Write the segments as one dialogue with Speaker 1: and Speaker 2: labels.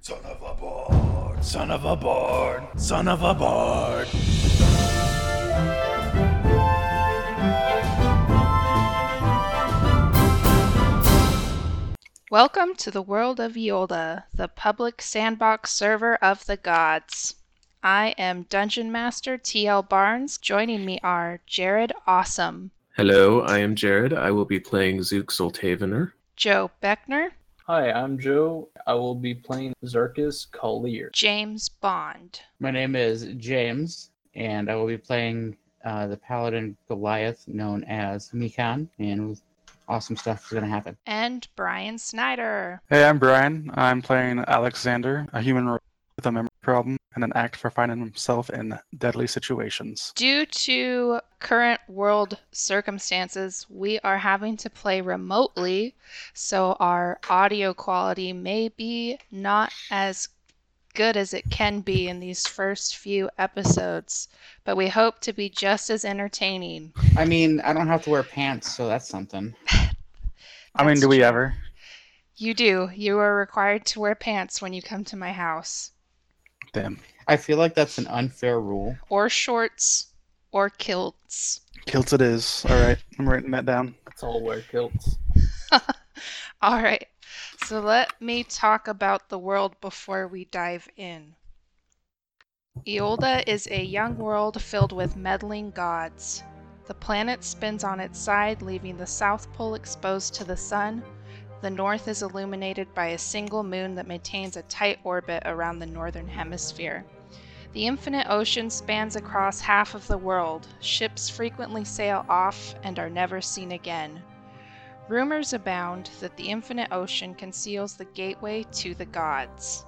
Speaker 1: Son of a board, son of a board, son of a board.
Speaker 2: Welcome to the world of Yolda, the public sandbox server of the gods. I am Dungeon Master TL Barnes. Joining me are Jared Awesome,
Speaker 3: Hello, I am Jared. I will be playing Zook Zoltavener.
Speaker 2: Joe Beckner,
Speaker 4: Hi, I'm Joe. I will be playing Zarkus Collier.
Speaker 2: James Bond.
Speaker 5: My name is James, and I will be playing uh, the paladin Goliath, known as Mikan, and awesome stuff is going to happen.
Speaker 2: And Brian Snyder.
Speaker 6: Hey, I'm Brian. I'm playing Alexander, a human ro- with a memory problem and an act for finding himself in deadly situations.
Speaker 2: Due to current world circumstances, we are having to play remotely, so our audio quality may be not as good as it can be in these first few episodes, but we hope to be just as entertaining.
Speaker 5: I mean, I don't have to wear pants, so that's something.
Speaker 6: I mean,
Speaker 2: That's
Speaker 6: do we
Speaker 2: true.
Speaker 6: ever?
Speaker 2: You do. You are required to wear pants when you come to my house,
Speaker 6: Damn.
Speaker 5: I feel like that's an unfair rule.
Speaker 2: or shorts, or kilts.
Speaker 6: Kilts it is. All right. I'm writing that down.
Speaker 4: Let's all wear kilts.
Speaker 2: All right. So let me talk about the world before we dive in. Eolda is a young world filled with meddling gods. The planet spins on its side, leaving the South Pole exposed to the sun. The North is illuminated by a single moon that maintains a tight orbit around the Northern Hemisphere. The infinite ocean spans across half of the world. Ships frequently sail off and are never seen again. Rumors abound that the infinite ocean conceals the gateway to the gods.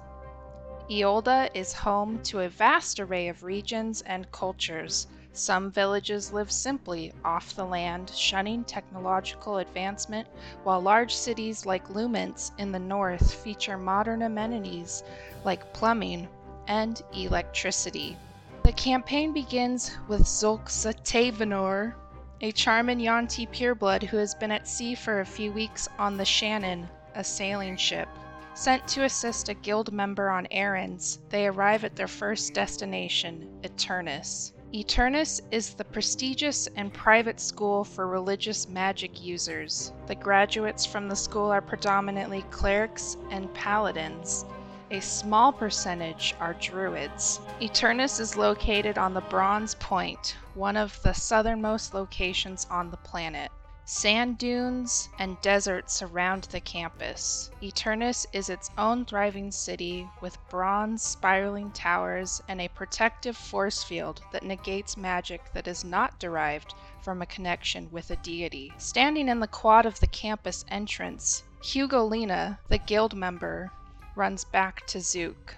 Speaker 2: Eolda is home to a vast array of regions and cultures. Some villages live simply off the land, shunning technological advancement, while large cities like Lumens in the north feature modern amenities like plumbing and electricity. The campaign begins with Zulksa Tavenor, a Charmin Yonti pureblood who has been at sea for a few weeks on the Shannon, a sailing ship. Sent to assist a guild member on errands, they arrive at their first destination, Eternus. Eternus is the prestigious and private school for religious magic users. The graduates from the school are predominantly clerics and paladins. A small percentage are druids. Eternus is located on the Bronze Point, one of the southernmost locations on the planet. Sand dunes and deserts surround the campus. Eternus is its own thriving city with bronze spiraling towers and a protective force field that negates magic that is not derived from a connection with a deity. Standing in the quad of the campus entrance, Hugolina, the guild member, runs back to Zook.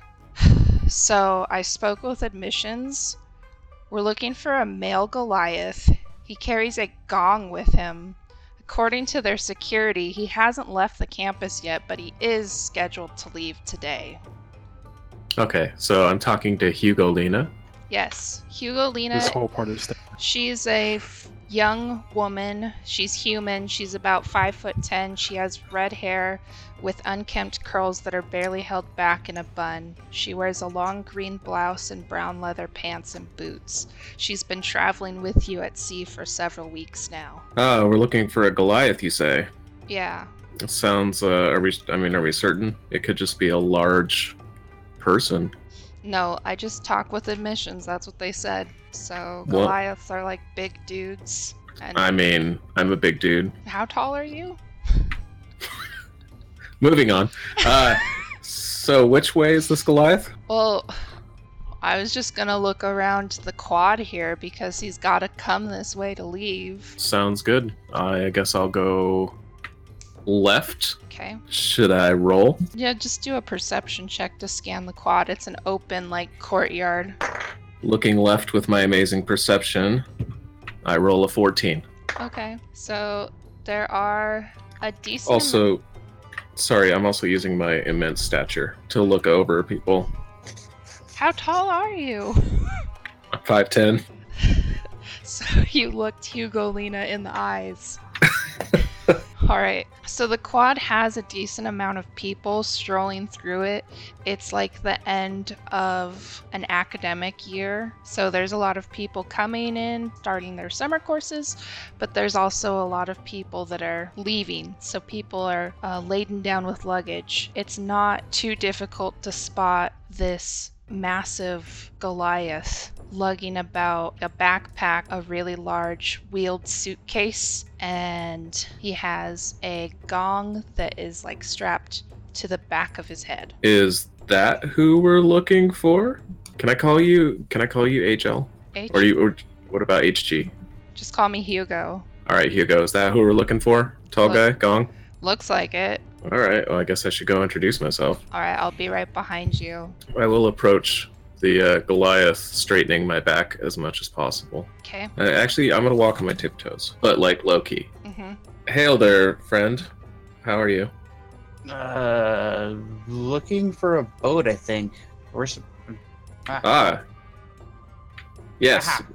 Speaker 2: So I spoke with admissions. We're looking for a male Goliath. He carries a gong with him. According to their security, he hasn't left the campus yet, but he is scheduled to leave today.
Speaker 3: Okay, so I'm talking to Hugo Lena.
Speaker 2: Yes, Hugo Lena
Speaker 6: This whole part is.
Speaker 2: She's a f- young woman. She's human. She's about five foot ten. She has red hair with unkempt curls that are barely held back in a bun. She wears a long green blouse and brown leather pants and boots. She's been traveling with you at sea for several weeks now.
Speaker 3: Oh, we're looking for a Goliath, you say?
Speaker 2: Yeah.
Speaker 3: It sounds. Uh, are we? I mean, are we certain? It could just be a large person.
Speaker 2: No, I just talk with admissions. That's what they said. So
Speaker 3: What?
Speaker 2: Goliaths are like big dudes. And
Speaker 3: I mean, I'm a big dude.
Speaker 2: how tall are you?
Speaker 3: Moving on. Uh, so, which way is this Goliath?
Speaker 2: Well, I was just gonna look around the quad here because he's gotta come this way to leave.
Speaker 3: Sounds good. I guess I'll go left.
Speaker 2: Okay.
Speaker 3: Should I roll?
Speaker 2: Yeah, just do a perception check to scan the quad. It's an open, like, courtyard.
Speaker 3: Looking left with my amazing perception, I roll a 14.
Speaker 2: Okay. So there are a decent. amount-
Speaker 3: also sorry i'm also using my immense stature to look over people
Speaker 2: How tall are you?
Speaker 3: 510
Speaker 2: So you looked Hugo Lena in the eyes. All right. So the quad has a decent amount of people strolling through it. It's like the end of an academic year. So there's a lot of people coming in, starting their summer courses, but there's also a lot of people that are leaving. So people are uh, laden down with luggage. It's not too difficult to spot this massive Goliath lugging about a backpack, a really large wheeled suitcase, and he has a gong that is like strapped to the back of his head.
Speaker 3: Is that who we're looking for? Can I call you? Can I call you HL?
Speaker 2: H-
Speaker 3: Or you? Or what about HG?
Speaker 2: Just call me Hugo.
Speaker 3: All right, Hugo. Is that who we're looking for? Tall
Speaker 2: Look.
Speaker 3: guy, gong.
Speaker 2: Looks like it.
Speaker 3: All right. Well, I guess I should go introduce myself.
Speaker 2: All right, I'll be right behind you.
Speaker 3: I will approach the uh, Goliath, straightening my back as much as possible.
Speaker 2: Okay.
Speaker 3: Uh, actually, I'm gonna walk on my tiptoes, but like low key.
Speaker 2: Mm-hmm.
Speaker 3: Hail there, friend. How are you?
Speaker 5: Uh, looking for a boat, I think. We're s-
Speaker 3: Ah. Yes.
Speaker 5: Aha.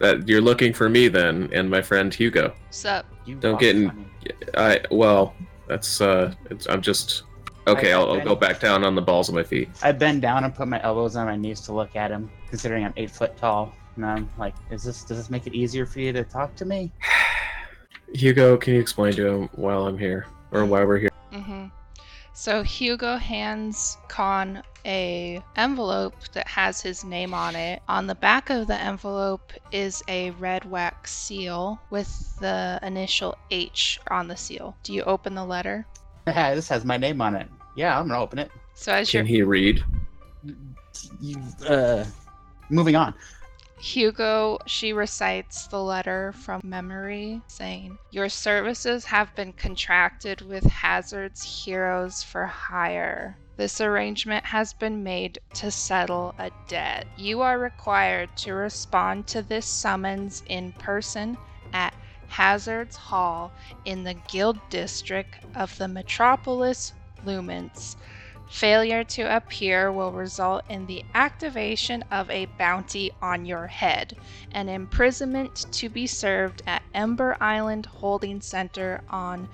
Speaker 3: That you're looking for me then, and my friend Hugo.
Speaker 2: Sup?
Speaker 5: you
Speaker 3: Don't
Speaker 5: are
Speaker 3: get in-
Speaker 5: funny.
Speaker 3: I well, that's uh, it's, I'm just okay.
Speaker 5: I-
Speaker 3: I'll,
Speaker 5: I-
Speaker 3: I'll go back down on the balls of my feet.
Speaker 5: I bend down and put my elbows on my knees to look at him, considering I'm eight foot tall. And I'm like, is this does this make it easier for you to talk to me?
Speaker 3: Hugo, can you explain to him while I'm here or why we're here?
Speaker 2: Mm-hmm. So Hugo hands Con a envelope that has his name on it. On the back of the envelope is a red wax seal with the initial H on the seal. Do you open the letter?
Speaker 5: this has my name on it. Yeah, I'm gonna open it.
Speaker 2: So as
Speaker 3: Can
Speaker 2: you're
Speaker 3: he read?
Speaker 5: You, uh, moving on.
Speaker 2: Hugo, she recites the letter from memory, saying, Your services have been contracted with Hazard's Heroes for Hire. This arrangement has been made to settle a debt. You are required to respond to this summons in person at Hazard's Hall in the Guild District of the Metropolis Lumens. Failure to appear will result in the activation of a bounty on your head and imprisonment to be served at Ember Island Holding Center on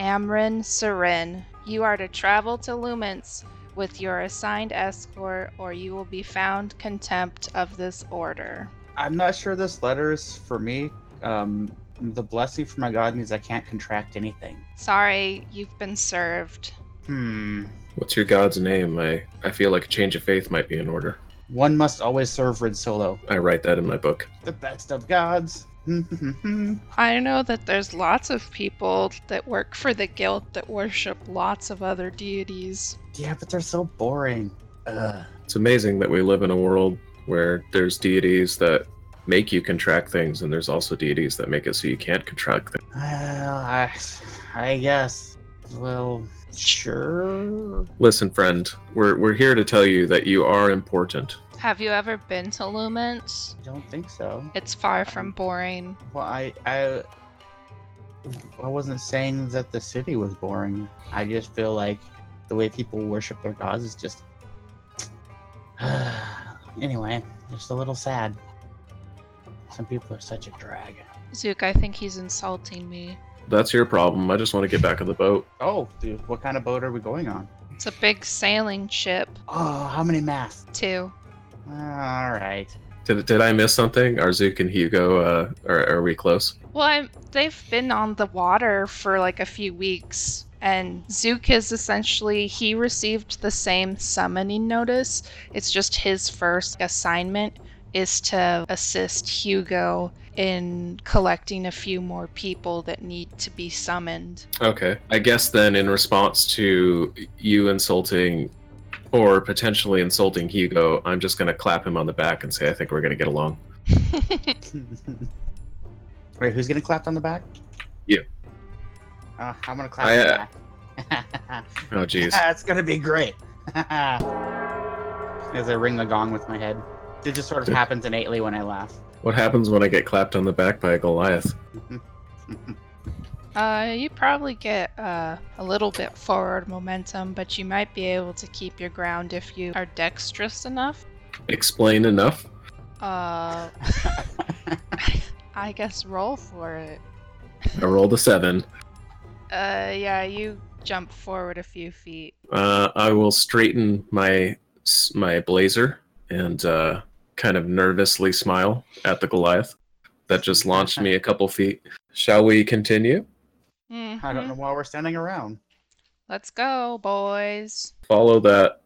Speaker 2: Amrin Seren. You are to travel to Lumens with your assigned escort, or you will be found contempt of this order.
Speaker 5: I'm not sure this letter is for me. Um, the blessing from my God means I can't contract anything.
Speaker 2: Sorry, you've been served.
Speaker 5: Hmm.
Speaker 3: What's your god's name? I I feel like a change of faith might be in order.
Speaker 5: One must always serve Rid Solo.
Speaker 3: I write that in my book.
Speaker 5: The best of gods. That's
Speaker 2: I know that there's lots of people that work for the guild that worship lots of other deities.
Speaker 5: Yeah, but they're so boring. Ugh.
Speaker 3: It's amazing that we live in a world where there's deities that make you contract things, and there's also deities that make it so you can't contract things.
Speaker 5: Well, I, I guess. Well, sure.
Speaker 3: Listen, friend, we're we're here to tell you that you are important.
Speaker 2: Have you ever been to Lumens?
Speaker 5: I don't think so.
Speaker 2: It's far from boring.
Speaker 5: Well, I, I, I wasn't saying that the city was boring. I just feel like the way people worship their gods is just. anyway, just a little sad. Some people are such a drag.
Speaker 2: Zook, I think he's insulting me.
Speaker 3: That's your problem. I just want to get back on the boat.
Speaker 5: Oh, dude, what kind of boat are we going on?
Speaker 2: It's a big sailing ship,
Speaker 5: Oh, how many masts?
Speaker 2: too.
Speaker 5: All right.
Speaker 3: Did did I miss something? Are Zook and Hugo uh, are are we close?
Speaker 2: Well, I'm, they've been on the water for like a few weeks, and Zook is essentially he received the same summoning notice. It's just his first assignment is to assist Hugo in collecting a few more people that need to be summoned.
Speaker 3: Okay. I guess then, in response to you insulting or potentially insulting Hugo, I'm just going to clap him on the back and say, I think we're going to get along.
Speaker 5: Wait, who's getting clapped on the back?
Speaker 3: You.
Speaker 5: Uh, I'm gonna clap
Speaker 3: I,
Speaker 5: on
Speaker 3: uh,
Speaker 5: the back.
Speaker 3: Oh, jeez.
Speaker 5: That's gonna be great. As I ring the gong with my head, it just sort of happens innately when I laugh.
Speaker 3: What happens when I get clapped on the back by a Goliath?
Speaker 2: Uh, you probably get uh, a little bit forward momentum, but you might be able to keep your ground if you are dexterous enough.
Speaker 3: Explain enough?
Speaker 2: Uh, I guess roll for it.
Speaker 3: I rolled a seven.
Speaker 2: Uh, yeah, you jump forward a few feet.
Speaker 3: Uh, I will straighten my s- my blazer and uh, kind of nervously smile at the Goliath that just launched me a couple feet. Shall we continue?
Speaker 5: I
Speaker 2: Mhm.
Speaker 5: don't know why we're standing around.
Speaker 2: Let's go, boys.
Speaker 3: Follow that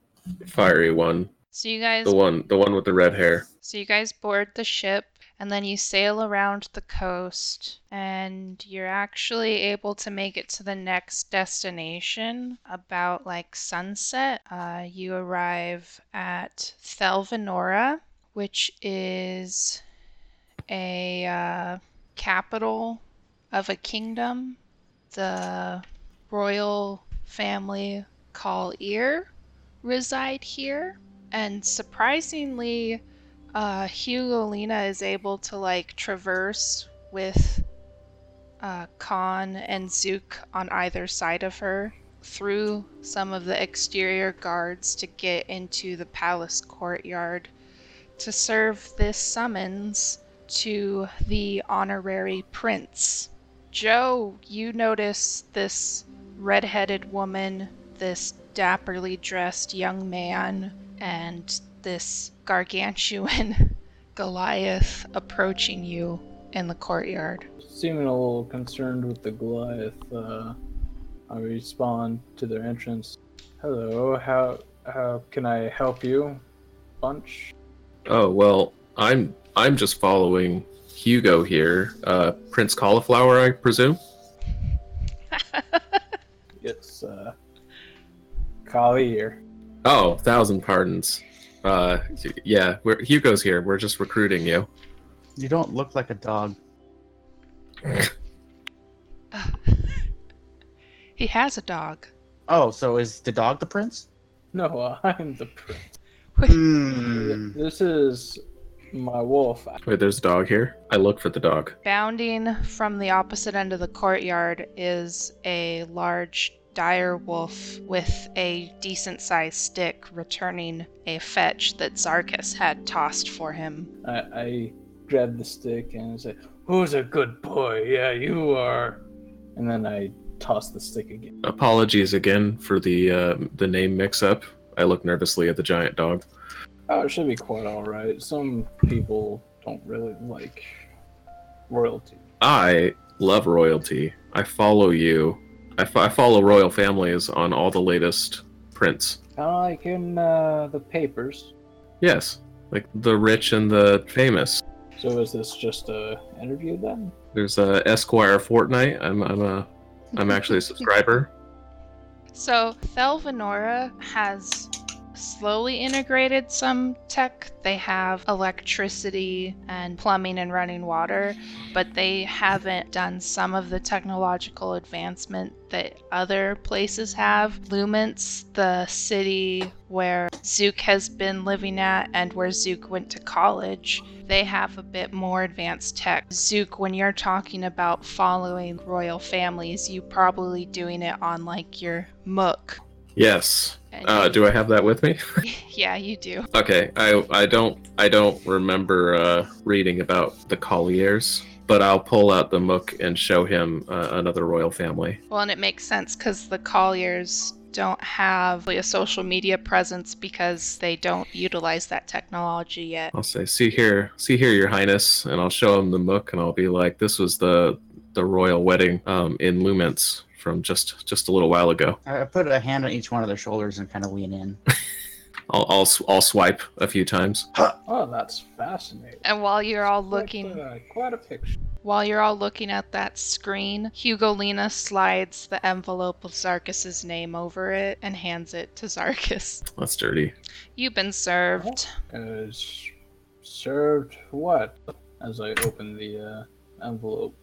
Speaker 3: fiery one,
Speaker 2: So you guys,
Speaker 3: the one the one with the red hair.
Speaker 2: so you guys board the ship, and then you sail around the coast, and you're actually able to make it to the next destination about like sunset. Uh, you arrive at Thelvanora, which is a uh, capital of a kingdom. The royal family Call Ear reside here. And surprisingly, uh, Hugolina is able to like traverse with uh, Khan and Zook on either side of her through some of the exterior guards to get into the palace courtyard to serve this summons to the honorary prince. Joe, you notice this redheaded woman, this dapperly dressed young man, and this gargantuan Goliath approaching you in the courtyard.
Speaker 4: Seeming a little concerned with the Goliath, uh, I respond to their entrance. Hello, how how can I help you, bunch?
Speaker 3: Oh well, I'm I'm just following Hugo here, uh, Prince Cauliflower, I presume.
Speaker 4: It's uh, Collier.
Speaker 3: Oh, thousand pardons. Uh, yeah, we're, Hugo's here. We're just recruiting you.
Speaker 5: You don't look like a dog.
Speaker 2: he has a dog.
Speaker 5: Oh, so is the dog the prince?
Speaker 4: No, I'm the prince.
Speaker 5: Hmm.
Speaker 4: This is my wolf.
Speaker 3: Wait, there's a dog here. I look for the dog.
Speaker 2: Bounding from the opposite end of the courtyard is a large dire wolf with a decent sized stick returning a fetch that Zarkus had tossed for him.
Speaker 4: I, I grab the stick and say, "Who's a good boy? Yeah, you are." And then I toss the stick again.
Speaker 3: Apologies again for the uh, the name mix-up. I look nervously at the giant dog.
Speaker 4: Oh, it should be quite all right. Some people don't really like royalty.
Speaker 3: I love royalty. I follow you. I, fo- I follow royal families on all the latest prints.
Speaker 4: Kind of like in uh, the papers.
Speaker 3: Yes, like the rich and the famous.
Speaker 4: So is this just a interview then?
Speaker 3: There's uh, Esquire Fortnite. I'm I'm a I'm actually a subscriber.
Speaker 2: So, Thelvanora has slowly integrated some tech. They have electricity and plumbing and running water, but they haven't done some of the technological advancement that other places have. Lumence, the city where Zook has been living at and where Zook went to college, they have a bit more advanced tech. Zook, when you're talking about following royal families, you probably doing it on like your Mook.
Speaker 3: Yes. Uh, do I have that with me?
Speaker 2: yeah, you do.
Speaker 3: Okay, I I don't I don't remember uh, reading about the Colliers, but I'll pull out the Mook and show him uh, another royal family.
Speaker 2: Well, and it makes sense because the Colliers don't have like, a social media presence because they don't utilize that technology yet.
Speaker 3: I'll say, "See here, see here, Your Highness," and I'll show him the Mook, and I'll be like, "This was the the royal wedding um, in Lumens from just just a little while ago."
Speaker 5: I I put a hand on each one of their shoulders and kind of lean in.
Speaker 3: I'll I'll, sw- I'll swipe a few times.
Speaker 4: Oh, that's fascinating.
Speaker 2: And while you're all
Speaker 4: Quite,
Speaker 2: looking,
Speaker 4: uh, quite a picture.
Speaker 2: while you're all looking at that screen, Hugolina slides the envelope with Zarkus's name over it and hands it to Zarkus.
Speaker 3: That's dirty.
Speaker 2: You've been served.
Speaker 4: Uh, s- served what? As I open the uh, envelope.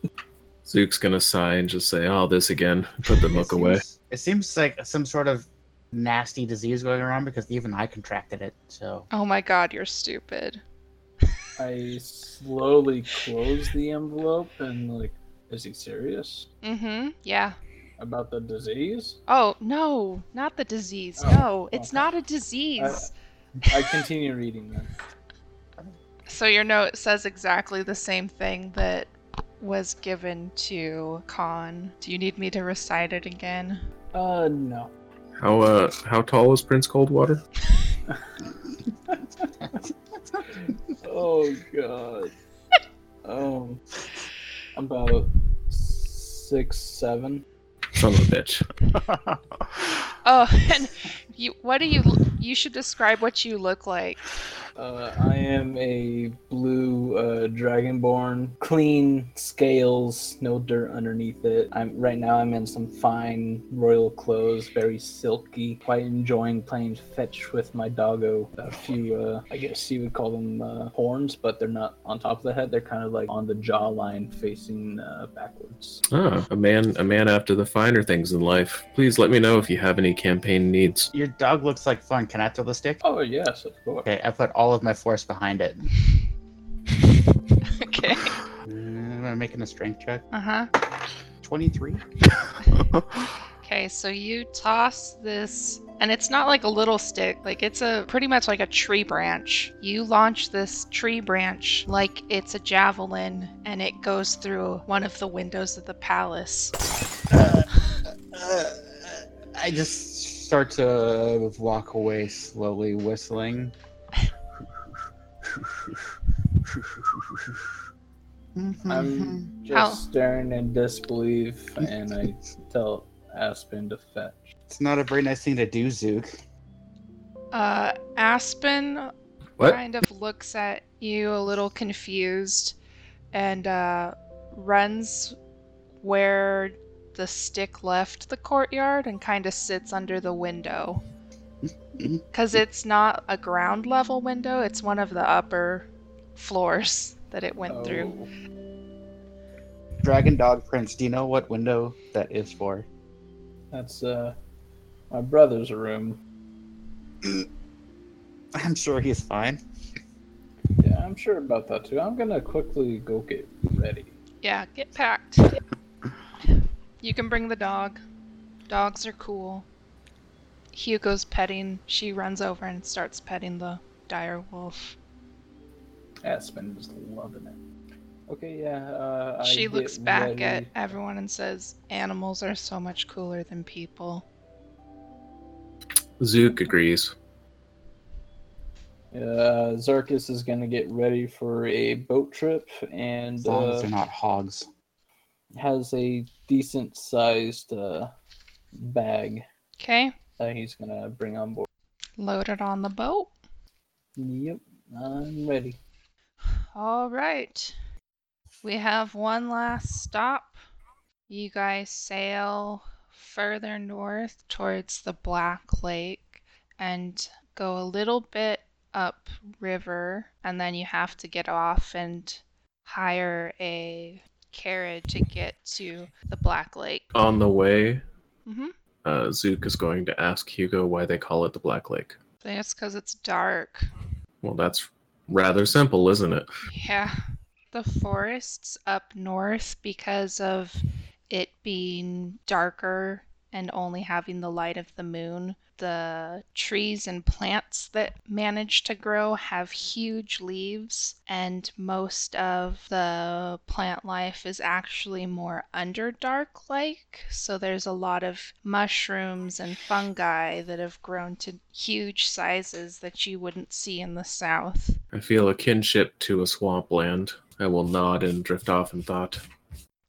Speaker 3: Zook's gonna sigh and just say, "Oh, this again." Put the Mook
Speaker 5: It
Speaker 3: away.
Speaker 5: seems- It seems like some sort of nasty disease going around because even I contracted it. So
Speaker 2: Oh my god, you're stupid.
Speaker 4: I slowly close the envelope and like, is he serious
Speaker 2: Mm-hmm. Yeah.
Speaker 4: about the disease?
Speaker 2: Oh no, not the disease.
Speaker 4: Oh,
Speaker 2: no, it's
Speaker 4: okay.
Speaker 2: not a disease.
Speaker 4: I continue reading then.
Speaker 2: So your note says exactly the same thing that was given to Khan. Do you need me to recite it again?
Speaker 4: Uh, no.
Speaker 3: How uh how tall is Prince Coldwater?
Speaker 4: Oh god. um, I'm about six seven.
Speaker 3: Son of a bitch.
Speaker 2: Oh, and you what do you you should describe what you look like.
Speaker 4: Uh, I am a blue uh, dragonborn, clean scales, no dirt underneath it. I'm right now. I'm in some fine royal clothes, very silky. Quite enjoying playing fetch with my doggo. A few, uh, I guess you would call them uh, horns, but they're not on top of the head. They're kind of like on the jawline, facing uh, backwards.
Speaker 3: Ah, a man a man after the finer things in life. Please let me know if you have any campaign needs.
Speaker 5: Your dog looks like fun. Can I throw the stick?
Speaker 4: Oh yes, of course.
Speaker 5: Okay, I put all of my force behind it.
Speaker 2: Okay.
Speaker 5: Uh, I'm making a strength check.
Speaker 2: Uh-huh.
Speaker 5: 23.
Speaker 2: Okay, so you toss this, and it's not like a little stick, like it's a pretty much like a tree branch. You launch this tree branch like it's a javelin, and it goes through one of the windows of the palace.
Speaker 5: Uh, I just start to walk away slowly, whistling. Mm-hmm. Um,
Speaker 4: I'm just
Speaker 2: How-
Speaker 4: staring in disbelief, and I tell Aspen to fetch.
Speaker 5: It's not a very nice thing to do, Zook.
Speaker 2: Uh, Aspen
Speaker 3: What?
Speaker 2: kind of looks at you a little confused and uh, runs where the stick left the courtyard and kind of sits under the window. Because it's not a ground level window, it's one of the upper floors that it went through.
Speaker 4: Oh,
Speaker 5: Dragon Dog Prince, do you know what window that is for?
Speaker 4: that's uh, my brother's room.
Speaker 5: I'm sure he's fine.
Speaker 4: Yeah, I'm sure about that too. I'm gonna quickly go get ready.
Speaker 2: Yeah, get packed. you can bring the dog. Dogs are cool. Hugo's petting. She runs over and starts petting the dire wolf.
Speaker 4: Aspen is loving it. Okay, yeah. Uh, I
Speaker 2: she
Speaker 4: get
Speaker 2: looks back at
Speaker 4: ready.
Speaker 2: everyone and says, Animals are so much cooler than people.
Speaker 3: Zook agrees.
Speaker 4: Uh, Zarkus is gonna get ready for a boat trip, and
Speaker 5: As long
Speaker 4: uh,
Speaker 5: as they're not hogs.
Speaker 4: has a decent sized uh, bag
Speaker 2: Okay,
Speaker 4: that he's gonna bring on board.
Speaker 2: load it on the boat.
Speaker 4: Yep, I'm ready.
Speaker 2: All right. We have one last stop. You guys sail further north towards the Black Lake and go a little bit up river, and then you have to get off and hire a carriage to get to the Black Lake.
Speaker 3: On the way,
Speaker 2: Mm-hmm.
Speaker 3: uh, Zook is going to ask Hugo why they call it the Black Lake.
Speaker 2: That's because it's dark.
Speaker 3: Well, that's rather simple, isn't it?
Speaker 2: Yeah, the forests up north because of it being darker and only having the light of the moon. The trees and plants that manage to grow have huge leaves, and most of the plant life is actually more underdark like. So there's a lot of mushrooms and fungi that have grown to huge sizes that you wouldn't see in the south.
Speaker 3: I feel a kinship to a swampland. I will nod and drift off in thought.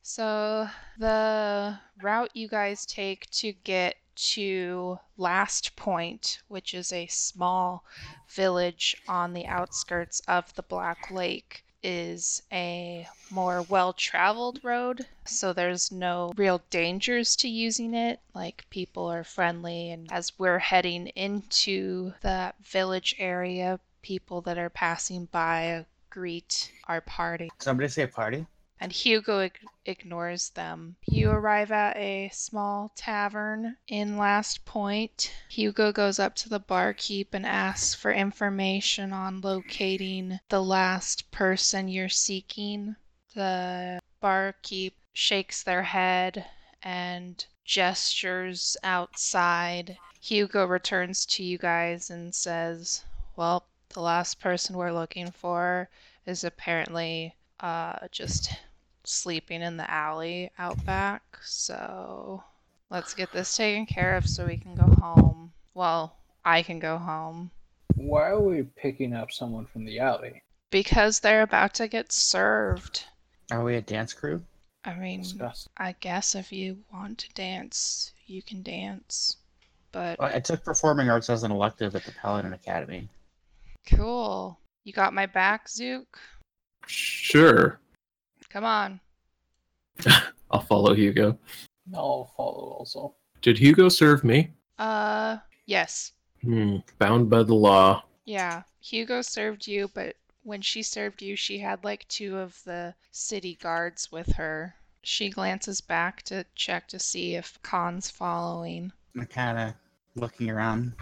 Speaker 2: So the route you guys take to get to Last Point, which is a small village on the outskirts of the Black Lake, is a more well-traveled road, so there's no real dangers to using it. Like people are friendly and as we're heading into that village area, people that are passing by greet our party
Speaker 5: Somebody say party?
Speaker 2: and Hugo ig- ignores them. You arrive at a small tavern in Last Point. Hugo goes up to the barkeep and asks for information on locating the last person you're seeking. The barkeep shakes their head and gestures outside. Hugo returns to you guys and says, Well, the last person we're looking for is apparently uh, just sleeping in the alley out back. So let's get this taken care of so we can go home. Well, I can go home.
Speaker 4: Why are we picking up someone from the alley?
Speaker 2: Because they're about to get served.
Speaker 5: Are we a dance crew?
Speaker 2: I mean,
Speaker 4: Disgust.
Speaker 2: I guess if you want to dance, you can dance. But
Speaker 5: I I took performing arts as an elective at the Paladin Academy.
Speaker 2: cool. You got my back, Zook?
Speaker 3: Sure,
Speaker 2: Come on.
Speaker 3: I'll follow Hugo.
Speaker 4: I'll follow also.
Speaker 3: Did Hugo serve me?
Speaker 2: Uh, yes.
Speaker 3: Hmm. Bound by the law.
Speaker 2: Yeah. Hugo served you, but when she served you, she had like two of the city guards with her. She glances back to check to see if Khan's following.
Speaker 5: I'm kind of looking around,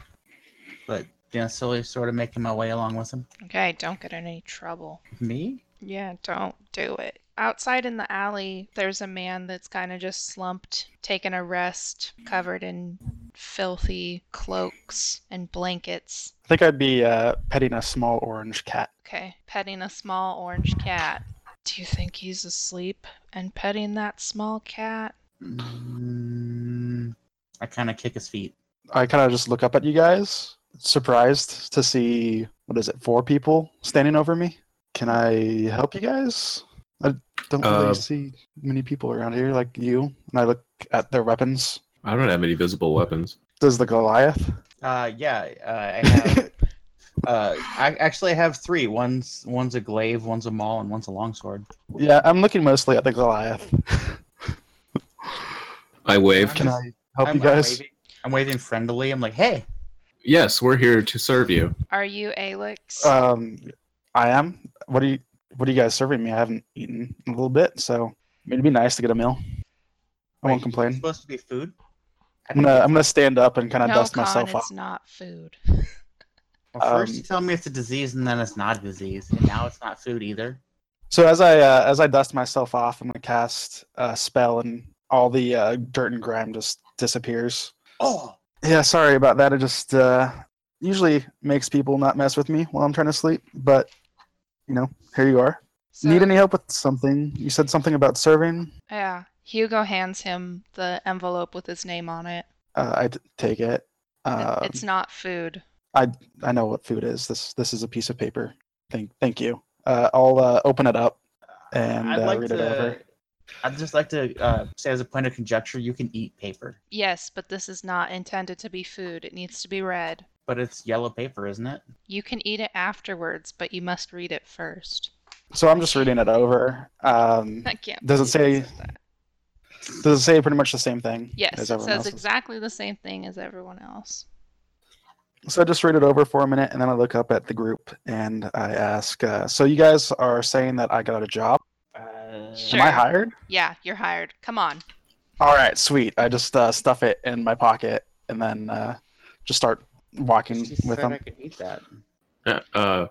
Speaker 5: but you know, slowly sort of making my way along with him.
Speaker 2: Okay, don't get in any trouble.
Speaker 5: Me?
Speaker 2: Yeah, don't do it. Outside in the alley, there's a man that's kind of just slumped, taking a rest, covered in filthy cloaks and blankets.
Speaker 6: I think I'd be uh, petting a small orange cat.
Speaker 2: Okay, petting a small orange cat. Do you think he's asleep and petting that small cat?
Speaker 5: Mm, I kind of kick his feet.
Speaker 6: I kind of just look up at you guys, surprised to see what is it? Four people standing over me. Can I help you guys? I don't really
Speaker 3: Uh,
Speaker 6: see many people around here like you. And I look at their weapons.
Speaker 3: I don't have any visible weapons.
Speaker 6: Does the Goliath?
Speaker 5: Uh, yeah, uh, I have. uh, I actually have three. One's one's a glaive, one's a maul, and one's a longsword.
Speaker 6: yeah, I'm looking mostly at the Goliath.
Speaker 3: I waved.
Speaker 6: Can I help
Speaker 5: I'm,
Speaker 6: you guys?
Speaker 5: I'm waving, I'm waving friendly. I'm like, hey,
Speaker 3: Yes, we're here to serve you.
Speaker 2: Are you Alex?
Speaker 6: Um, I am. What do you? What are you guys serving me? I haven't eaten in a little bit, so it'd be nice to get a meal. I
Speaker 5: wait,
Speaker 6: won't complain.
Speaker 5: It's supposed to be food. I
Speaker 6: I'm
Speaker 5: don't
Speaker 6: gonna
Speaker 5: think
Speaker 6: I'm gonna stand up and kind
Speaker 2: no,
Speaker 6: of dust
Speaker 2: Con,
Speaker 6: myself off.
Speaker 2: it's not food.
Speaker 5: Well, first
Speaker 6: Um,
Speaker 5: you tell me it's a disease, and then it's not a disease, and now it's not food either.
Speaker 6: So as I uh, as I dust myself off, I'm gonna cast a spell, and all the uh, dirt and grime just disappears.
Speaker 5: Oh,
Speaker 6: Yeah, sorry about that. It just uh, usually makes people not mess with me while I'm trying to sleep, but you know, here you are.
Speaker 2: So,
Speaker 6: Need any help with something? You said something about serving.
Speaker 2: yeah. Hugo hands him the envelope with his name on it.
Speaker 6: Uh, I d- take it. Um,
Speaker 2: it's not food.
Speaker 6: I know what food is. This this is a piece of paper. Thank thank you. Uh, I'll uh, open it up and
Speaker 5: I'd
Speaker 6: uh,
Speaker 5: like
Speaker 6: read
Speaker 5: to.
Speaker 6: it over.
Speaker 5: I'd just like to uh, say, as a point of conjecture, you can eat paper,
Speaker 2: Yes, but this is not intended to be food. It needs to be read.
Speaker 5: but it's yellow paper, isn't it?
Speaker 2: You can eat it afterwards, but you must read it first.
Speaker 6: So I'm just reading it over. Um,
Speaker 2: I can't.
Speaker 6: Does it
Speaker 2: believe I
Speaker 6: say-
Speaker 2: said that.
Speaker 6: does it say pretty much the same thing?
Speaker 2: Yes, it
Speaker 6: everyone
Speaker 2: says
Speaker 6: else's?
Speaker 2: exactly the same thing as everyone else.
Speaker 6: So I just read it over for a minute, and then I look up at the group and I ask, uh, "So you guys are saying that I got a job?
Speaker 5: Uh,
Speaker 2: Sure.
Speaker 6: Am I hired?
Speaker 2: Yeah, you're hired. Come on.
Speaker 6: All right, sweet. I just uh, stuff it in my pocket and then uh, just start walking
Speaker 5: She
Speaker 6: with
Speaker 5: said
Speaker 6: them.
Speaker 5: I could eat that.
Speaker 3: Uh, uh,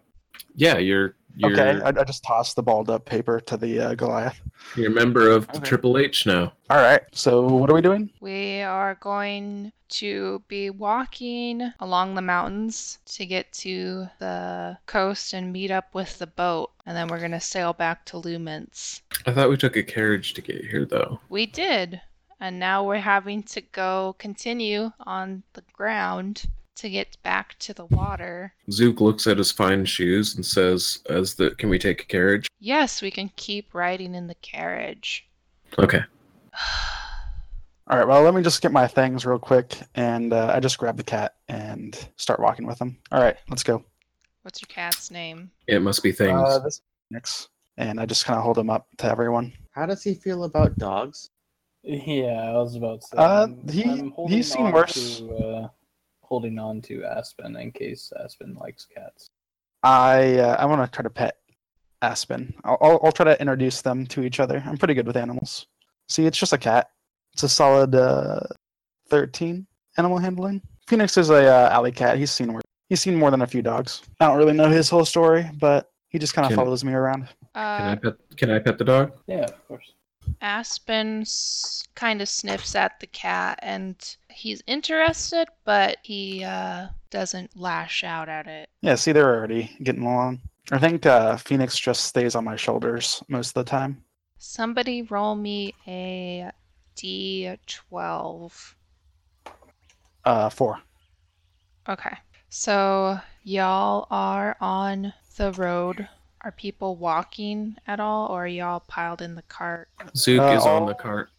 Speaker 3: yeah, you're you're
Speaker 6: Okay, I, I just toss the balled up paper to the uh, Goliath.
Speaker 3: you're a member of the
Speaker 5: Okay.
Speaker 3: Triple H now.
Speaker 6: All right, so what are we doing?
Speaker 2: We are going to be walking along the mountains to get to the coast and meet up with the boat, and then we're going to sail back to Lumens.
Speaker 3: I thought we took a carriage to get here though.
Speaker 2: We did. And now we're having to go continue on the ground to get back to the water.
Speaker 3: Zook looks at his fine shoes and says, "As the can we take a carriage?"
Speaker 2: Yes, we can keep riding in the carriage.
Speaker 3: Okay.
Speaker 6: All right, well, let me just get my things real quick, and uh, I just grab the cat and start walking with him. All right, let's go.
Speaker 2: What's your cat's name?
Speaker 3: It must be things.
Speaker 6: Uh, this Nix, and I just kind of hold him up to everyone.
Speaker 5: How does he feel about dogs?
Speaker 4: Yeah, I was about to say.
Speaker 6: Uh,
Speaker 4: I'm-
Speaker 6: he-
Speaker 4: I'm
Speaker 6: he's
Speaker 4: holding
Speaker 6: seen
Speaker 4: on
Speaker 6: worse.
Speaker 4: To, uh, holding on to Aspen in case Aspen likes cats.
Speaker 6: I uh, I want to try to pet Aspen. I'll, I'll I'll try to introduce them to each other. I'm pretty good with animals. See, it's just a cat. It's a solid uh, thirteen animal handling. Phoenix is a uh, alley cat. He's seen wor- he's seen more than a few dogs. I don't really know his whole story, but he just kind of
Speaker 3: Can-
Speaker 6: follows me around.
Speaker 3: can I
Speaker 2: Uh,
Speaker 3: pet? Can I pet the dog?
Speaker 4: Yeah, of course.
Speaker 2: Aspen s- kind of sniffs at the cat and he's interested, but he uh, doesn't lash out at it.
Speaker 6: Yeah, see, they're already getting along. I think uh, Phoenix just stays on my shoulders most of the time.
Speaker 2: Somebody roll me a d12.
Speaker 6: Uh, four.
Speaker 2: Okay. So y'all are on the road. Are people walking at all, or are y'all piled in the cart?
Speaker 3: Zook
Speaker 6: Uh,
Speaker 3: is on
Speaker 6: all-
Speaker 3: the cart.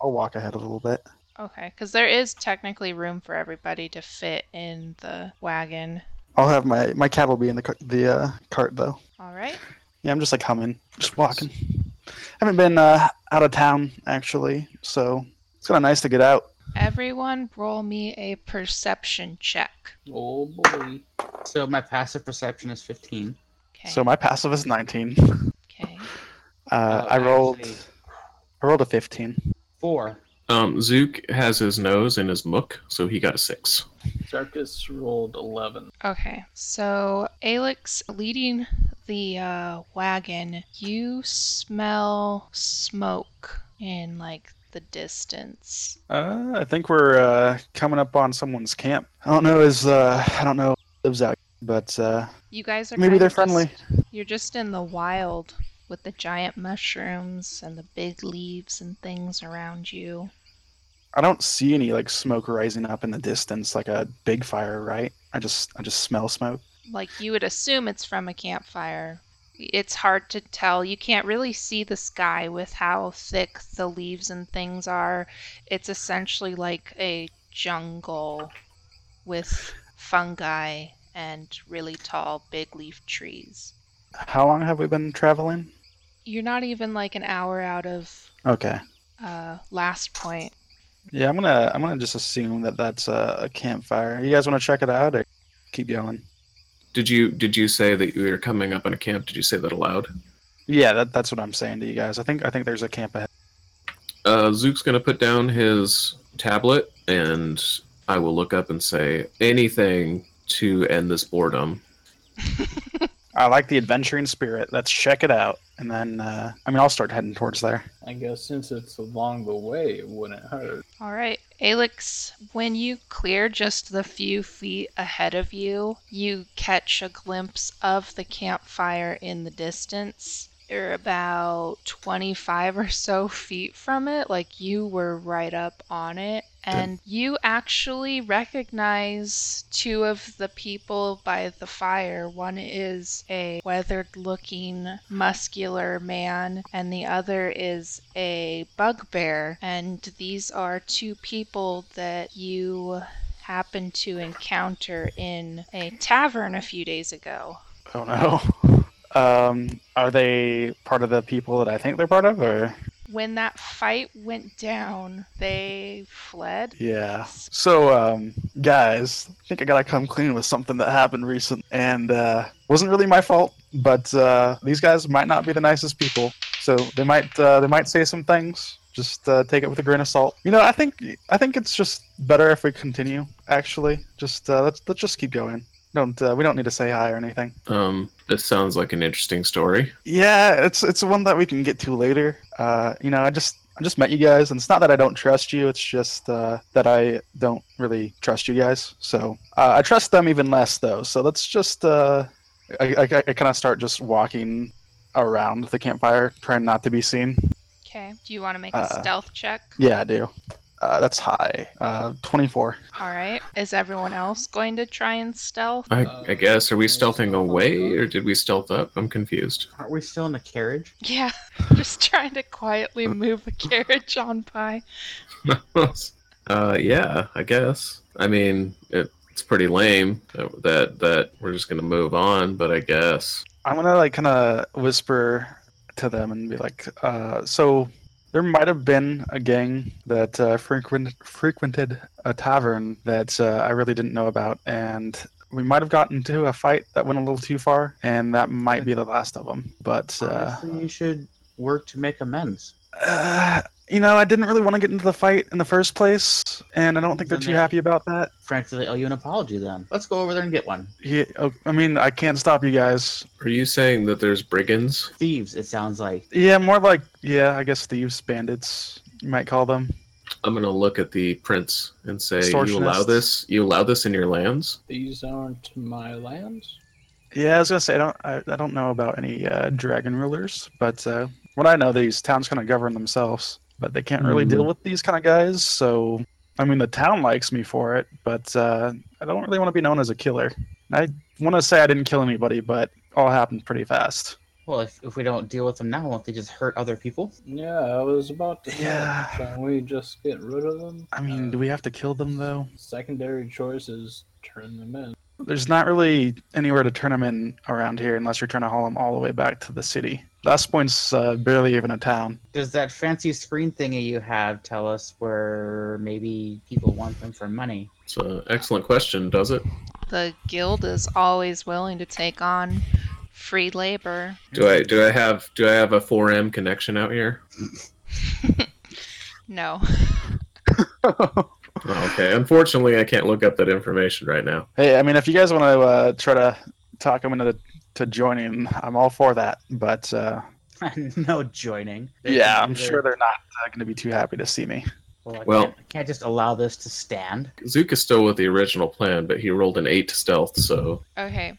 Speaker 6: I'll walk ahead a little bit.
Speaker 2: Okay, because there is technically room for everybody to fit in the wagon.
Speaker 6: I'll have my my cat will be in the car- the uh, cart though.
Speaker 2: All right.
Speaker 6: Yeah, I'm just like humming, just walking. Haven't been uh, out of town actually, so it's kind of nice to get out.
Speaker 2: Everyone, roll me a perception check.
Speaker 4: Oh boy.
Speaker 5: So my passive perception is 15.
Speaker 2: Okay.
Speaker 6: So my passive is 19.
Speaker 2: okay.
Speaker 6: Uh, I rolled
Speaker 5: actually,
Speaker 6: I rolled a 15.
Speaker 5: four.
Speaker 3: Um, Zook has his nose in his mook, so he got a six.
Speaker 4: Zarkus rolled 11.
Speaker 2: Okay, so Alex leading the uh, wagon, you smell smoke in like the distance.
Speaker 6: Uh, I think we're uh, coming up on someone's camp. I don't know is uh, I don't know who lives out, but uh,
Speaker 2: You guys are
Speaker 6: maybe
Speaker 2: kinda
Speaker 6: they're
Speaker 2: just-
Speaker 6: friendly.
Speaker 2: you're just in the wild with the giant mushrooms and the big leaves and things around you.
Speaker 6: I don't see any like smoke rising up in the distance like a big fire, right? I just I just smell smoke.
Speaker 2: Like you would assume it's from a campfire. It's hard to tell. You can't really see the sky with how thick the leaves and things are. It's essentially like a jungle with fungi and really tall big leaf trees.
Speaker 6: How long have we been traveling?
Speaker 2: You're not even like an hour out of
Speaker 6: Okay.
Speaker 2: uh, last point.
Speaker 6: Yeah, I'm gonna I'm gonna just assume that that's a, a campfire. You guys want to check it out or keep going?
Speaker 3: Did you did you say that you were coming up on a camp? Did you say that aloud?
Speaker 6: Yeah, that, that's what I'm saying to you guys. I think I think there's a camp ahead.
Speaker 3: Uh, Zook's gonna put down his tablet, and I will look up and say anything to end this boredom.
Speaker 6: I like the adventuring spirit. Let's check it out, and then uh, I mean I'll start heading towards there.
Speaker 4: I guess since it's along the way, it wouldn't hurt.
Speaker 2: All right, Alex, when you clear just the few feet ahead of you, you catch a glimpse of the campfire in the distance. You're about 25 or so feet from it, like you were right up on it. And you actually recognize two of the people by the fire. One is a weathered looking, muscular man, and the other is a bugbear. And these are two people that you happened to encounter in a tavern a few days ago.
Speaker 6: Oh no. Um, are they part of the people that I think they're part of, or
Speaker 2: When that fight went down, they fled.
Speaker 6: Yeah. So, um, guys, I think I gotta come clean with something that happened recent, and uh, wasn't really my fault. But uh, these guys might not be the nicest people, so they might uh, they might say some things. Just uh, take it with a grain of salt. You know, I think I think it's just better if we continue. Actually, just uh, let's let's just keep going. Don't uh, we don't need to say hi or anything.
Speaker 3: Um, this sounds like an interesting story.
Speaker 6: Yeah, it's it's one that we can get to later. Uh, you know, I just I just met you guys, and it's not that I don't trust you. It's just uh, that I don't really trust you guys. So uh, I trust them even less, though. So let's just uh, I I, I kind of start just walking around the campfire, trying not to be seen.
Speaker 2: Okay. Do you want to make
Speaker 6: Uh-uh.
Speaker 2: a stealth check?
Speaker 6: Yeah, I do. Uh, that's high. Uh, Twenty four.
Speaker 2: All right. Is everyone else going to try and stealth?
Speaker 3: I,
Speaker 4: Uh,
Speaker 3: I guess. Are we stealthing
Speaker 4: stealth on
Speaker 3: away,
Speaker 4: the
Speaker 3: or did we stealth up? I'm confused.
Speaker 5: Aren't we still in the carriage?
Speaker 2: Yeah, just trying to quietly move the carriage on by.
Speaker 3: uh, yeah, I guess. I mean, it, it's pretty lame that, that that we're just gonna move on, but I guess.
Speaker 6: I'm gonna like kind of whisper to them and be like, uh, "So there might have been a gang that uh, frequent frequented a tavern that uh, I really didn't know about, and we might have gotten into a fight that went a little too far, and that might be the last of them. But uh,
Speaker 5: Honestly, you should work to make amends.
Speaker 6: uh, you know, I didn't really want to get into the fight in the first place, and I don't think they're
Speaker 5: Then
Speaker 6: too
Speaker 5: they-
Speaker 6: happy about that.
Speaker 5: Frankly, I owe you an apology then. Let's go over there and get one.
Speaker 6: Yeah, oh, I mean, I can't stop you guys.
Speaker 3: Are you saying that there's brigands?
Speaker 5: Thieves, it sounds like.
Speaker 6: Yeah, more like yeah, I guess thieves, bandits, you might call them."
Speaker 3: I'm gonna look at the prince and say, "You allow
Speaker 6: Extortionists.
Speaker 3: this? You allow this in your lands?"
Speaker 4: These aren't my lands.
Speaker 6: Yeah, I was gonna say I don't I, I don't know about any uh, dragon rulers, but uh, What I know, these towns kind of govern themselves, but they can't really deal with these kind of guys. So, I mean, the town likes me for it, but uh, I don't really want to be known as a killer. I want to say I didn't kill anybody, but all happened pretty fast.
Speaker 5: Well, if, if we don't deal with them now, won't they just hurt other people?
Speaker 4: Yeah, I was about to.
Speaker 6: Yeah.
Speaker 4: Can we just get rid of them? Uh,
Speaker 6: I mean, do we have to kill them though?
Speaker 4: Secondary choice is turn them in.
Speaker 6: There's not really anywhere to turn them in around here unless you're trying to haul them all the way back to the city. Last Point's uh, barely even a town.
Speaker 5: Does that fancy screen thingy you have tell us where maybe people want them for money?
Speaker 3: It's an excellent question, does it?
Speaker 2: The guild is always willing to take on free labor.
Speaker 3: Do I do I have do I have a 4M connection out here?
Speaker 2: No.
Speaker 3: Oh, okay. Unfortunately, I can't look up that information right now.
Speaker 6: Hey, I mean, if you guys want to uh, try to talk them into to joining, I'm all for that. But uh,
Speaker 5: no joining.
Speaker 6: yeah, I'm sure they're not uh, going to be too happy to see me.
Speaker 5: Well, I
Speaker 3: Well-
Speaker 5: can't, I can't just allow this to stand.
Speaker 3: Zook is still with the original plan, but he rolled an eight to stealth, so
Speaker 2: Okay.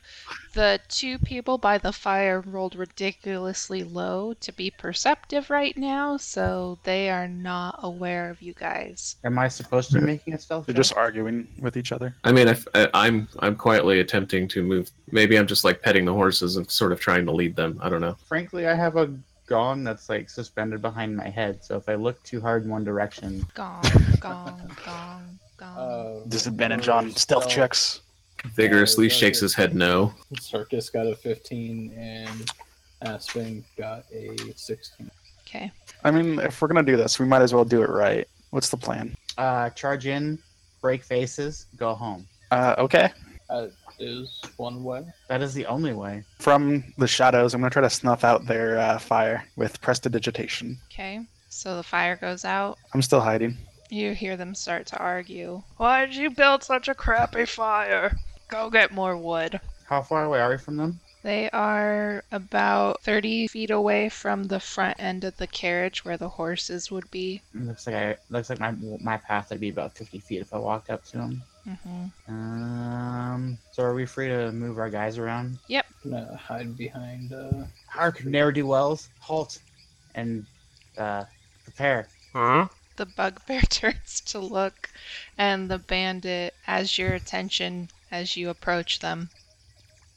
Speaker 2: The two people by the fire rolled ridiculously low to be perceptive right now, so they are not aware of you guys.
Speaker 5: Am I supposed to be making a stealth?
Speaker 6: They're
Speaker 5: check?
Speaker 6: just arguing with each other.
Speaker 3: I mean, if, I, I'm I'm quietly attempting to move. Maybe I'm just like petting the horses and sort of trying to lead them. I don't know.
Speaker 5: Frankly, I have a gong that's like suspended behind my head, so if I look too hard in one direction,
Speaker 2: Gong, gong, gong, gong.
Speaker 4: Uh,
Speaker 6: Disadvantage on stealth checks.
Speaker 3: Vigorously
Speaker 4: Yeah,
Speaker 3: shakes his head no.
Speaker 4: Circus got a 15 and Aspen got a 16.
Speaker 2: okay.
Speaker 6: I mean, if we're going to do this, we might as well do it right. What's the plan?
Speaker 5: uh, charge in, break faces, go home.
Speaker 6: Uh, okay.
Speaker 4: Uh, is one way.
Speaker 5: That is the only way.
Speaker 6: From the shadows, I'm going to try to snuff out their uh, fire with prestidigitation.
Speaker 2: Okay. So the fire goes out.
Speaker 6: I'm still hiding.
Speaker 2: You hear them start to argue. Why did you build such a crappy fire? Go get more wood.
Speaker 5: How far away are we from them?
Speaker 2: They are about 30 feet away from the front end of the carriage where the horses would be.
Speaker 5: It looks like I looks like my my path would be about fifty feet if I walked up to them.
Speaker 2: hmm
Speaker 5: Um, so are we free to move our guys around?
Speaker 4: Gonna hide behind. Uh,
Speaker 5: Hark, ne'er do wells, halt, and uh, prepare.
Speaker 2: The bugbear turns to look, and the bandit has your attention as you approach them.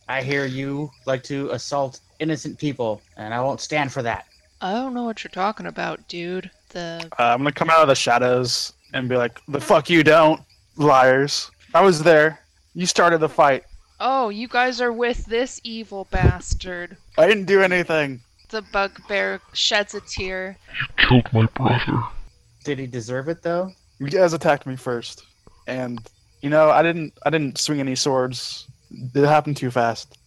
Speaker 5: I hear you like to assault innocent people, and I won't stand for that.
Speaker 2: I don't know what you're talking about, dude. The
Speaker 6: Uh, I'm going to come out of the shadows and be like, the fuck you don't, liars. I was there. You started the fight.
Speaker 2: oh, you guys are with this evil bastard.
Speaker 6: I didn't do anything.
Speaker 2: The bugbear sheds a tear.
Speaker 5: Did he deserve it though?
Speaker 6: You guys attacked me first, and you know I didn't. I didn't swing any swords. It happened too fast.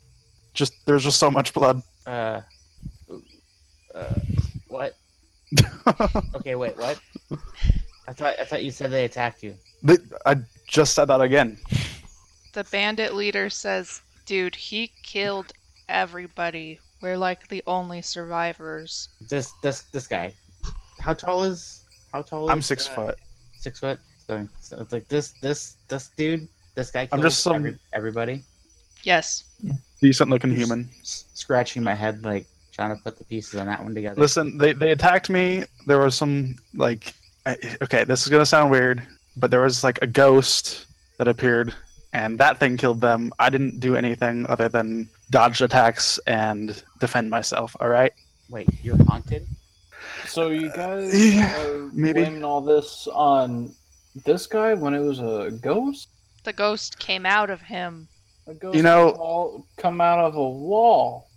Speaker 6: Just there's just so much blood.
Speaker 5: Uh, uh, what? Okay, wait, what? I thought I thought you said they attacked you.
Speaker 6: They- I just said that again.
Speaker 2: The bandit leader says, Dude, he killed everybody. We're like the only survivors.
Speaker 5: This this this guy. How tall is how tall is
Speaker 6: I'm six
Speaker 5: uh,
Speaker 6: foot.
Speaker 5: Six foot? So, so it's like this this this dude, this guy
Speaker 6: I'm
Speaker 5: killed
Speaker 6: just some-
Speaker 5: every- everybody.
Speaker 2: Yes.
Speaker 6: Decent looking human.
Speaker 5: S- Scratching my head like trying to put the pieces on that one together.
Speaker 6: Listen, they they attacked me. There was some like, I- okay, this is gonna sound weird, but there was like a ghost that appeared, and that thing killed them. I didn't do anything other than dodge attacks and defend myself. All right.
Speaker 5: Wait, you're haunted?
Speaker 4: so you guys
Speaker 6: Uh, yeah,
Speaker 4: are
Speaker 6: maybe.
Speaker 4: blaming all this on this guy when it was a ghost?
Speaker 2: The ghost came out of him.
Speaker 4: A ghost
Speaker 6: You know-
Speaker 4: all come out of a wall.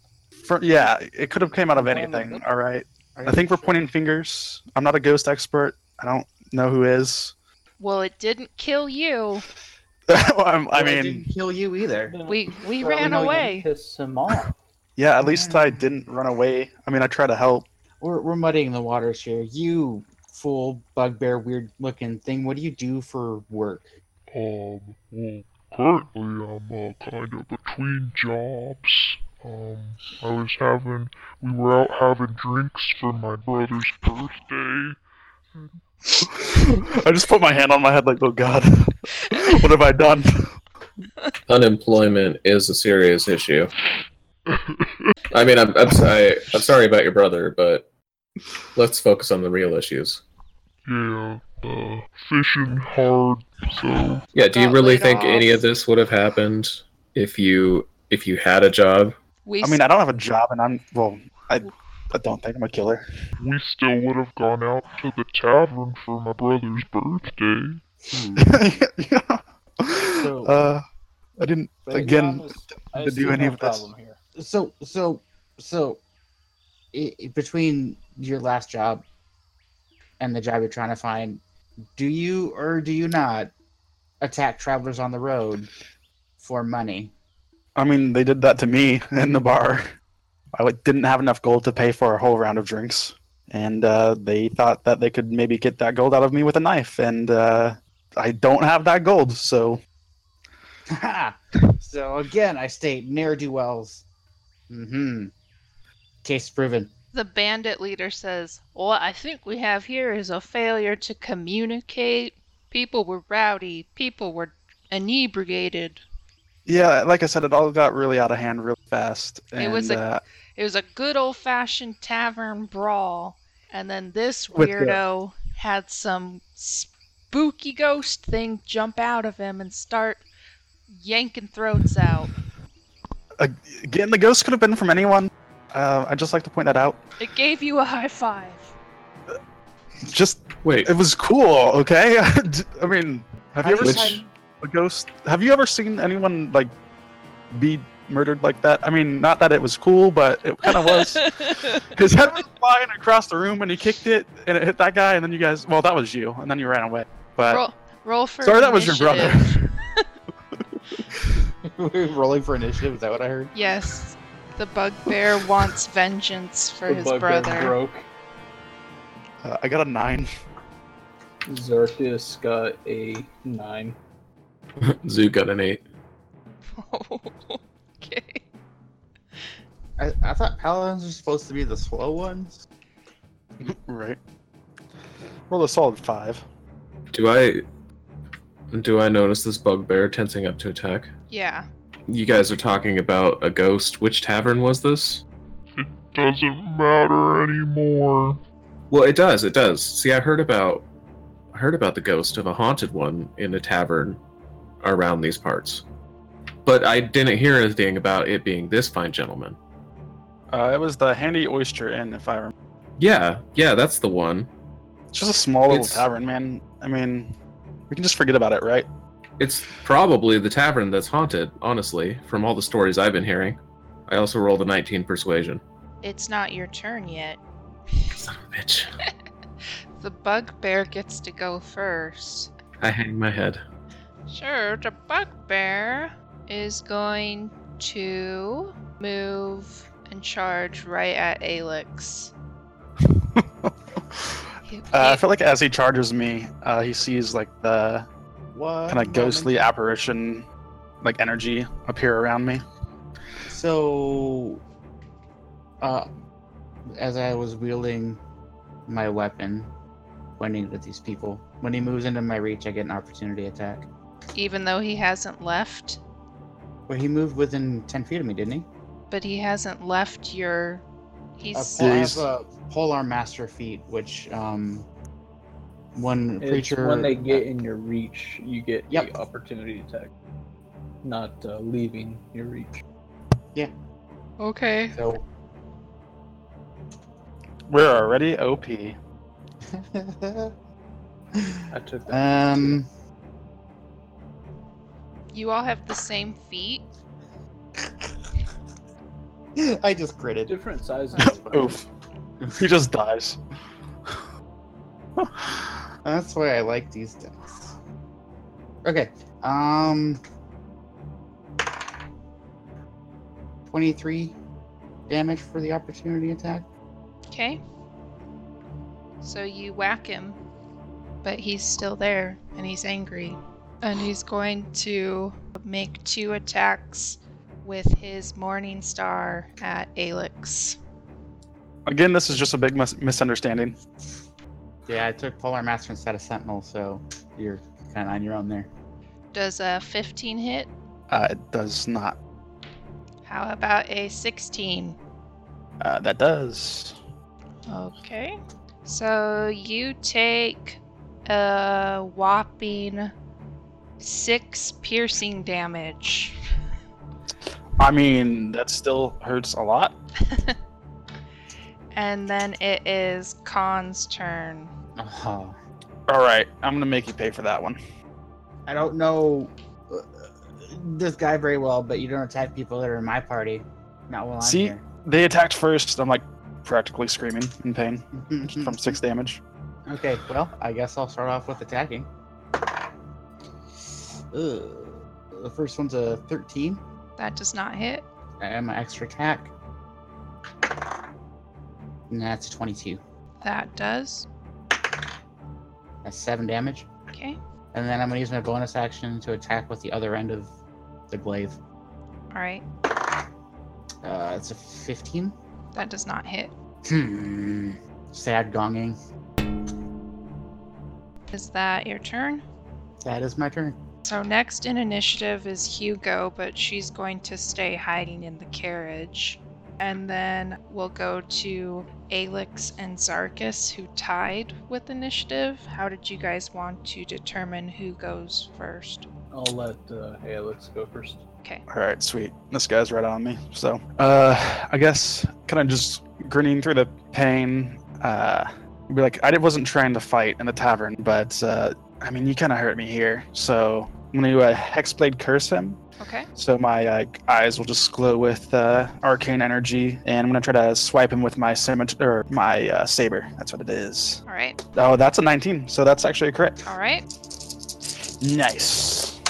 Speaker 6: For, yeah, it could have came out of
Speaker 4: Well,
Speaker 6: anything.
Speaker 4: then-
Speaker 6: All right.
Speaker 5: Are
Speaker 6: I
Speaker 5: you
Speaker 6: think we're
Speaker 5: sure?
Speaker 6: pointing fingers. I'm not a ghost expert. I don't know who is.
Speaker 2: Well, it didn't kill you.
Speaker 6: Well, I'm- I
Speaker 5: Well, it didn't
Speaker 6: mean,
Speaker 5: kill you either.
Speaker 2: We we
Speaker 4: Well,
Speaker 2: ran
Speaker 4: no, you
Speaker 2: away.
Speaker 4: Piss him off.
Speaker 6: yeah, at least I didn't run away. I mean, I tried to help.
Speaker 5: We're we're muddying the waters here. You full bugbear weird looking thing. What do you do for work?
Speaker 7: Um, well, currently I'm uh, kind of between jobs. Um, I was having, we were out having drinks for my brother's birthday.
Speaker 6: I just put my hand on my head like, oh god, what have I done?
Speaker 3: Unemployment is a serious issue. I mean, I'm I'm, si- I'm sorry about your brother, but Let's focus on the real issues.
Speaker 7: Yeah, uh, fishing hard, so
Speaker 3: Yeah, do you
Speaker 2: Got
Speaker 3: really
Speaker 2: laid
Speaker 3: think
Speaker 2: off.
Speaker 3: any of this would have happened if you if you had a job?
Speaker 2: We
Speaker 6: I mean, I don't have a job, and I'm well. I I don't think I'm a killer.
Speaker 7: we still would have gone out to the tavern for my brother's birthday.
Speaker 5: Hmm.
Speaker 6: yeah.
Speaker 4: So-
Speaker 6: uh, I didn't.
Speaker 4: But
Speaker 6: Again,
Speaker 4: Giannis, I
Speaker 6: to do
Speaker 4: see
Speaker 6: any
Speaker 4: no
Speaker 6: of this.
Speaker 4: problem here.
Speaker 5: So, so, so, i i- between your last job and the job you're trying to find, do you or do you not attack travelers on the road for money?
Speaker 6: I mean, they did that to me in the bar. I like, didn't have enough gold to pay for a whole round of drinks, and uh, they thought that they could maybe get that gold out of me with a knife, and uh, I don't have that gold, so
Speaker 5: so again, I state ne'er do wells. Mm-hmm. Case proven.
Speaker 2: The bandit leader says, What I think we have here is a failure to communicate. People were rowdy. People were inebriated.
Speaker 6: yeah. Like I said, it all got really out of hand real fast. And,
Speaker 2: It was a-
Speaker 6: uh,
Speaker 2: It was a good old fashioned tavern brawl. And then this
Speaker 6: With the-
Speaker 2: weirdo had some spooky ghost thing jump out of him and start yanking throats out.
Speaker 6: again, the ghost could have been from anyone. Uh, I'd just like to point that out.
Speaker 2: It gave you a high five.
Speaker 6: Just
Speaker 3: Wait,
Speaker 6: it was cool, okay? I mean, have you ever
Speaker 3: Which-
Speaker 6: seen a ghost? Have you ever seen anyone like be murdered like that? I mean, not that it was cool, but it kind of was. His head was flying across the room, and he kicked it, and it hit that guy, and then you guys. Well, that was you, and then you ran away. But
Speaker 2: roll, roll for
Speaker 6: sorry, that was your brother.
Speaker 2: initiative.
Speaker 5: Rolling for initiative, is that what I heard?
Speaker 2: Yes, the bugbear wants vengeance for
Speaker 4: The
Speaker 2: his
Speaker 4: bugbear
Speaker 2: brother.
Speaker 4: broke.
Speaker 6: Uh, I got a nine.
Speaker 4: Zarkus got a nine.
Speaker 3: Zoo got an eight.
Speaker 2: okay.
Speaker 5: I, I thought paladins were supposed to be the slow ones.
Speaker 6: Right. Roll a solid five.
Speaker 3: Do I do I notice this bugbear tensing up to attack?
Speaker 2: Yeah.
Speaker 3: You guys are talking about a ghost. Which tavern was this?
Speaker 7: It doesn't matter anymore.
Speaker 3: Well, it does. It does. See, I heard about I heard about the ghost of a haunted one in a tavern around these parts. But I didn't hear anything about it being this fine gentleman.
Speaker 6: Uh, it was the Handy Oyster Inn, if I remember.
Speaker 3: Yeah, yeah, that's the one.
Speaker 6: It's just a small little
Speaker 3: It's-
Speaker 6: tavern, man. I mean, we can just forget about it, right?
Speaker 3: It's probably the tavern that's haunted, honestly, from all the stories I've been hearing. I also rolled a 19 persuasion.
Speaker 2: It's not your turn yet.
Speaker 3: Son of a bitch.
Speaker 2: The bugbear gets to go first.
Speaker 3: I hang my head.
Speaker 2: Sure, the bugbear is going to move and charge right at Alex. He-
Speaker 6: Uh, I
Speaker 2: he-
Speaker 6: feel like as he charges me, uh, he sees like the
Speaker 5: What?
Speaker 6: kind of ghostly apparition, like energy appear around me.
Speaker 5: So, uh, as I was wielding my weapon, pointing at these people, when he moves into my reach, I get an opportunity attack.
Speaker 2: even though he hasn't left,
Speaker 5: Well, he moved within 10 feet of me, didn't he?
Speaker 2: but he hasn't left your.
Speaker 5: A
Speaker 2: He's.
Speaker 5: pole, I
Speaker 6: He's-
Speaker 5: have a polearm master feat, which, um, one
Speaker 4: It's
Speaker 5: creature.
Speaker 4: when they get in your reach, you get
Speaker 5: Yep.
Speaker 4: the opportunity attack. Not uh, leaving your reach.
Speaker 2: Okay.
Speaker 5: So,
Speaker 6: We're already OP.
Speaker 4: I took that.
Speaker 5: um,
Speaker 2: You all have the same feet.
Speaker 5: I just critted.
Speaker 4: Different sizes.
Speaker 6: Oof. He just dies.
Speaker 5: That's why I like these decks. Okay. Um. 23 damage for the opportunity attack.
Speaker 2: Okay. So you whack him, but he's still there and he's angry. And he's going to make two attacks with his Morning Star at Alex.
Speaker 6: Again, this is just a big mis- misunderstanding.
Speaker 5: Yeah, I took Polar Master instead of Sentinel, so you're kind of on your own there.
Speaker 2: Does a 15 hit?
Speaker 6: Uh, it does not.
Speaker 2: How about a 16?
Speaker 6: Uh, that does.
Speaker 2: Okay. So you take a whopping six piercing damage.
Speaker 6: I mean, that still hurts a lot.
Speaker 2: and then it is Khan's turn.
Speaker 5: Oh,
Speaker 6: All right, I'm gonna make you pay for that one.
Speaker 5: I don't know uh, this guy very well, but you don't attack people that are in my party. Not while I'm
Speaker 6: See?
Speaker 5: here.
Speaker 6: They attacked first. I'm like practically screaming in pain
Speaker 5: Mm-hmm.
Speaker 6: from six damage.
Speaker 5: okay, well, I guess I'll start off with attacking. Ugh. The first one's a 13.
Speaker 2: That does not hit.
Speaker 5: and my extra attack. And that's 22.
Speaker 2: That does.
Speaker 5: That's 7 damage.
Speaker 2: Okay.
Speaker 5: And then I'm going to use my bonus action to attack with the other end of the glaive.
Speaker 2: All right.
Speaker 5: Uh, it's a 15.
Speaker 2: That does not hit.
Speaker 5: Hmm. Sad gonging.
Speaker 2: Is that your turn?
Speaker 5: That is my turn.
Speaker 2: So next in initiative is Hugo, but she's going to stay hiding in the carriage. And then we'll go to Alix and Zarkus, who tied with initiative. How did you guys want to determine who goes first?
Speaker 4: I'll let uh, Alex go first.
Speaker 2: Okay.
Speaker 6: All right, sweet. This guy's right on me. So, uh, I guess kind of just grinning through the pain. Uh, be like, I wasn't trying to fight in the tavern, but uh, I mean, you kind of hurt me here. So I'm gonna uh, hexblade curse him.
Speaker 2: Okay.
Speaker 6: So my uh, eyes will just glow with uh, arcane energy, and I'm gonna try to swipe him with my scimitar, or my uh, saber. That's what it is.
Speaker 2: All right.
Speaker 6: Oh, that's a 19. So that's actually a crit.
Speaker 2: All right.
Speaker 6: Nice.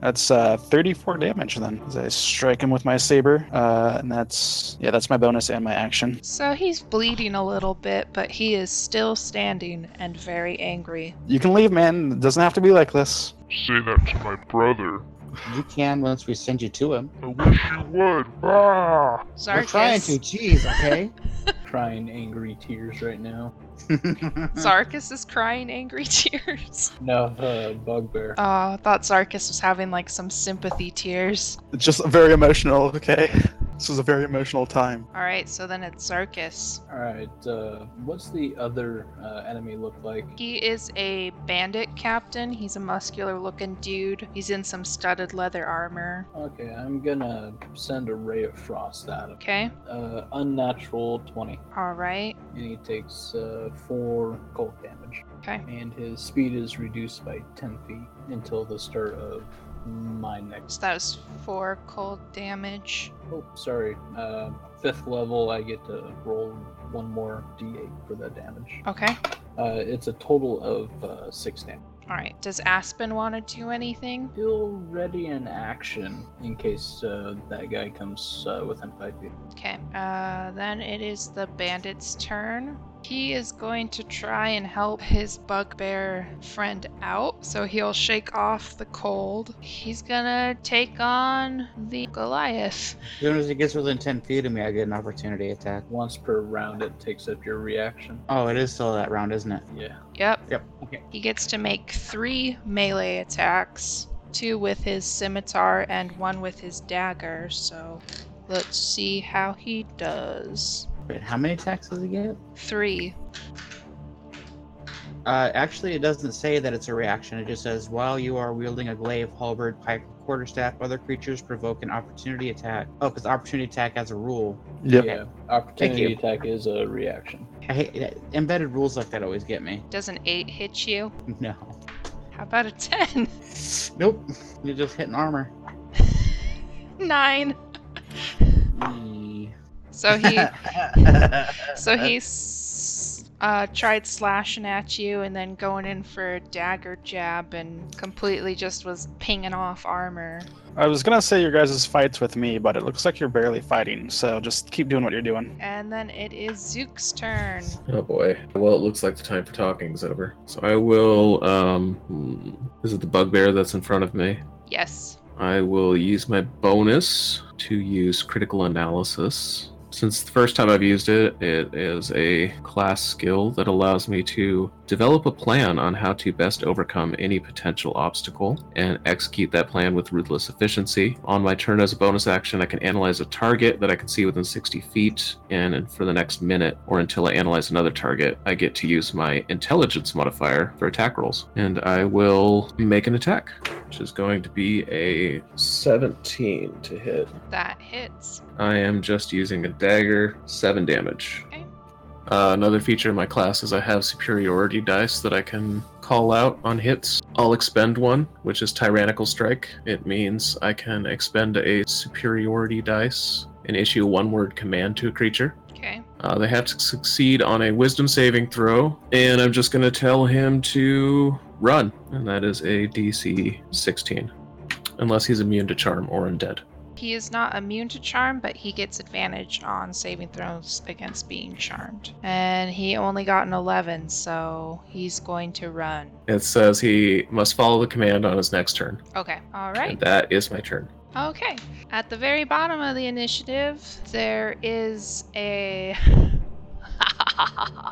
Speaker 6: That's uh, 34 damage then. As I strike him with my saber, uh, and that's yeah, that's my bonus and my action.
Speaker 2: So he's bleeding a little bit, but he is still standing and very angry.
Speaker 6: You can leave, man. It doesn't have to be like this.
Speaker 7: Say that to my brother.
Speaker 5: You can once we send you to him.
Speaker 7: I wish you would. Ah!
Speaker 2: Zarkus.
Speaker 5: We're trying to. Jeez, okay?
Speaker 4: Crying angry tears right now.
Speaker 5: Mm.
Speaker 2: Zarkus is crying angry tears.
Speaker 4: No, the bugbear.
Speaker 2: Oh, I thought Zarkus was having like some sympathy tears.
Speaker 6: It's just very emotional. Okay, this was a very emotional time.
Speaker 2: All right, so then it's Zarkus.
Speaker 4: All right. Uh, what's the other uh, enemy look like?
Speaker 2: He is a bandit captain. He's a muscular looking dude. He's in some studded leather armor.
Speaker 4: Okay, I'm gonna send a ray of frost at him.
Speaker 2: Okay,
Speaker 4: Uh, unnatural twenty,
Speaker 2: all right.
Speaker 4: and he takes uh, four cold damage.
Speaker 2: Okay.
Speaker 4: And his speed is reduced by ten feet until the start of my next.
Speaker 2: So that was four cold damage.
Speaker 4: Oh, sorry. Uh, fifth level, I get to roll one more d8 for the damage.
Speaker 2: Okay,
Speaker 4: Uh, it's a total of uh, six damage.
Speaker 2: all right. Does Aspen want to do anything?
Speaker 4: Still ready in action in case uh, that guy comes uh, within five feet.
Speaker 2: Okay, uh, then it is the bandit's turn. He is going to try and help his bugbear friend out, so he'll shake off the cold. He's gonna take on the Goliath.
Speaker 5: as soon as he gets within 10 feet of me, I get an opportunity attack.
Speaker 4: Once per round, it takes up your reaction.
Speaker 5: Oh, it is still that round, isn't it?
Speaker 4: Yeah.
Speaker 2: Yep.
Speaker 5: Yep. Okay.
Speaker 2: He gets to make three melee attacks two with his scimitar and one with his dagger, so let's see how he does.
Speaker 5: Wait, how many attacks does he get?
Speaker 2: Three.
Speaker 5: Uh, actually, it doesn't say that it's a reaction. It just says, while you are wielding a glaive, halberd, pike, or quarterstaff, other creatures provoke an opportunity attack. Oh, because opportunity attack has a rule.
Speaker 6: Yep.
Speaker 4: Yeah. Opportunity
Speaker 5: you.
Speaker 4: attack is a reaction.
Speaker 5: I hate that. Embedded rules like that always get me.
Speaker 2: Does an eight hit you?
Speaker 5: No.
Speaker 2: How about a ten?
Speaker 5: Nope. You're just hitting armor.
Speaker 2: Nine.
Speaker 5: Eee.
Speaker 2: So he so he s- uh, tried slashing at you and then going in for a dagger jab and completely just was pinging off armor.
Speaker 6: I was gonna say your guys' fights with me, but it looks like you're barely fighting. So just keep doing what you're doing.
Speaker 2: And then it is Zook's turn.
Speaker 3: Oh boy. Well, it looks like the time for talking is over. So I will. Um, hmm, is it the bugbear that's in front of me?
Speaker 2: Yes.
Speaker 3: I will use my bonus to use critical analysis Since the first time I've used it, it is a class skill that allows me to develop a plan on how to best overcome any potential obstacle and execute that plan with ruthless efficiency. On my turn as a bonus action, I can analyze a target that I can see within 60 feet, and for the next minute or until I analyze another target, I get to use my intelligence modifier for attack rolls. And I will make an attack, which is going to be a 17 to hit.
Speaker 2: That hits.
Speaker 3: I am just using a dagger, seven damage.
Speaker 2: Okay.
Speaker 3: Uh, another feature of my class is I have superiority dice that I can call out on hits. I'll expend one, which is tyrannical strike. It means I can expend a superiority dice and issue a one word command to a creature.
Speaker 2: Okay.
Speaker 3: Uh, they have to succeed on a wisdom saving throw, and I'm just going to tell him to run, and that is a DC 16, unless he's immune to charm or undead.
Speaker 2: He is not immune to charm, but he gets advantage on saving throws against being charmed. And he only got an 11, so he's going to run.
Speaker 3: It says he must follow the command on his next turn.
Speaker 2: Okay. All
Speaker 3: And
Speaker 2: right.
Speaker 3: that is my turn.
Speaker 2: Okay. At the very bottom of the initiative, there is a.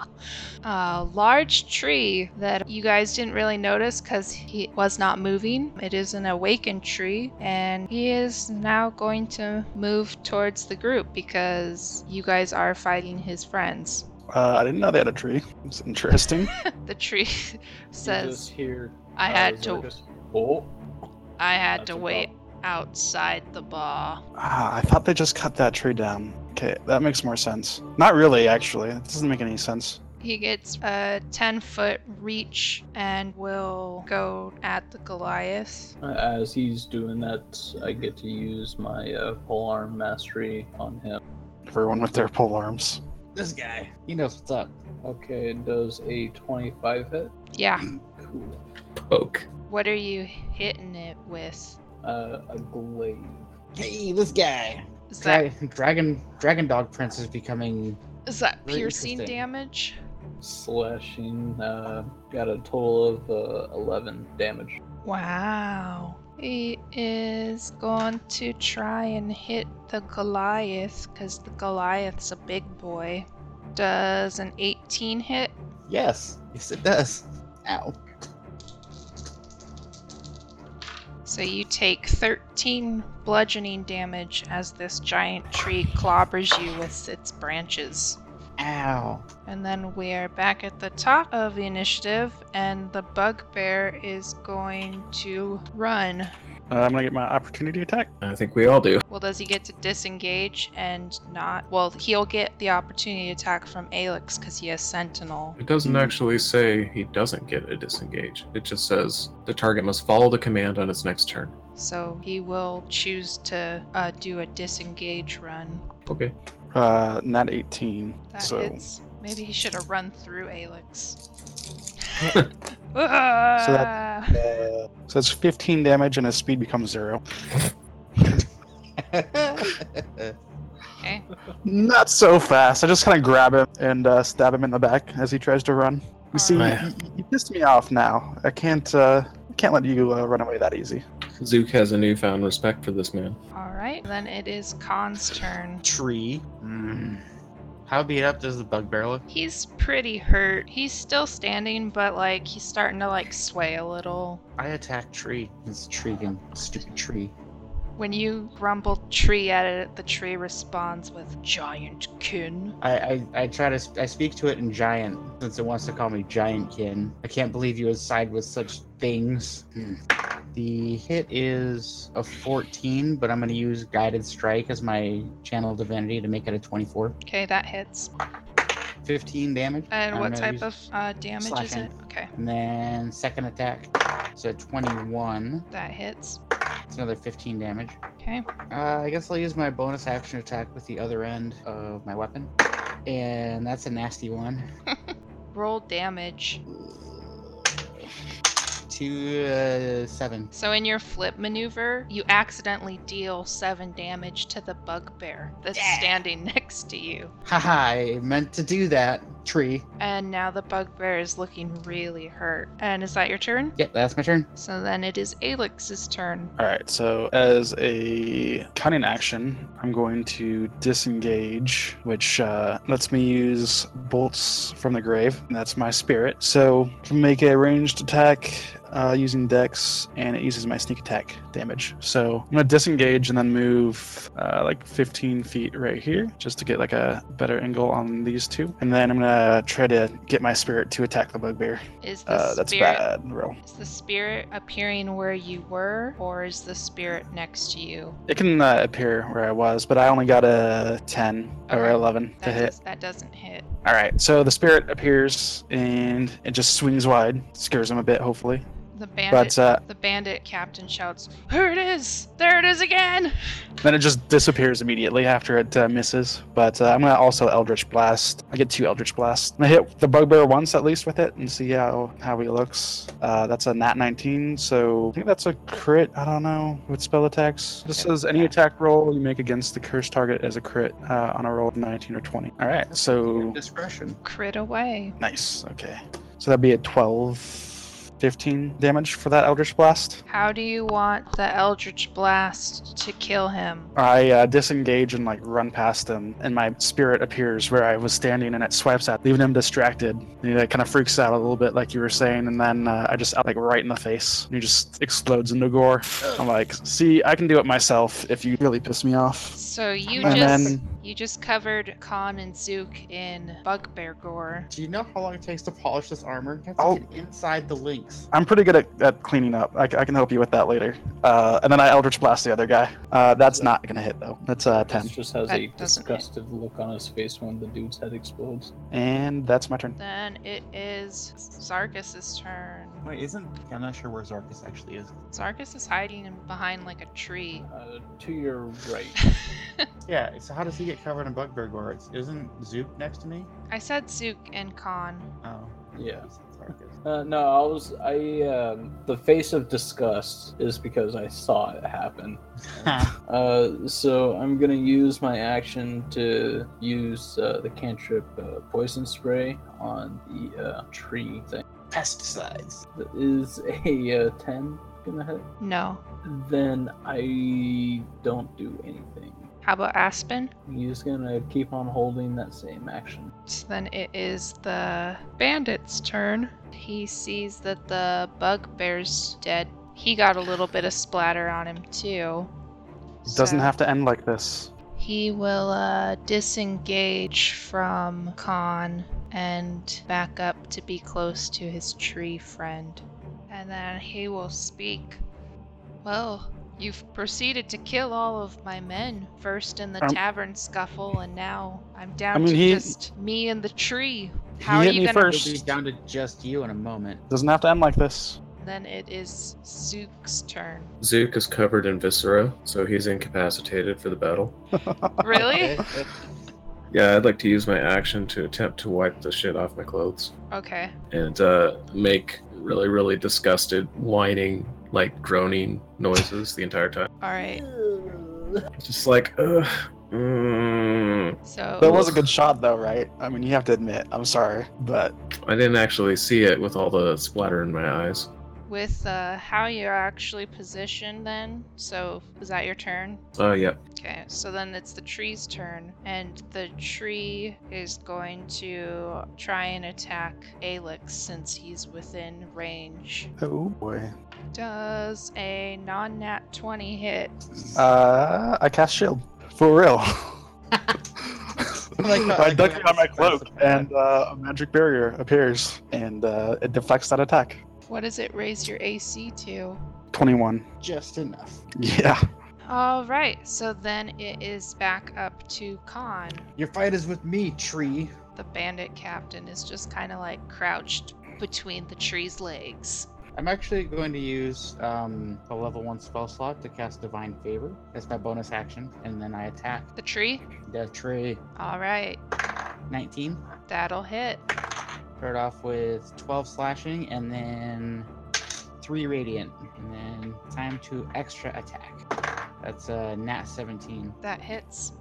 Speaker 2: a large tree that you guys didn't really notice because he was not moving. It is an awakened tree, and he is now going to move towards the group because you guys are fighting his friends.
Speaker 6: Uh, I didn't know they had a tree. It's interesting.
Speaker 2: The tree
Speaker 4: You
Speaker 2: says,
Speaker 4: just hear,
Speaker 2: "I
Speaker 4: uh,
Speaker 2: had to,
Speaker 4: Zorgus, oh,
Speaker 2: I had
Speaker 4: that's
Speaker 2: to
Speaker 4: a
Speaker 2: wait
Speaker 4: problem."
Speaker 2: outside the bar."
Speaker 6: ah, I thought they just cut that tree down. Okay, that makes more sense. Not really, actually. It doesn't make any sense.
Speaker 2: He gets a 10 foot reach and will go at the Goliath.
Speaker 4: Uh, As he's doing that, I get to use my uh, polearm mastery on him.
Speaker 6: Everyone with their pole arms.
Speaker 5: This guy, he knows what's up.
Speaker 4: Okay, it does a 25 hit.
Speaker 2: Yeah.
Speaker 4: Cool.
Speaker 3: Poke.
Speaker 2: What are you hitting it with?
Speaker 4: Uh, a glaive.
Speaker 5: Hey, this guy.
Speaker 2: Is that
Speaker 5: Dra- dragon, dragon dog prince is becoming.
Speaker 2: is that
Speaker 5: Very
Speaker 2: piercing
Speaker 5: interesting.
Speaker 2: damage?
Speaker 4: Slashing. Uh, got a total of uh, 11 damage.
Speaker 2: Wow. He is going to try and hit the Goliath because the Goliath's a big boy. Does an 18 hit?
Speaker 5: Yes, yes, it does. Ow.
Speaker 2: So you take 13 bludgeoning damage as this giant tree clobbers you with its branches.
Speaker 5: Ow.
Speaker 2: And then we are back at the top of the initiative, and the bugbear is going to run.
Speaker 6: Uh, I'm gonna get my opportunity attack.
Speaker 3: I think we all do.
Speaker 2: Well, does he get to disengage and not? Well, he'll get the opportunity attack from Alex because he has Sentinel.
Speaker 3: It doesn't
Speaker 6: Hmm.
Speaker 3: actually say he doesn't get a disengage. It just says the target must follow the command on its next turn.
Speaker 2: So he will choose to uh, do a disengage run.
Speaker 3: Okay.
Speaker 6: Uh, not 18.
Speaker 2: That
Speaker 6: so,
Speaker 2: hits. Maybe he should have run through Alex.
Speaker 6: that- uh, so that's 15 damage, and his speed becomes zero.
Speaker 2: Okay.
Speaker 6: Not so fast. I just kind of grab him and uh, stab him in the back as he tries to run. You see,
Speaker 3: Alright.
Speaker 6: you, you pissed me off now. I can't. Uh, I can't let you uh, run away that easy.
Speaker 3: Zook has a newfound respect for this man.
Speaker 2: All right. Then it is Khan's turn.
Speaker 5: Tree. How beat up does the bugbear look?
Speaker 2: He's pretty hurt. He's still standing, but like he's starting to like sway a little.
Speaker 5: I attack tree. This tree can stupid tree.
Speaker 2: When you rumble tree at it, the tree responds with giant kin.
Speaker 5: I, I, I try to sp- I speak to it in giant since it wants to call me giant kin. I can't believe you would side with such things. Hmm. The hit is a 14, but I'm going to use guided strike as my channel divinity to make it a 24.
Speaker 2: Okay, that hits.
Speaker 5: 15 damage.
Speaker 2: And
Speaker 5: I'm
Speaker 2: what
Speaker 5: gonna
Speaker 2: type
Speaker 5: use-
Speaker 2: of uh, damage is
Speaker 5: slashing.
Speaker 2: it? Okay,
Speaker 5: And then second attack. So 21.
Speaker 2: that hits.
Speaker 5: It's another 15 damage.
Speaker 2: Okay,
Speaker 5: Uh, I guess I'll use my bonus action attack with the other end of my weapon. And that's a nasty one.
Speaker 2: roll damage.
Speaker 5: Two, uh, seven.
Speaker 2: So in your flip maneuver, you accidentally deal seven damage to the bugbear that's standing next to you.
Speaker 5: Haha, I meant to do that. tree.
Speaker 2: And now the bugbear is looking really hurt. And is that your turn?
Speaker 5: Yep, that's my turn.
Speaker 2: So then it is Alex's turn.
Speaker 6: All right, so as a cunning action, I'm going to disengage, which uh, lets me use bolts from the grave. And that's my spirit. So to make a ranged attack uh, using Dex, and it uses my sneak attack damage. So I'm gonna disengage and then move uh, like 15 feet right here, just to get like a better angle on these two. And then I'm gonna try to get my spirit to attack the bugbear.
Speaker 2: Is the
Speaker 6: Uh, that's
Speaker 2: spirit
Speaker 6: bad roll.
Speaker 2: is the spirit appearing where you were, or is the spirit next to you?
Speaker 6: It can uh, appear where I was, but I only got a 10 or
Speaker 2: Okay.
Speaker 6: 11 to
Speaker 2: That,
Speaker 6: hit.
Speaker 2: does, that doesn't hit.
Speaker 6: All right, so the spirit appears and it just swings wide, scares him a bit, hopefully.
Speaker 2: The bandit
Speaker 6: But uh,
Speaker 2: the bandit captain shouts, Here it is! There it is again!
Speaker 6: then it just disappears immediately after it uh, misses. But uh, I'm gonna also Eldritch Blast. I get two Eldritch Blasts. I hit the bugbear once at least with it and see how how he looks. Uh, that's a nat 19, so I think that's a crit. I don't know with spell attacks. This says any attack roll you make against the cursed target as a crit uh, on a roll of 19 or 20. All right, so
Speaker 5: Discretion.
Speaker 2: Crit away.
Speaker 6: Nice. Okay. So that'd be a 12, 15 damage for that Eldritch Blast.
Speaker 2: How do you want the Eldritch Blast to kill him?
Speaker 6: I uh, disengage and like run past him, and my spirit appears where I was standing, and it swipes at, leaving him distracted. And he like, kind of freaks out a little bit, like you were saying, and then uh, I just like right in the face, and he just explodes into gore. I'm like, see, I can do it myself if you really piss me off.
Speaker 2: So you
Speaker 6: And
Speaker 2: just
Speaker 6: then-
Speaker 2: you just covered Khan and Zook in bugbear gore.
Speaker 5: Do you know how long it takes to polish this armor? That's
Speaker 6: Oh.
Speaker 5: like an inside the links.
Speaker 6: I'm pretty good at, at cleaning up. I, c- I can help you with that later. Uh, and then I Eldritch Blast the other guy. Uh, that's not gonna hit though. That's uh,
Speaker 4: This
Speaker 6: 10.
Speaker 4: just has
Speaker 2: That
Speaker 4: a
Speaker 2: doesn't hit.
Speaker 4: disgusted look on his face when the dude's head explodes.
Speaker 6: And that's my turn.
Speaker 2: Then it is Zarkus's turn.
Speaker 8: Wait, isn't I'm not sure where Zarkus actually is.
Speaker 2: Zarkus is hiding in- behind like a tree.
Speaker 4: Uh, to your right.
Speaker 8: Yeah, so how does he get covered in bugbear gore? It's, isn't Zoop next to me?
Speaker 2: I said Zook and Khan.
Speaker 8: Oh.
Speaker 4: Yeah.
Speaker 8: Zarkus.
Speaker 4: Uh, no, I was. I um, the face of disgust is because I saw it happen. Uh, so I'm gonna use my action to use uh, the cantrip uh, poison spray on the uh, tree thing.
Speaker 5: Pesticides.
Speaker 4: That is a uh, ten gonna hit.
Speaker 2: No.
Speaker 4: Then I don't do anything.
Speaker 2: How about Aspen?
Speaker 4: He's gonna keep on holding that same action.
Speaker 2: So then it is the bandit's turn. He sees that the bugbear's dead. He got a little bit of splatter on him too.
Speaker 6: Doesn't
Speaker 2: So
Speaker 6: have to end like this.
Speaker 2: He will uh, disengage from Khan and back up to be close to his tree friend. And then he will speak. Well, you've proceeded to kill all of my men, first in the
Speaker 6: Um,
Speaker 2: tavern scuffle, and now I'm down
Speaker 6: I mean,
Speaker 2: to
Speaker 6: he-
Speaker 2: just me and the tree.
Speaker 6: He
Speaker 2: How are
Speaker 6: hit
Speaker 2: you
Speaker 6: me
Speaker 2: gonna?
Speaker 6: first.
Speaker 5: It'll be down to just you in a moment.
Speaker 6: Doesn't have to end like this.
Speaker 2: Then it is Zook's turn.
Speaker 3: Zook is covered in viscera, so he's incapacitated for the battle.
Speaker 2: Really?
Speaker 5: Okay.
Speaker 3: Yeah, I'd like to use my action to attempt to wipe the shit off my clothes
Speaker 2: okay.
Speaker 3: and uh, make really, really disgusted, whining, like groaning noises the entire time.
Speaker 2: All right.
Speaker 3: Just like, ugh. Mm.
Speaker 2: So
Speaker 6: That was a good shot, though, right? I mean, you have to admit. I'm sorry, but
Speaker 3: I didn't actually see it with all the splatter in my eyes.
Speaker 2: with uh, how you're actually positioned then so is that your turn
Speaker 3: Oh, yeah.
Speaker 2: okay so then it's the tree's turn and the tree is going to try and attack alix since he's within range
Speaker 6: oh boy.
Speaker 2: does a non-nat 20 hit
Speaker 6: Uh, I cast shield for real. I duck behind my cloak, and uh, a magic barrier appears, and uh, it deflects that attack.
Speaker 2: what does it raise your ac to
Speaker 6: 21.
Speaker 5: just enough.
Speaker 6: Yeah.
Speaker 2: all right so then it is back up to khan
Speaker 5: Your fight is with me, tree.
Speaker 2: the bandit captain is just kind of like crouched between the tree's legs
Speaker 5: I'm actually going to use um, a level one spell slot to cast Divine Favor. That's my bonus action, and then I attack
Speaker 2: the tree
Speaker 5: the tree.
Speaker 2: all right
Speaker 5: 19.
Speaker 2: That'll hit.
Speaker 5: Start off with 12 slashing, and then three radiant, and then time to extra attack. That's a nat 17.
Speaker 2: That hits.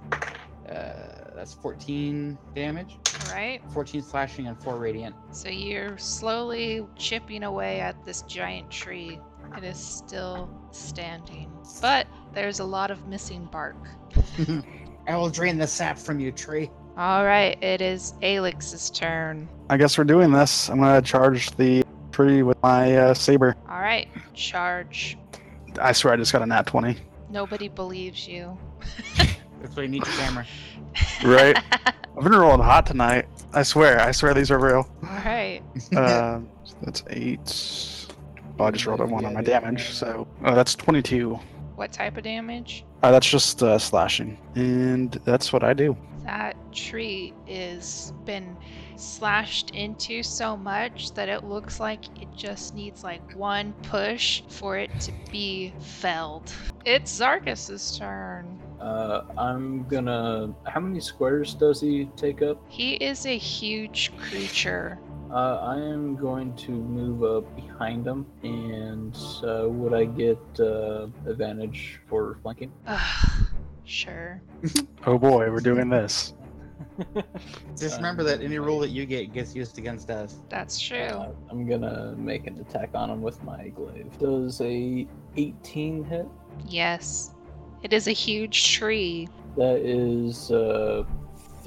Speaker 5: Uh, that's 14 damage.
Speaker 2: All right.
Speaker 5: 14 slashing and 4 radiant.
Speaker 2: So you're slowly chipping away at this giant tree. It is still standing, but there's a lot of missing bark.
Speaker 5: I will drain the sap from you, tree.
Speaker 2: All right, it is Alex's turn.
Speaker 6: I guess we're doing this. I'm gonna charge the tree with my uh, saber.
Speaker 2: All right, charge.
Speaker 6: I swear I just got a nat 20.
Speaker 2: Nobody believes you.
Speaker 5: That's why you need your camera.
Speaker 6: Right. I've been rolling hot tonight. I swear. I swear these are real.
Speaker 2: All right.
Speaker 6: Um, so that's eight. Oh, I just rolled a one on my damage, so oh, that's 22.
Speaker 2: What type of damage?
Speaker 6: Uh, that's just uh, slashing, and that's what I do.
Speaker 2: That tree is been slashed into so much that it looks like it just needs like one push for it to be felled. It's Zarkus's turn.
Speaker 4: Uh, I'm gonna. How many squares does he take up?
Speaker 2: He is a huge creature.
Speaker 4: Uh, I am going to move up behind him, and uh, would I get uh, advantage for flanking?
Speaker 2: Ugh, sure.
Speaker 6: Oh boy, we're doing this.
Speaker 5: Just remember that any roll that you get gets used against us.
Speaker 2: That's
Speaker 4: Uh,
Speaker 2: true.
Speaker 4: I'm gonna make an attack on him with my glaive. Does a 18 hit?
Speaker 2: Yes. It is a huge tree.
Speaker 4: That is uh,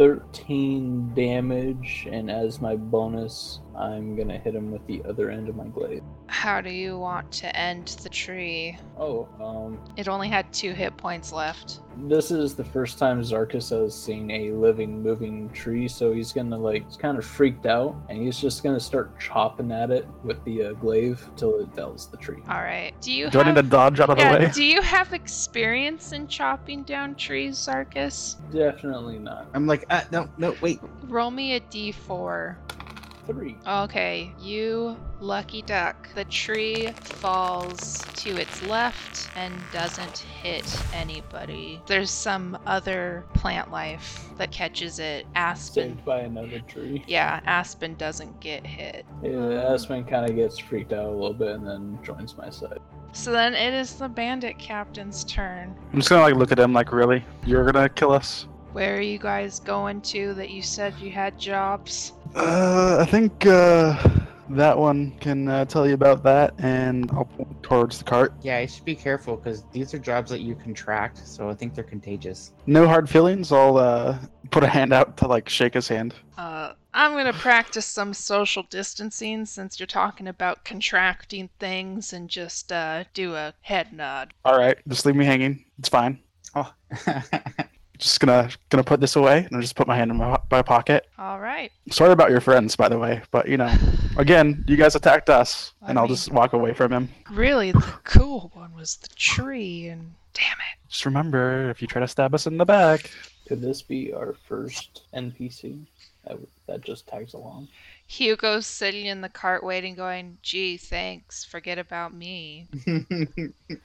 Speaker 4: 13 damage, and as my bonus, I'm gonna hit him with the other end of my glaive.
Speaker 2: How do you want to end the tree?
Speaker 4: Oh, um,
Speaker 2: It only had two hit points left.
Speaker 4: this is the first time Zarkus has seen a living, moving tree, so he's gonna like, he's kind of freaked out, and he's just gonna start chopping at it with the uh, glaive till it fells the tree.
Speaker 2: All right. Do you
Speaker 6: Do I
Speaker 2: have...
Speaker 6: need to dodge out of the
Speaker 2: yeah,
Speaker 6: way?
Speaker 2: do you have experience in chopping down trees, Zarkus?
Speaker 4: Definitely not.
Speaker 5: I'm like, uh, no, no, wait.
Speaker 2: Roll me a d4.
Speaker 4: Three.
Speaker 2: Okay, you lucky duck. The tree falls to its left and doesn't hit anybody. There's some other plant life that catches it. Aspen.
Speaker 4: Saved by another tree.
Speaker 2: Yeah, Aspen doesn't get hit.
Speaker 4: Yeah, Aspen kind of gets freaked out a little bit and then joins my side.
Speaker 2: So then it is the bandit captain's turn.
Speaker 6: I'm just gonna like look at him like, really? You're gonna kill us?
Speaker 2: Where are you guys going to that you said you had jobs?
Speaker 6: Uh, I think uh, that one can uh, tell you about that, and I'll point towards the cart.
Speaker 5: Yeah, you should be careful because these are jobs that you contract, so I think they're contagious.
Speaker 6: No hard feelings. I'll uh, put a hand out to like shake his hand.
Speaker 2: Uh, I'm gonna practice some social distancing since you're talking about contracting things and just uh, do a head nod.
Speaker 6: All right, just leave me hanging. It's fine.
Speaker 2: Uh,
Speaker 6: Just gonna gonna put this away, and I'll just put my hand in my, my pocket.
Speaker 2: All right.
Speaker 6: Sorry about your friends, by the way, but you know, again, you guys attacked us,
Speaker 2: I
Speaker 6: and I'll
Speaker 2: mean-
Speaker 6: just walk away from him.
Speaker 2: Really, the cool one was the tree, and damn it.
Speaker 6: Just remember, if you try to stab us in the back,
Speaker 4: Could this be our first NPC that, that just tags along?
Speaker 2: Hugo's sitting in the cart waiting, going, gee, thanks, forget about me.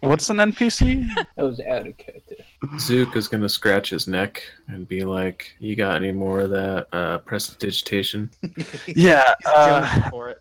Speaker 6: what's an NPC?
Speaker 4: That was out of character.
Speaker 3: Zook is gonna scratch his neck and be like, "You got any more of that uh, prestidigitation?"
Speaker 6: yeah, uh,
Speaker 5: for it.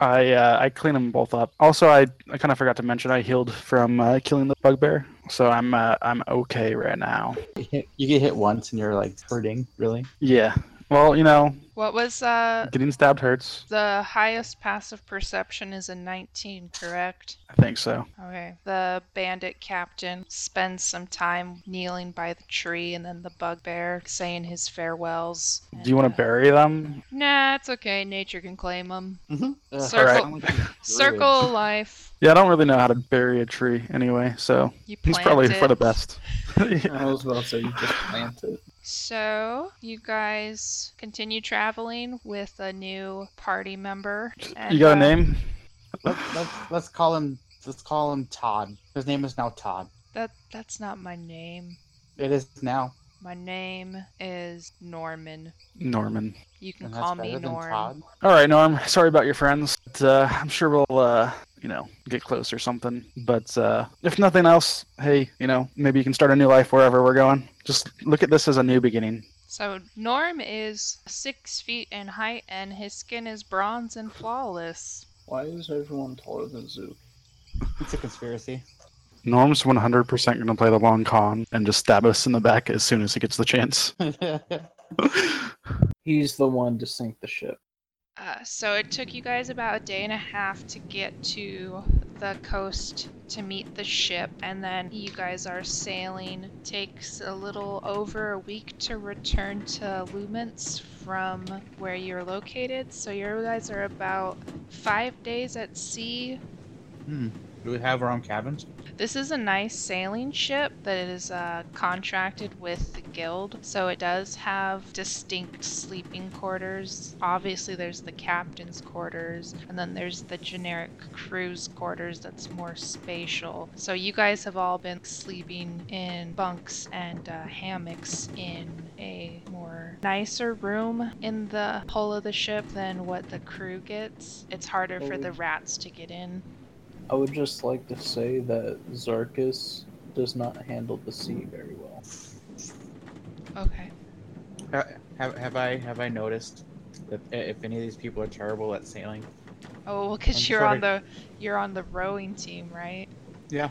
Speaker 6: I uh, I clean them both up. Also, I, I kind of forgot to mention I healed from uh, killing the bugbear, so I'm uh, I'm okay right now.
Speaker 5: you get hit once and you're like hurting, really?
Speaker 6: Yeah. Well, you know,
Speaker 2: What was uh,
Speaker 6: getting stabbed hurts.
Speaker 2: the highest passive perception is a 19, correct?
Speaker 6: I think so.
Speaker 2: Okay. The bandit captain spends some time kneeling by the tree and then the bugbear saying his farewells. uh,
Speaker 6: Do you want to bury them?
Speaker 2: Nah, it's okay. Nature can claim them.
Speaker 5: Ugh,
Speaker 2: Circle-
Speaker 5: sound like a druid.
Speaker 2: Circle of life.
Speaker 6: Yeah, I don't really know how to bury a tree anyway, so
Speaker 2: You plant
Speaker 6: he's probably
Speaker 2: it.
Speaker 6: for the best.
Speaker 4: I was about to say you just plant it.
Speaker 2: So, you guys continue traveling with a new party member. and,
Speaker 6: you got a
Speaker 2: uh,
Speaker 6: name?
Speaker 5: Let's, let's, let's call him. Let's call him Todd. His name is now Todd.
Speaker 2: That that's not my name.
Speaker 5: It is now.
Speaker 2: My name is Norman.
Speaker 6: Norman.
Speaker 2: You can
Speaker 5: And
Speaker 2: call
Speaker 5: that's
Speaker 2: me
Speaker 5: better than
Speaker 2: Norm.
Speaker 5: Todd.
Speaker 6: All right, Norm. Sorry about your friends. But, uh, I'm sure we'll, uh, you know, get close or something. But uh, if nothing else, hey, you know, maybe you can start a new life wherever we're going. Just look at this as a new beginning.
Speaker 2: So Norm is six feet in height, and his skin is bronze and flawless.
Speaker 4: Why is everyone taller than Zook?
Speaker 5: It's a conspiracy.
Speaker 6: Norm's 100% going to play the long con and just stab us in the back as soon as he gets the chance.
Speaker 5: That's
Speaker 4: He's the one to sink the ship.
Speaker 2: Uh, so it took you guys about a day and a half to get to the coast to meet the ship, and then you guys are sailing. Takes a little over a week to return to Lumens from where you're located. So you guys are about five days at sea,
Speaker 5: Hmm. Do we have our own cabins?
Speaker 2: This is a nice sailing ship that is uh, contracted with the guild, so it does have distinct sleeping quarters. Obviously, there's the captain's quarters, and then there's the generic crew's quarters that's more spatial. So you guys have all been sleeping in bunks and uh, hammocks in a more nicer room in the hull of the ship than what the crew gets. It's harder for the rats to get in.
Speaker 4: I would just like to say that Zarkus does not handle the sea very well.
Speaker 2: Okay.
Speaker 5: Have, have I have I noticed that i- if any of these people are terrible at sailing?
Speaker 2: Oh,
Speaker 5: I'm
Speaker 2: because
Speaker 5: just
Speaker 2: you're on the you're on the rowing team, right?
Speaker 5: I, mean,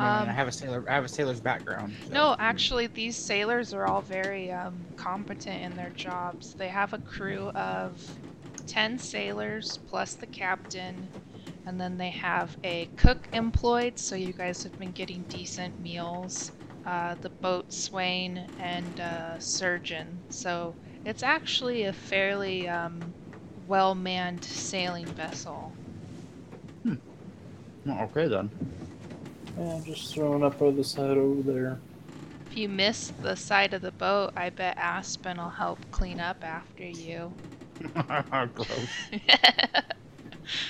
Speaker 5: I
Speaker 2: Um,
Speaker 5: have a sailor. I have a sailor's background. so-
Speaker 2: No, actually, these sailors are all very um, competent in their jobs. They have a crew of ten sailors plus the captain, and then they have a cook employed. So you guys have been getting decent meals. Uh, the boatswain and uh, surgeon. So it's actually a fairly um, well-manned sailing vessel.
Speaker 5: Well, okay then.
Speaker 4: Yeah, just throwing up over the side over there.
Speaker 2: If you miss the side of the boat, I bet Aspen will help clean up after you.
Speaker 5: Gross.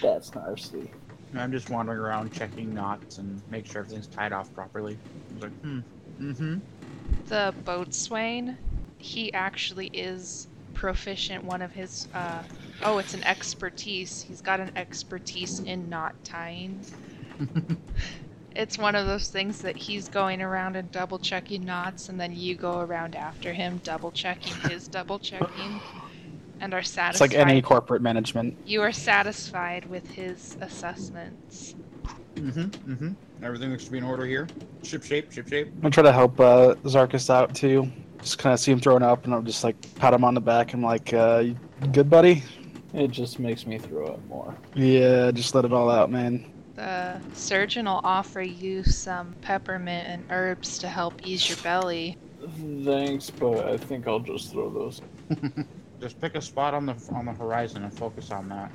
Speaker 4: That's nasty.
Speaker 5: I'm just wandering around checking knots and make sure everything's tied off properly. I was like, hmm, mm-hmm.
Speaker 2: the boatswain, he actually is proficient. One of his, uh, oh, it's an expertise. He's got an expertise in knot tying. it's one of those things that he's going around and double checking knots, and then you go around after him, double checking his double checking, and are
Speaker 6: It's
Speaker 2: satisfied.
Speaker 6: like any corporate management.
Speaker 2: You are satisfied with his assessments.
Speaker 5: Mm-hmm. Mm-hmm. Everything looks to be in order here. Ship shape, ship shape.
Speaker 6: I'm gonna try to help uh, Zarkus out too. Just kind of see him throwing up, and I'll just like pat him on the back. I'm like, uh, you "Good buddy."
Speaker 4: It just makes me throw up more.
Speaker 6: Yeah, just let it all out, man.
Speaker 2: The surgeon will offer you some peppermint and herbs to help ease your belly.
Speaker 4: Thanks, but I think I'll just throw those.
Speaker 5: Just pick a spot on the on the horizon and focus on that.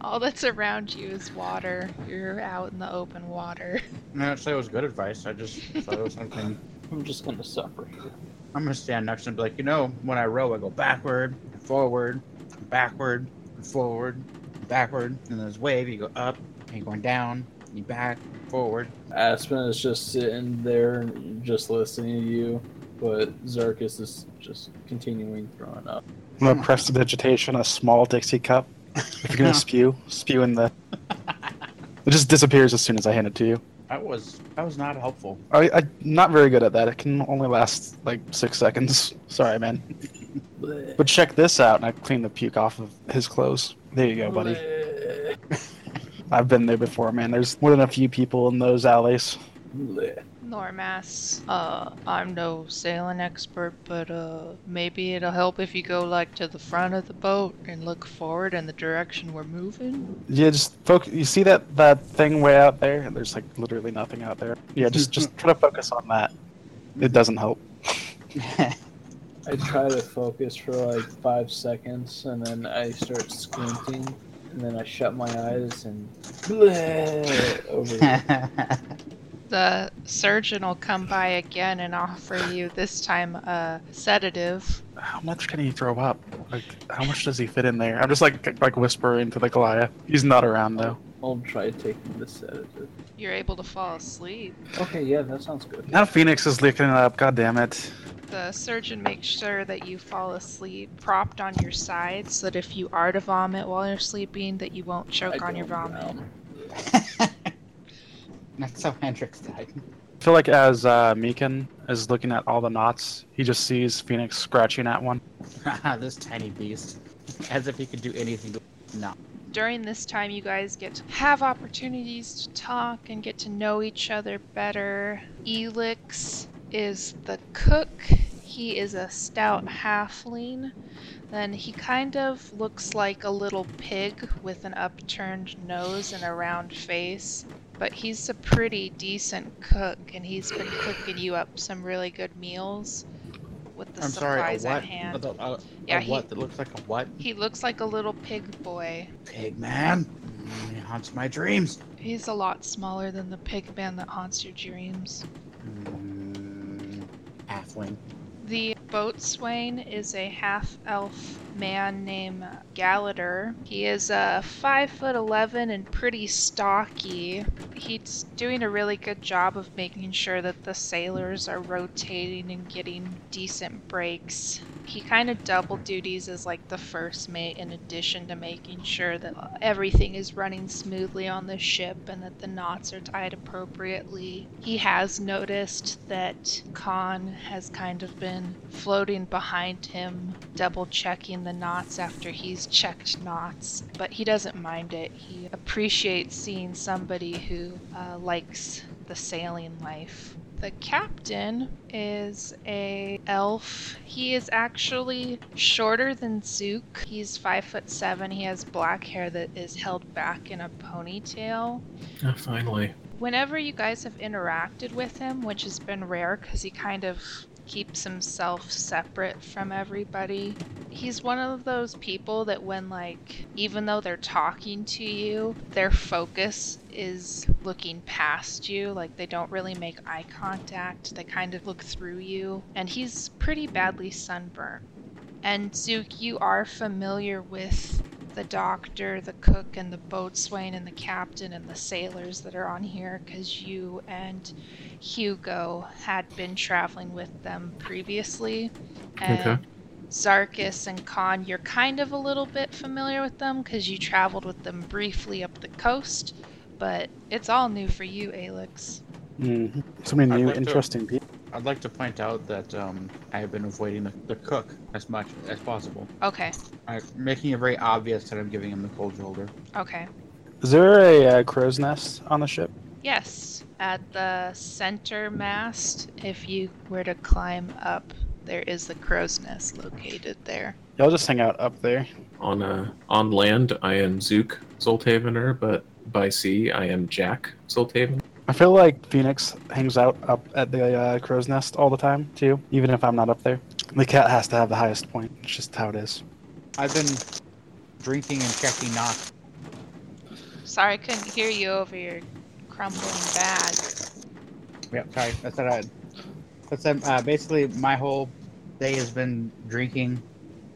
Speaker 2: All that's around you is water. You're out in the open water.
Speaker 5: I don't say it was good advice. I just thought it was something.
Speaker 4: I'm just gonna suffer here.
Speaker 5: I'm gonna stand next to him and be like, you know, when I row, I go backward, and forward, and backward, and forward, and backward, and there's wave. You go up, and you're going down, and you back, forward.
Speaker 4: Aspen is just sitting there and just listening to you, but Zarkus is just continuing throwing up.
Speaker 6: I'm gonna press the digitation a small Dixie cup. If you're gonna spew, spew in the. It just disappears as soon as I hand it to you.
Speaker 5: That was that was not helpful.
Speaker 6: I, I'm not very good at that. It can only last like six seconds. Sorry, man.
Speaker 4: Bleh.
Speaker 6: But check this out, and I clean the puke off of his clothes. There you go, buddy.
Speaker 4: Bleh.
Speaker 6: I've been there before, man. There's more than a few people in those alleys.
Speaker 4: Bleh.
Speaker 2: Normass, uh, I'm no sailing expert, but uh, maybe it'll help if you go like to the front of the boat and look forward in the direction we're moving.
Speaker 6: Yeah, just focus. You see that that thing way out there? There's like literally nothing out there. Yeah, just just try to focus on that. It doesn't help.
Speaker 4: I try to focus for like five seconds, and then I start squinting, and then I shut my eyes and bleh, over. there.
Speaker 2: The surgeon will come by again and offer you this time a sedative.
Speaker 6: How much can he throw up? Like, how much does he fit in there? I'm just like like whispering to the Goliath. He's not around though.
Speaker 4: I'll try taking the sedative.
Speaker 2: You're able to fall asleep.
Speaker 4: Okay, yeah, that sounds good.
Speaker 6: Now Phoenix is licking it up. God damn it.
Speaker 2: The surgeon makes sure that you fall asleep propped on your side so that if you are to vomit while you're sleeping that you won't choke
Speaker 4: I
Speaker 2: on your
Speaker 4: don't
Speaker 2: vomit.
Speaker 4: know.
Speaker 5: That's how Hendrix died.
Speaker 6: I feel like as uh, Meekin is looking at all the knots, he just sees Phoenix scratching at one.
Speaker 5: this tiny beast, as if he could do anything. To... No.
Speaker 2: during this time you guys get to have opportunities to talk and get to know each other better elix is the cook He is a stout halfling. Then he kind of looks like a little pig with an upturned nose and a round face. But he's a pretty decent cook, and he's been cooking you up some really good meals with the
Speaker 8: I'm sorry, a
Speaker 2: supplies
Speaker 8: what?
Speaker 2: at hand.
Speaker 8: A,
Speaker 5: uh,
Speaker 8: a- a
Speaker 2: yeah, he,
Speaker 8: what that looks like a what?
Speaker 2: he looks like a little pig boy.
Speaker 5: Pig man, it haunts my dreams.
Speaker 2: He's a lot smaller than the pig man that haunts your dreams.
Speaker 5: Mm, halfling.
Speaker 2: The boatswain is a half elf man named Gallader. He is uh, 5 foot 11 and pretty stocky. He's doing a really good job of making sure that the sailors are rotating and getting decent breaks. He kind of double duties as like the first mate in addition to making sure that everything is running smoothly on the ship and that the knots are tied appropriately. He has noticed that Khan has kind of been floating behind him, double checking the knots after he's checked knots, but he doesn't mind it. He appreciates seeing somebody who uh, likes the sailing life. The captain is a elf. He is actually shorter than Zook. He's five foot seven. He has black hair that is held back in a ponytail.
Speaker 3: Oh, finally.
Speaker 2: Whenever you guys have interacted with him, which has been rare because he kind of keeps himself separate from everybody, he's one of those people that when, like, even though they're talking to you, their focus is looking past you. Like, they don't really make eye contact, they kind of look through you. And he's pretty badly sunburned. And Zook, you are familiar with the doctor, the cook, and the boatswain, and the captain, and the sailors that are on here because you and Hugo had been traveling with them previously. And
Speaker 3: Okay.
Speaker 2: Zarkis and Khan, you're kind of a little bit familiar with them because you traveled with them briefly up the coast, but it's all new for you, Alex.
Speaker 6: hmm So many
Speaker 8: I'd
Speaker 6: new
Speaker 8: like to-
Speaker 6: interesting people.
Speaker 8: I'd like to point out that um, I have been avoiding the, the cook as much as possible.
Speaker 2: Okay,
Speaker 8: i making it very obvious that I'm giving him the cold shoulder.
Speaker 2: okay.
Speaker 6: Is there a uh, crow's nest on the ship?
Speaker 2: Yes, at the center mast, if you were to climb up, there is the crow's nest located there.
Speaker 6: Y'all just hang out up there.
Speaker 3: On uh, on land, I am Zook Zoltavener, but by sea, I am Jack Zoltaven.
Speaker 6: I feel like Phoenix hangs out up at the uh, crow's nest all the time too, even if I'm not up there. The cat has to have the highest point. It's just how it is.
Speaker 8: I've been drinking and checking knots.
Speaker 2: Sorry, I couldn't hear you over your crumbling bag.
Speaker 5: Yeah, sorry. That's all right. That's um, uh, basically my whole day has been drinking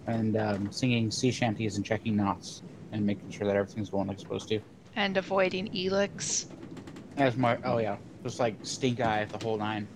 Speaker 5: and um, singing sea shanties and checking knots and making sure that everything's going like it's supposed to.
Speaker 2: And avoiding Elix.
Speaker 5: That's my oh yeah, just like stink eye the whole nine.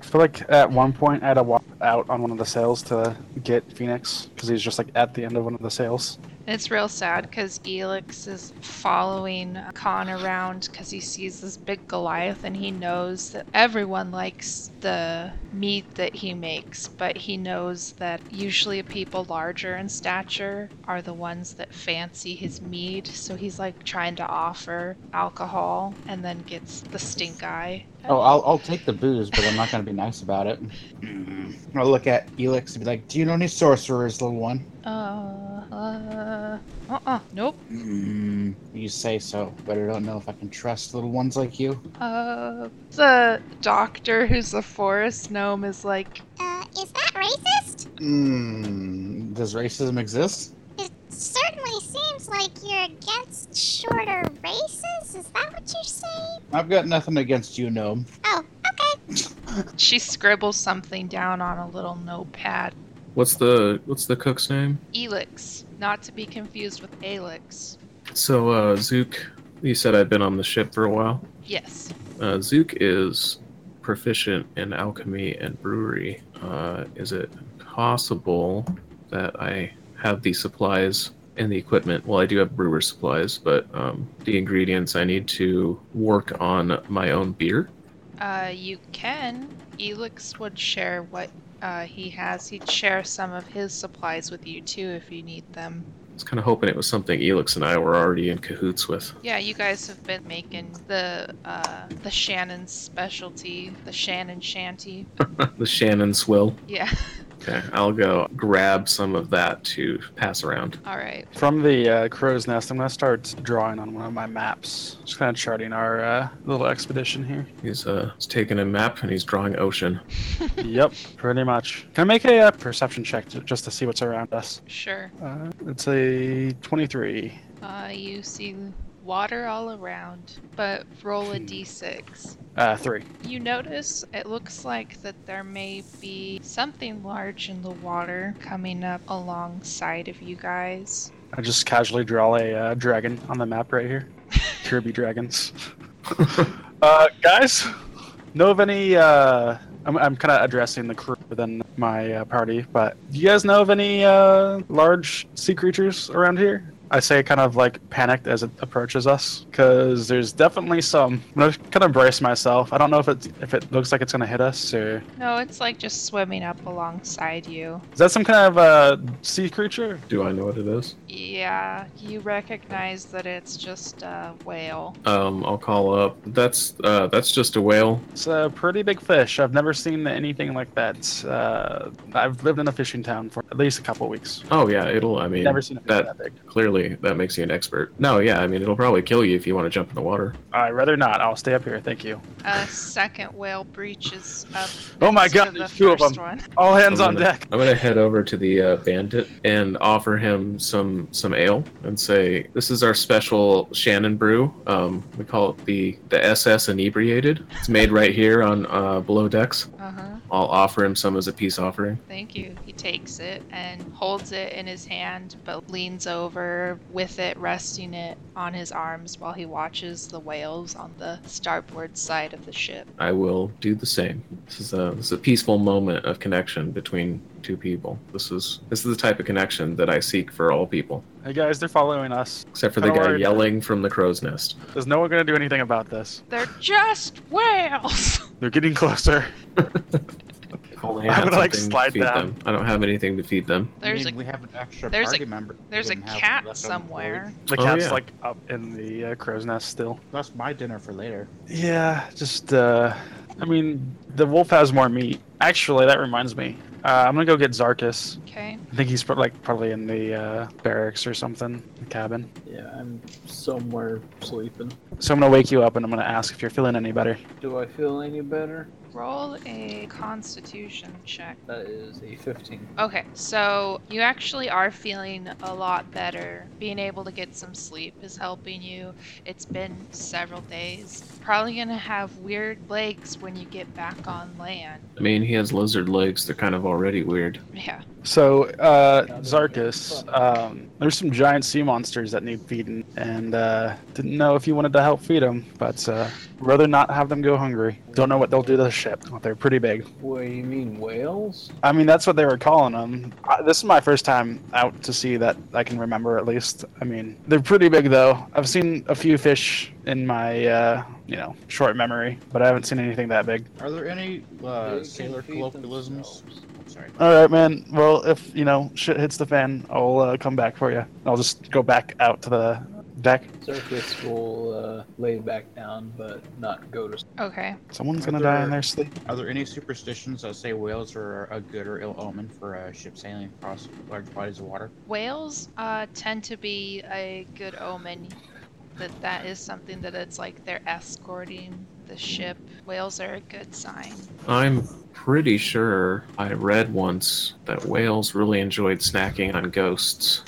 Speaker 6: I feel like at one point I had to walk out on one of the sails to get Phoenix because he's just like at the end of one of the sails.
Speaker 2: It's real sad because Elix is following Khan around because he sees this big Goliath and he knows that everyone likes the meat that he makes, but he knows that usually people larger in stature are the ones that fancy his meat, so he's like trying to offer alcohol and then gets the stink eye.
Speaker 5: Oh, I'll, I'll take the booze, but I'm not gonna be nice about it. Mm-hmm. I'll look at Elix and be like, "Do you know any sorcerers, little one?"
Speaker 2: Uh, uh, uh, uh nope.
Speaker 5: Mm, you say so, but I don't know if I can trust little ones like you.
Speaker 2: Uh, the doctor who's the forest gnome is like,
Speaker 9: Uh, is that racist?
Speaker 5: Mm, does racism exist?
Speaker 9: It certainly seems like you're against shorter races. Is that what you're saying?
Speaker 5: I've got nothing against you, gnome.
Speaker 9: Oh, okay.
Speaker 2: she scribbles something down on a little notepad.
Speaker 3: What's the what's the cook's name?
Speaker 2: Elix, not to be confused with Alix.
Speaker 3: So uh, Zook, you said I've been on the ship for a while.
Speaker 2: Yes.
Speaker 3: Uh, Zook is proficient in alchemy and brewery. Uh, is it possible that I have the supplies and the equipment? Well, I do have brewer supplies, but um, the ingredients I need to work on my own beer.
Speaker 2: Uh, you can. Elix would share what uh, he has. He'd share some of his supplies with you too if you need them.
Speaker 3: was kind of hoping it was something Elix and I were already in cahoots with.
Speaker 2: Yeah, you guys have been making the uh, the Shannon specialty, the Shannon shanty.
Speaker 3: the Shannon's will.
Speaker 2: Yeah.
Speaker 3: Okay, I'll go grab some of that to pass around.
Speaker 2: All right.
Speaker 6: From the uh, crow's nest, I'm gonna start drawing on one of my maps. Just kind of charting our uh, little expedition here.
Speaker 3: He's uh, he's taking a map and he's drawing ocean.
Speaker 6: yep, pretty much. Can I make a uh, perception check to, just to see what's around us?
Speaker 2: Sure.
Speaker 6: Uh, it's a 23.
Speaker 2: Uh, you see water all around, but roll a d6.
Speaker 6: Uh, three.
Speaker 2: You notice it looks like that there may be something large in the water coming up alongside of you guys.
Speaker 6: I just casually draw a uh, dragon on the map right here. Kirby dragons. uh, guys, know of any? Uh, I'm, I'm kind of addressing the crew within my uh, party, but do you guys know of any uh, large sea creatures around here? I say kind of like panicked as it approaches us, because there's definitely some. I'm gonna kind of brace myself. I don't know if it if it looks like it's gonna hit us or
Speaker 2: No, it's like just swimming up alongside you.
Speaker 6: is that some kind of uh, sea creature?
Speaker 3: Do I know what it is?
Speaker 2: Yeah, you recognize that it's just a whale.
Speaker 3: Um, I'll call up. That's uh, that's just a whale.
Speaker 6: It's a pretty big fish. I've never seen anything like that. Uh, I've lived in a fishing town for at least a couple weeks.
Speaker 3: Oh yeah, it'll. I mean,
Speaker 6: Never seen a fish
Speaker 3: that-
Speaker 6: that big.
Speaker 3: clearly that makes you an expert. No, yeah, I mean it'll probably kill you if you want to jump in the water.
Speaker 6: I'd rather not. I'll stay up here. Thank you.
Speaker 2: A second whale breaches up.
Speaker 6: Oh my
Speaker 2: next to
Speaker 6: God,
Speaker 2: the
Speaker 6: there's two of
Speaker 2: first
Speaker 6: them.
Speaker 2: one.
Speaker 6: All hands
Speaker 3: I'm
Speaker 6: on
Speaker 3: gonna-
Speaker 6: deck.
Speaker 3: I'm gonna head over to the uh, bandit and offer him some some ale and say, "This is our special Shannon brew. Um, we call it the the SS inebriated. It's made right here on uh, below decks.
Speaker 2: Uh huh.
Speaker 3: I'll offer him some as a peace offering.
Speaker 2: Thank you. He takes it and holds it in his hand, but leans over with it, resting it on his arms while he watches the whales on the starboard side of the ship.
Speaker 3: I will do the same. This is a this is a peaceful moment of connection between two people. This is this is the type of connection that I seek for all people,
Speaker 6: Hey guys, they're following us.
Speaker 3: except for the
Speaker 6: Kinda
Speaker 3: guy
Speaker 6: worried.
Speaker 3: yelling from the crow's nest.
Speaker 6: Is no one gonna do anything about this?
Speaker 2: They're just whales!
Speaker 6: They're getting closer.
Speaker 3: Only
Speaker 6: I'm
Speaker 3: have
Speaker 6: gonna, like,
Speaker 3: something to
Speaker 6: slide
Speaker 3: feed
Speaker 6: down.
Speaker 3: them. I don't have anything to feed them.
Speaker 2: There's
Speaker 5: I
Speaker 2: a
Speaker 5: mean, we have an extra
Speaker 2: there's a-
Speaker 5: party member. we
Speaker 2: there's a
Speaker 5: didn't have left on
Speaker 2: cat
Speaker 5: the
Speaker 2: somewhere.
Speaker 5: voyage.
Speaker 6: The
Speaker 3: Oh,
Speaker 6: cat's
Speaker 3: yeah.
Speaker 6: like up in the uh, crow's nest still.
Speaker 5: That's my dinner for later.
Speaker 6: Yeah, just uh, I mean, the wolf has more meat. Actually, that reminds me. Uh, I'm gonna go get Zarkus.
Speaker 2: Okay.
Speaker 6: I think he's pro- like probably in the uh, barracks or something, the cabin.
Speaker 4: Yeah, I'm somewhere sleeping.
Speaker 6: So I'm gonna wake you up and I'm gonna ask if you're feeling any better.
Speaker 4: Do I feel any better?
Speaker 2: Roll a constitution check.
Speaker 4: That is a 15.
Speaker 2: Okay, so you actually are feeling a lot better. Being able to get some sleep is helping you. It's been several days. Probably gonna have weird legs when you get back on land.
Speaker 3: I mean, he has lizard legs. They're kind of already weird.
Speaker 2: Yeah.
Speaker 6: So, uh, Zarkus, um, there's some giant sea monsters that need feeding, and uh, didn't know if you wanted to help feed them, but uh, rather not have them go hungry. Don't know what they'll do to the ship. They're pretty big.
Speaker 4: What do you mean, whales?
Speaker 6: I mean, that's what they were calling them. I, this is my first time out to sea that I can remember, at least. I mean, they're pretty big, though. I've seen a few fish in my, uh, you know, short memory, but I haven't seen anything that big.
Speaker 5: Are there any
Speaker 4: They
Speaker 5: uh,
Speaker 4: can
Speaker 5: sailor
Speaker 4: feed
Speaker 5: colloquialisms?
Speaker 4: themselves.
Speaker 5: I'm sorry.
Speaker 6: All right, man. Well, if you know shit hits the fan, I'll uh, come back for you. I'll just go back out to the deck.
Speaker 4: Circus will uh, lay back down, but not go to.
Speaker 2: Okay.
Speaker 6: Someone's
Speaker 5: Are
Speaker 6: gonna
Speaker 5: there-
Speaker 6: die in their sleep.
Speaker 5: Are there any superstitions that say whales are a good or ill omen for a ship sailing across large bodies of water?
Speaker 2: Whales uh, tend to be a good omen. That that is something that it's like they're escorting the ship. Whales are a good sign.
Speaker 3: I'm pretty sure I read once that whales really enjoyed snacking on ghosts.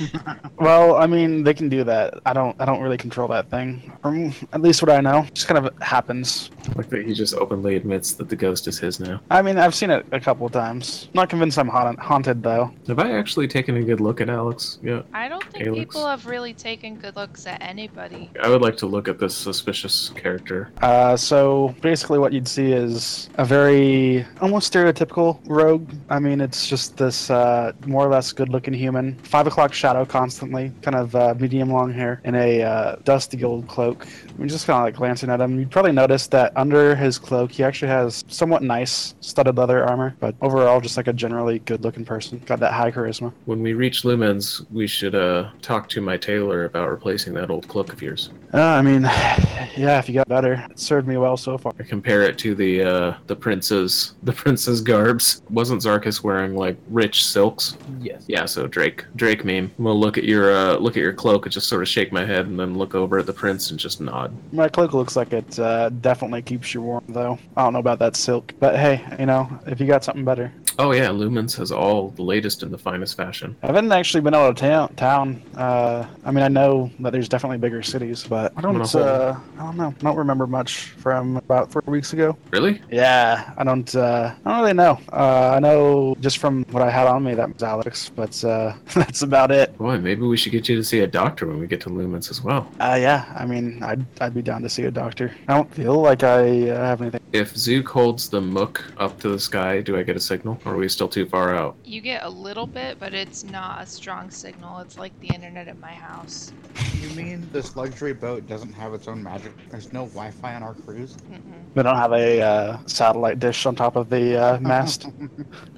Speaker 6: Well, I mean, they can do that. I don't. I don't really control that thing. From at least what I know, just kind of happens.
Speaker 3: like that, he just openly admits that the ghost is his now.
Speaker 6: I mean, I've seen it a couple times. Not convinced I'm haunted, haunted though.
Speaker 3: Have I actually taken a good look at Alex? Yeah.
Speaker 2: I don't think
Speaker 3: Alex.
Speaker 2: people have really taken good looks at anybody.
Speaker 3: I would like to look at this suspicious character.
Speaker 6: Uh, so basically, what you'd see is a very almost almost stereotypical rogue. I mean, it's just this uh, more or less good-looking human, five o'clock shadow constantly, kind of uh, medium long hair, and a uh, dusty old cloak. I mean, just kind of like glancing at him, you'd probably notice that under his cloak, he actually has somewhat nice studded leather armor, but overall, just like a generally good-looking person. Got that high charisma.
Speaker 3: When we reach Lumens, we should uh, talk to my tailor about replacing that old cloak of yours.
Speaker 6: Uh, I mean, yeah, if you got better, it served me well so far.
Speaker 3: I compare it to the uh, the prince's the prince's garbs. Wasn't Zarkus wearing like rich silks?
Speaker 4: Yes.
Speaker 3: Yeah, so Drake Drake meme. I'm gonna look at your uh, look at your cloak and just sort of shake my head, and then look over at the prince and just nod.
Speaker 6: My cloak looks like it uh, definitely keeps you warm, though. I don't know about that silk, but hey, you know, if you got something better.
Speaker 3: Oh yeah, Lumens has all the latest and the finest fashion.
Speaker 6: I haven't actually been out of town. town. Uh, I mean, I know that there's definitely bigger cities, but I
Speaker 3: I'm
Speaker 6: don't.
Speaker 3: gonna hold.
Speaker 6: Uh, I don't know. I don't remember much from about four weeks ago.
Speaker 3: Really?
Speaker 6: Yeah, I don't. Uh, I don't really know. Uh, I know just from what I had on me that was Alex, but uh, that's about it.
Speaker 3: Boy, maybe we should get you to see a doctor when we get to Lumens as well.
Speaker 6: Uh, yeah, I mean, I'd I'd be down to see a doctor. I don't feel like I uh, have anything.
Speaker 3: If Zook holds the Mook up to the sky, do I get a signal? Or are we still too far out?
Speaker 2: You get a little bit, but it's not a strong signal. It's like the internet at my house.
Speaker 5: You mean this luxury boat doesn't have its own magic? There's no Wi-Fi on our cruise.
Speaker 2: Mm-mm.
Speaker 6: We don't have a uh, satellite dish on top of the uh, mast.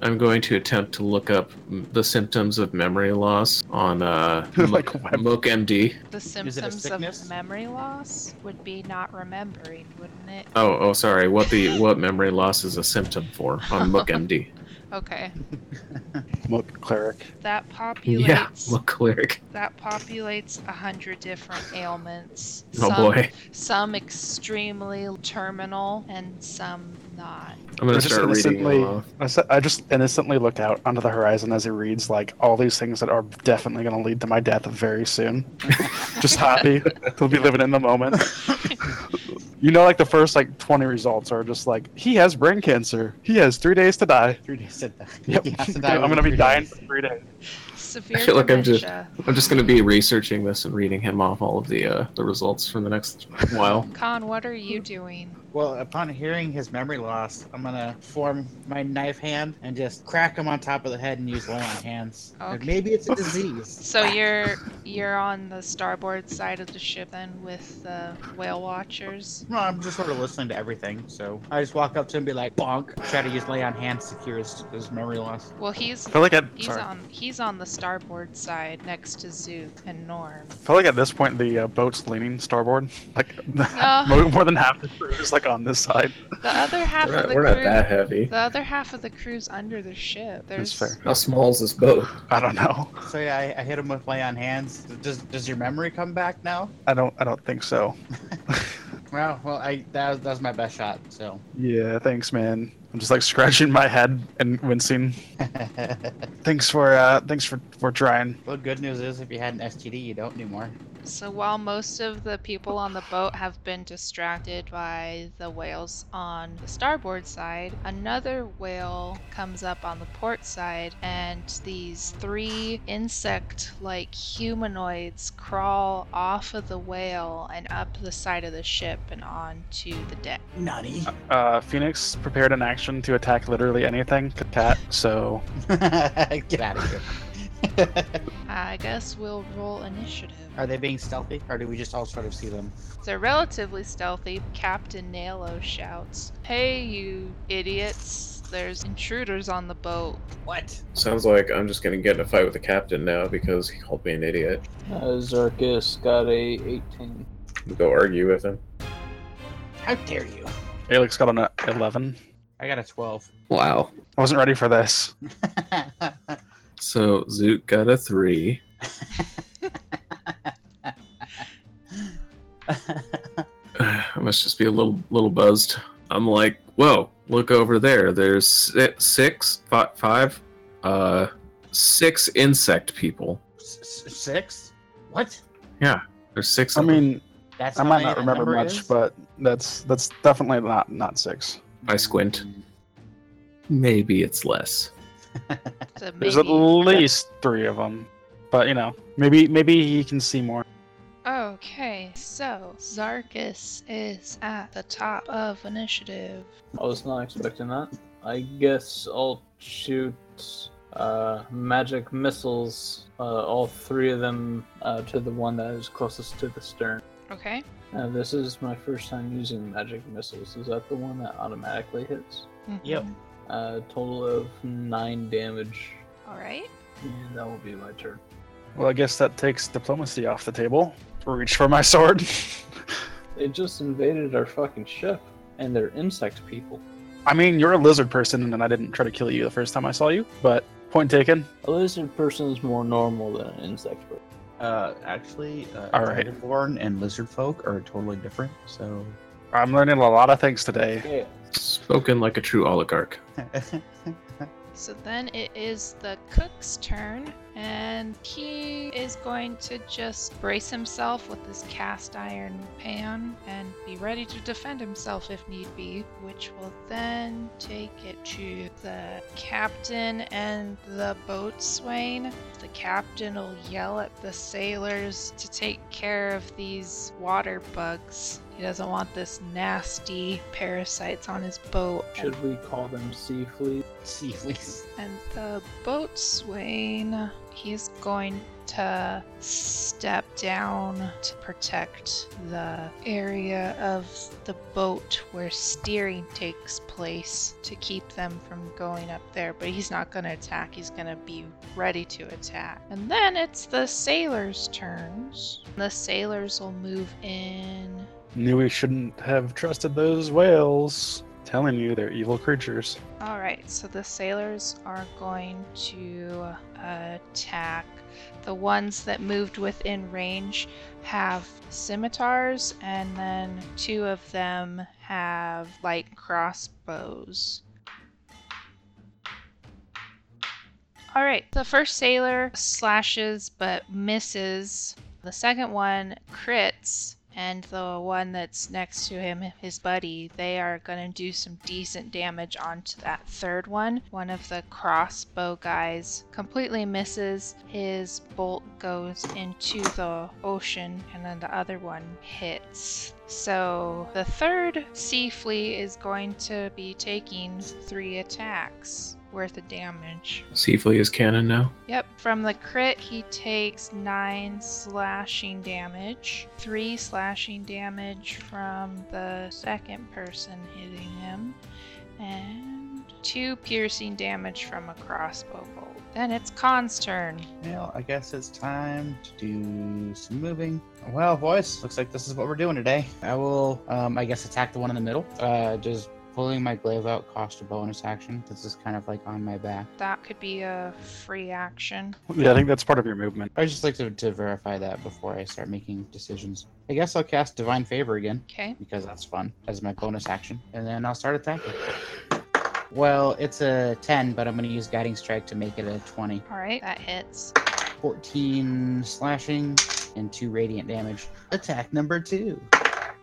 Speaker 3: I'm going to attempt to look up m- the symptoms of memory loss on uh,
Speaker 6: Like
Speaker 3: Mook-
Speaker 6: web-
Speaker 3: Mook MD.
Speaker 2: The
Speaker 8: it a
Speaker 2: symptoms
Speaker 8: sickness?
Speaker 2: of memory loss would be not remembering, wouldn't it?
Speaker 3: Oh, oh, sorry. What the what memory loss is a symptom for on Mook MD?
Speaker 2: Okay.
Speaker 8: Hmm.
Speaker 6: Mook cleric.
Speaker 2: That
Speaker 3: yeah,
Speaker 2: populates
Speaker 3: Mook cleric.
Speaker 2: that populates a hundred different ailments.
Speaker 3: Oh
Speaker 2: some,
Speaker 3: boy,
Speaker 2: Some extremely terminal and some not.
Speaker 3: I'm gonna
Speaker 6: I just
Speaker 3: start reading
Speaker 6: innocently-
Speaker 3: them off.
Speaker 6: I, s- I just innocently look out onto the horizon as he reads like all these things that are definitely going to lead to my death very soon. just happy to be living in the moment. you know, like the first like 20 results are just like he has brain cancer. He has three days to die.
Speaker 5: Three days to die.
Speaker 6: Yep.
Speaker 5: He has to die
Speaker 6: I'm going to be
Speaker 5: within three
Speaker 6: dying
Speaker 5: days.
Speaker 6: for three days.
Speaker 2: Severe
Speaker 3: feel like I'm just-
Speaker 2: dementia.
Speaker 3: I'm just gonna be researching this and reading him off all of the uh, the results from the next while.
Speaker 2: Con, what are you doing?
Speaker 5: Well, upon hearing his memory loss, I'm gonna form my knife hand and just crack him on top of the head and use lay on hands.
Speaker 2: Okay.
Speaker 5: Maybe it's a disease.
Speaker 2: So you're you're on the starboard side of the ship then with the whale watchers.
Speaker 5: No, I'm just sort of listening to everything, so I just walk up to him and be like, "Bonk!" Try to use lay on hands to cure his, his memory loss.
Speaker 2: Well, he's
Speaker 6: I feel like, at,
Speaker 2: he's
Speaker 6: sorry.
Speaker 2: on he's on the starboard side next to Zook and Norm.
Speaker 6: I feel like at this point the uh, boat's leaning starboard. Like
Speaker 2: Uh.
Speaker 6: mo- more than half the crew is like on this side.
Speaker 2: The other half
Speaker 3: We're
Speaker 2: of
Speaker 3: not,
Speaker 2: the
Speaker 3: we're not
Speaker 2: crew
Speaker 3: that heavy.
Speaker 2: the other half of the crew's under the ship. There's
Speaker 6: fair.
Speaker 3: How small is this boat?
Speaker 6: I don't know.
Speaker 5: So yeah, I, I hit him with lay on hands. Does does your memory come back now?
Speaker 6: I don't. I don't think so.
Speaker 5: Well, well, I that was, that was my best shot. So
Speaker 6: Yeah, thanks, man. I'm just like scratching my head and wincing. Thanks for uh, thanks for for trying.
Speaker 5: Well, good news is if you had an STD, you don't anymore.
Speaker 2: So while most of the people on the boat have been distracted by the whales on the starboard side, another whale comes up on the port side, and these three insect like humanoids crawl off of the whale and up the side of the ship and onto the deck.
Speaker 5: Nutty.
Speaker 6: Uh, Phoenix prepared an action to attack literally anything, cat. So
Speaker 5: Uh, Get out of here.
Speaker 2: I guess we'll roll initiative.
Speaker 5: Are they being stealthy, or do we just all sort of see them?
Speaker 2: They're relatively stealthy. Captain Nalo shouts, Hey, you idiots! There's intruders on the boat.
Speaker 5: What?
Speaker 3: Sounds like I'm just gonna get in a fight with the captain now because he called me an idiot.
Speaker 4: Uh, Zarkus got a 18.
Speaker 3: Go argue with him.
Speaker 5: How dare you?
Speaker 6: Alex got an uh, 11.
Speaker 5: I got a 12.
Speaker 3: Wow.
Speaker 6: I wasn't ready for this.
Speaker 3: So Zook got a three. I must just be a little little buzzed. I'm like, whoa, look over there. There's si- six, fi- five, uh, six insect people.
Speaker 5: S- s- Six? What?
Speaker 3: There's six.
Speaker 6: I
Speaker 3: of them.
Speaker 6: mean,
Speaker 5: That's
Speaker 6: I
Speaker 5: how
Speaker 6: might
Speaker 5: many
Speaker 6: not
Speaker 5: that
Speaker 6: remember
Speaker 5: number
Speaker 6: much,
Speaker 5: is?
Speaker 6: but that's that's definitely not not six.
Speaker 3: I squint. maybe it's less.
Speaker 2: So
Speaker 6: There's at
Speaker 2: maybe-
Speaker 6: least three of them, but you know, maybe maybe he can see more.
Speaker 2: Okay, so Zarkus is at the top of initiative.
Speaker 4: I was not expecting that. I guess I'll shoot uh, magic missiles, uh, all three of them, uh, to the one that is closest to the stern.
Speaker 2: Okay.
Speaker 4: Now, this is my first time using magic missiles. Is that the one that automatically hits?
Speaker 8: Yep.
Speaker 2: Mhm.
Speaker 4: Uh, total of nine damage,
Speaker 2: All right.
Speaker 4: and that will be my turn.
Speaker 6: Well, I guess that takes diplomacy off the table. Reach for my sword.
Speaker 4: They just invaded our fucking ship, and they're insect people.
Speaker 6: I mean, you're a lizard person, and I didn't try to kill you the first time I saw you, but point taken.
Speaker 4: A lizard person is more normal than an insect person.
Speaker 8: Uh, actually, uh,
Speaker 6: All right.
Speaker 8: Dragonborn and lizard folk are totally different. So,
Speaker 6: I'm learning a lot of things today.
Speaker 4: Yeah.
Speaker 3: Spoken like a true oligarch.
Speaker 2: So then it is the cook's turn, and he is going to just brace himself with this cast iron pan and be ready to defend himself if need be, which will then take it to the captain and the boatswain. The captain will yell at the sailors to take care of these water bugs. He doesn't want this nasty parasites on his boat.
Speaker 4: Should we call them sea fleas?
Speaker 5: See, please.
Speaker 2: And the boatswain, he's going to step down to protect the area of the boat where steering takes place to keep them from going up there. But he's not going to attack, he's going to be ready to attack. And then it's the sailors' turns. The sailors will move in.
Speaker 6: Knew we shouldn't have trusted those whales. Telling you they're evil creatures.
Speaker 2: All right, so the sailors are going to uh, attack. The ones that moved within range have scimitars, and then two of them have light crossbows. All right, the first sailor slashes but misses. The second one crits, and the one that's next to him, his buddy, they are going to do some decent damage onto that third one. One of the crossbow guys completely misses. His bolt goes into the ocean, and then the other one hits. So the third sea flea is going to be taking three attacks worth of damage.
Speaker 3: Seafly is canon now.
Speaker 2: Yep, from the crit, he takes 9 slashing damage, 3 slashing damage from the second person hitting him, and 2 piercing damage from a crossbow bolt. Then it's Khan's turn.
Speaker 8: well, I guess it's time to do some moving. Well, boys, looks like this is what we're doing today.
Speaker 5: I will, um, I guess, attack the one in the middle. Uh, just pulling my glaive out cost a bonus action. This is kind of like on my back.
Speaker 2: That could be a free action.
Speaker 6: Yeah, I think that's part of your movement.
Speaker 5: I just like to, to verify that before I start making decisions. I guess I'll cast Divine Favor again
Speaker 2: Okay.
Speaker 5: because that's fun as my bonus action, and then I'll start attacking. Well, it's a 10, but I'm going to use Guiding Strike to make it a 20.
Speaker 2: Alright, that hits.
Speaker 5: 14 slashing and 2 radiant damage. Attack number 2.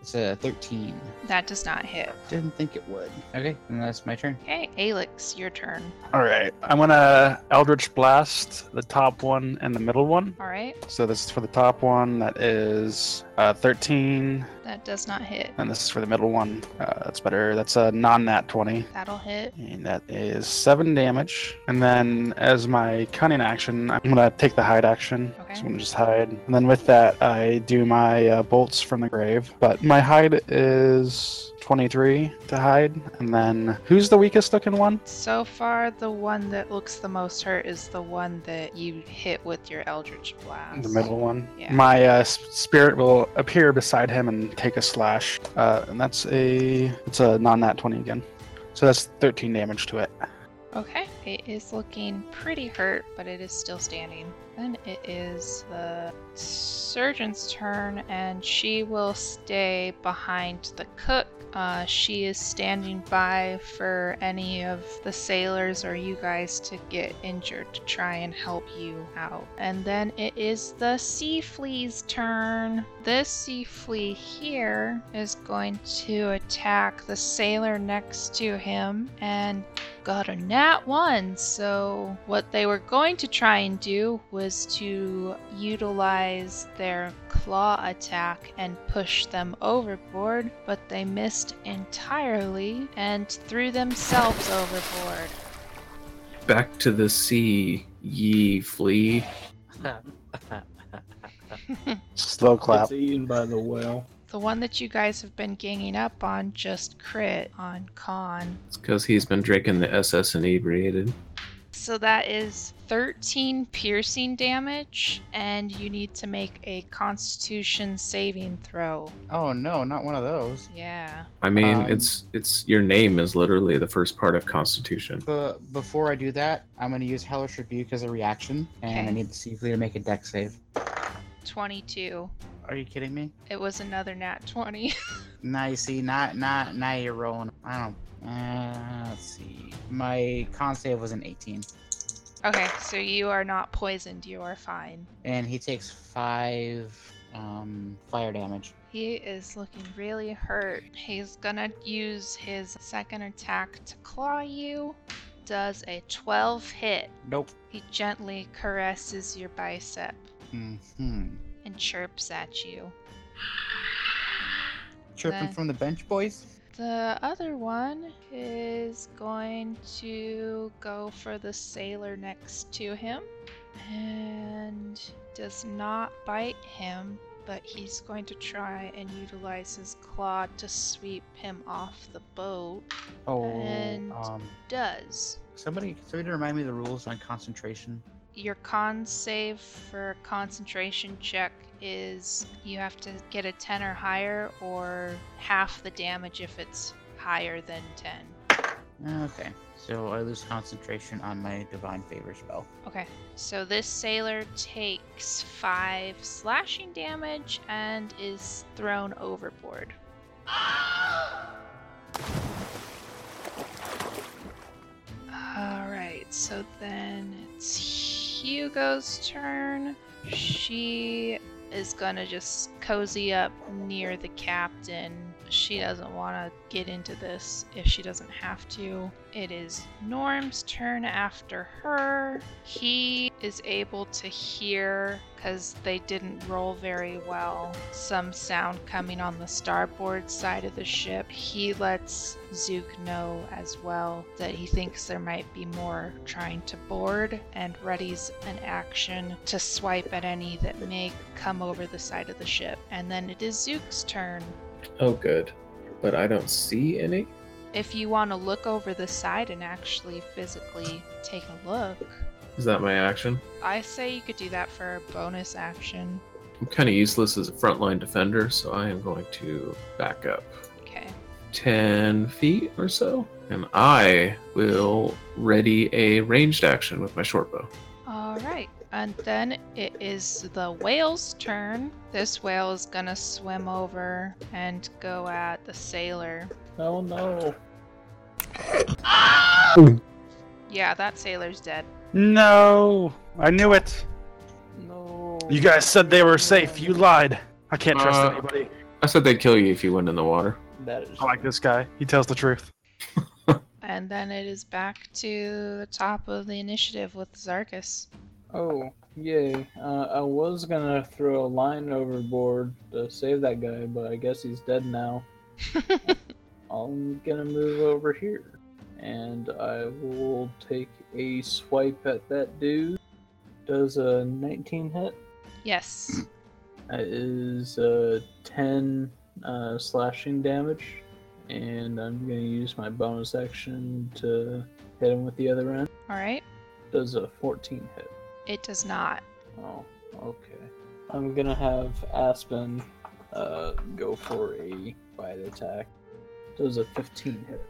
Speaker 5: It's a 13.
Speaker 2: That does not hit.
Speaker 5: Didn't think it would. Okay, and that's my turn.
Speaker 2: Okay, Alix, your turn.
Speaker 6: All right, I'm gonna Eldritch Blast the top one and the middle one.
Speaker 2: Alright,
Speaker 6: So this is for the top one. That is uh, 13,
Speaker 2: that does not hit.
Speaker 6: and this is for the middle one. Uh, that's better. That's a non-nat 20.
Speaker 2: That'll hit.
Speaker 6: And that is seven damage. And then as my cunning action, I'm gonna take the hide action.
Speaker 2: Okay.
Speaker 6: So I'm gonna just hide. And then with that, I do my uh, bolts from the grave. But my hide is 23 to hide. And then who's the weakest looking one?
Speaker 2: So far, the one that looks the most hurt is the one that you hit with your Eldritch Blast.
Speaker 6: The middle one.
Speaker 2: Yeah.
Speaker 6: My uh, s- spirit will appear beside him and take a slash. Uh, and that's a it's a non nat 20 again. So that's 13 damage to it.
Speaker 2: Okay. It is looking pretty hurt, but it is still standing. Then it is the surgeon's turn, and she will stay behind the cook. Uh, she is standing by for any of the sailors or you guys to get injured to try and help you out. And then it is the sea flea's turn. This sea flea here is going to attack the sailor next to him and got a nat one. So, what they were going to try and do was to utilize their claw attack and push them overboard, but they missed entirely and threw themselves overboard.
Speaker 3: Back to the sea, ye flee.
Speaker 6: Slow clap.
Speaker 4: It's eaten by the whale.
Speaker 2: the one that you guys have been ganging up on just crit on con.
Speaker 3: It's because he's been drinking the SS inebriated.
Speaker 2: So that is 13 piercing damage, and you need to make a constitution saving throw.
Speaker 5: Oh no, not one of those.
Speaker 2: Yeah.
Speaker 3: I mean,
Speaker 5: Um,
Speaker 3: it's it's your name is literally the first part of Constitution.
Speaker 5: But before I do that, I'm gonna use Hellish Rebuke as a reaction, and I
Speaker 2: Okay.
Speaker 5: need the Sea Flea to make a deck save.
Speaker 2: 22.
Speaker 5: Are you kidding me?
Speaker 2: It was another nat 20.
Speaker 5: Now you see, not not now you're rolling. I don't. Uh, let's see. My con save was an 18,
Speaker 2: okay, so you are not poisoned. You are fine.
Speaker 5: and he takes five um, fire damage.
Speaker 2: He is looking really hurt. He's gonna use his second attack to claw you. Does a 12 hit.
Speaker 5: Nope.
Speaker 2: He gently caresses your bicep
Speaker 5: Hmm.
Speaker 2: and chirps at you.
Speaker 5: Chirping
Speaker 2: Then-
Speaker 5: from the bench, boys.
Speaker 2: The other one is going to go for the sailor next to him and does not bite him, but he's going to try and utilize his claw to sweep him off the boat.
Speaker 5: Oh.
Speaker 2: And-
Speaker 5: Um.
Speaker 2: Does.
Speaker 5: Somebody, somebody remind me of the rules on concentration.
Speaker 2: Your con save for a concentration check is you have to get a 10 or higher, or half the damage if it's higher than 10.
Speaker 5: Okay. So I lose concentration on my divine favor spell.
Speaker 2: Okay, so this sailor takes five slashing damage and is thrown overboard. Alright, so then it's Hugo's turn. She is gonna just cozy up near the captain. She doesn't want to get into this if she doesn't have to. It is Norm's turn after her. He is able to hear, because they didn't roll very well, some sound coming on the starboard side of the ship. He lets Zook know as well that he thinks there might be more trying to board and readies an action to swipe at any that may come over the side of the ship. And then it is Zook's turn.
Speaker 3: Oh, good. But I don't see any.
Speaker 2: If you want to look over the side and actually physically take a look,
Speaker 3: Is that my action?
Speaker 2: I say you could do that for a bonus action.
Speaker 3: I'm kind of useless as a frontline defender, so I am going to back up
Speaker 2: Okay.
Speaker 3: 10 feet or so. And I will ready a ranged action with my short bow.
Speaker 2: All right. And then it is the whale's turn. This whale is going to swim over and go at the sailor.
Speaker 4: Oh no.
Speaker 2: Yeah, that sailor's dead.
Speaker 6: No, I knew it.
Speaker 4: No.
Speaker 6: You guys said they were safe. You lied. I can't trust
Speaker 3: Uh,
Speaker 6: anybody.
Speaker 3: I said they'd kill you if you went in the water.
Speaker 4: That is
Speaker 6: I like this guy. He tells the truth.
Speaker 2: And then it is back to the top of the initiative with Zarkus.
Speaker 4: Oh, yay. Uh, I was gonna throw a line overboard to save that guy, but I guess he's dead now. I'm gonna move over here. And I will take a swipe at that dude. Does a 19 hit?
Speaker 2: yes.
Speaker 4: That is uh, 10 uh, slashing damage. And I'm gonna use my bonus action to hit him with the other end.
Speaker 2: All right.
Speaker 4: Does a 14 hit?
Speaker 2: It does not.
Speaker 4: Oh, okay. I'm gonna have Aspen uh, go for a bite attack. Does a 15 hit.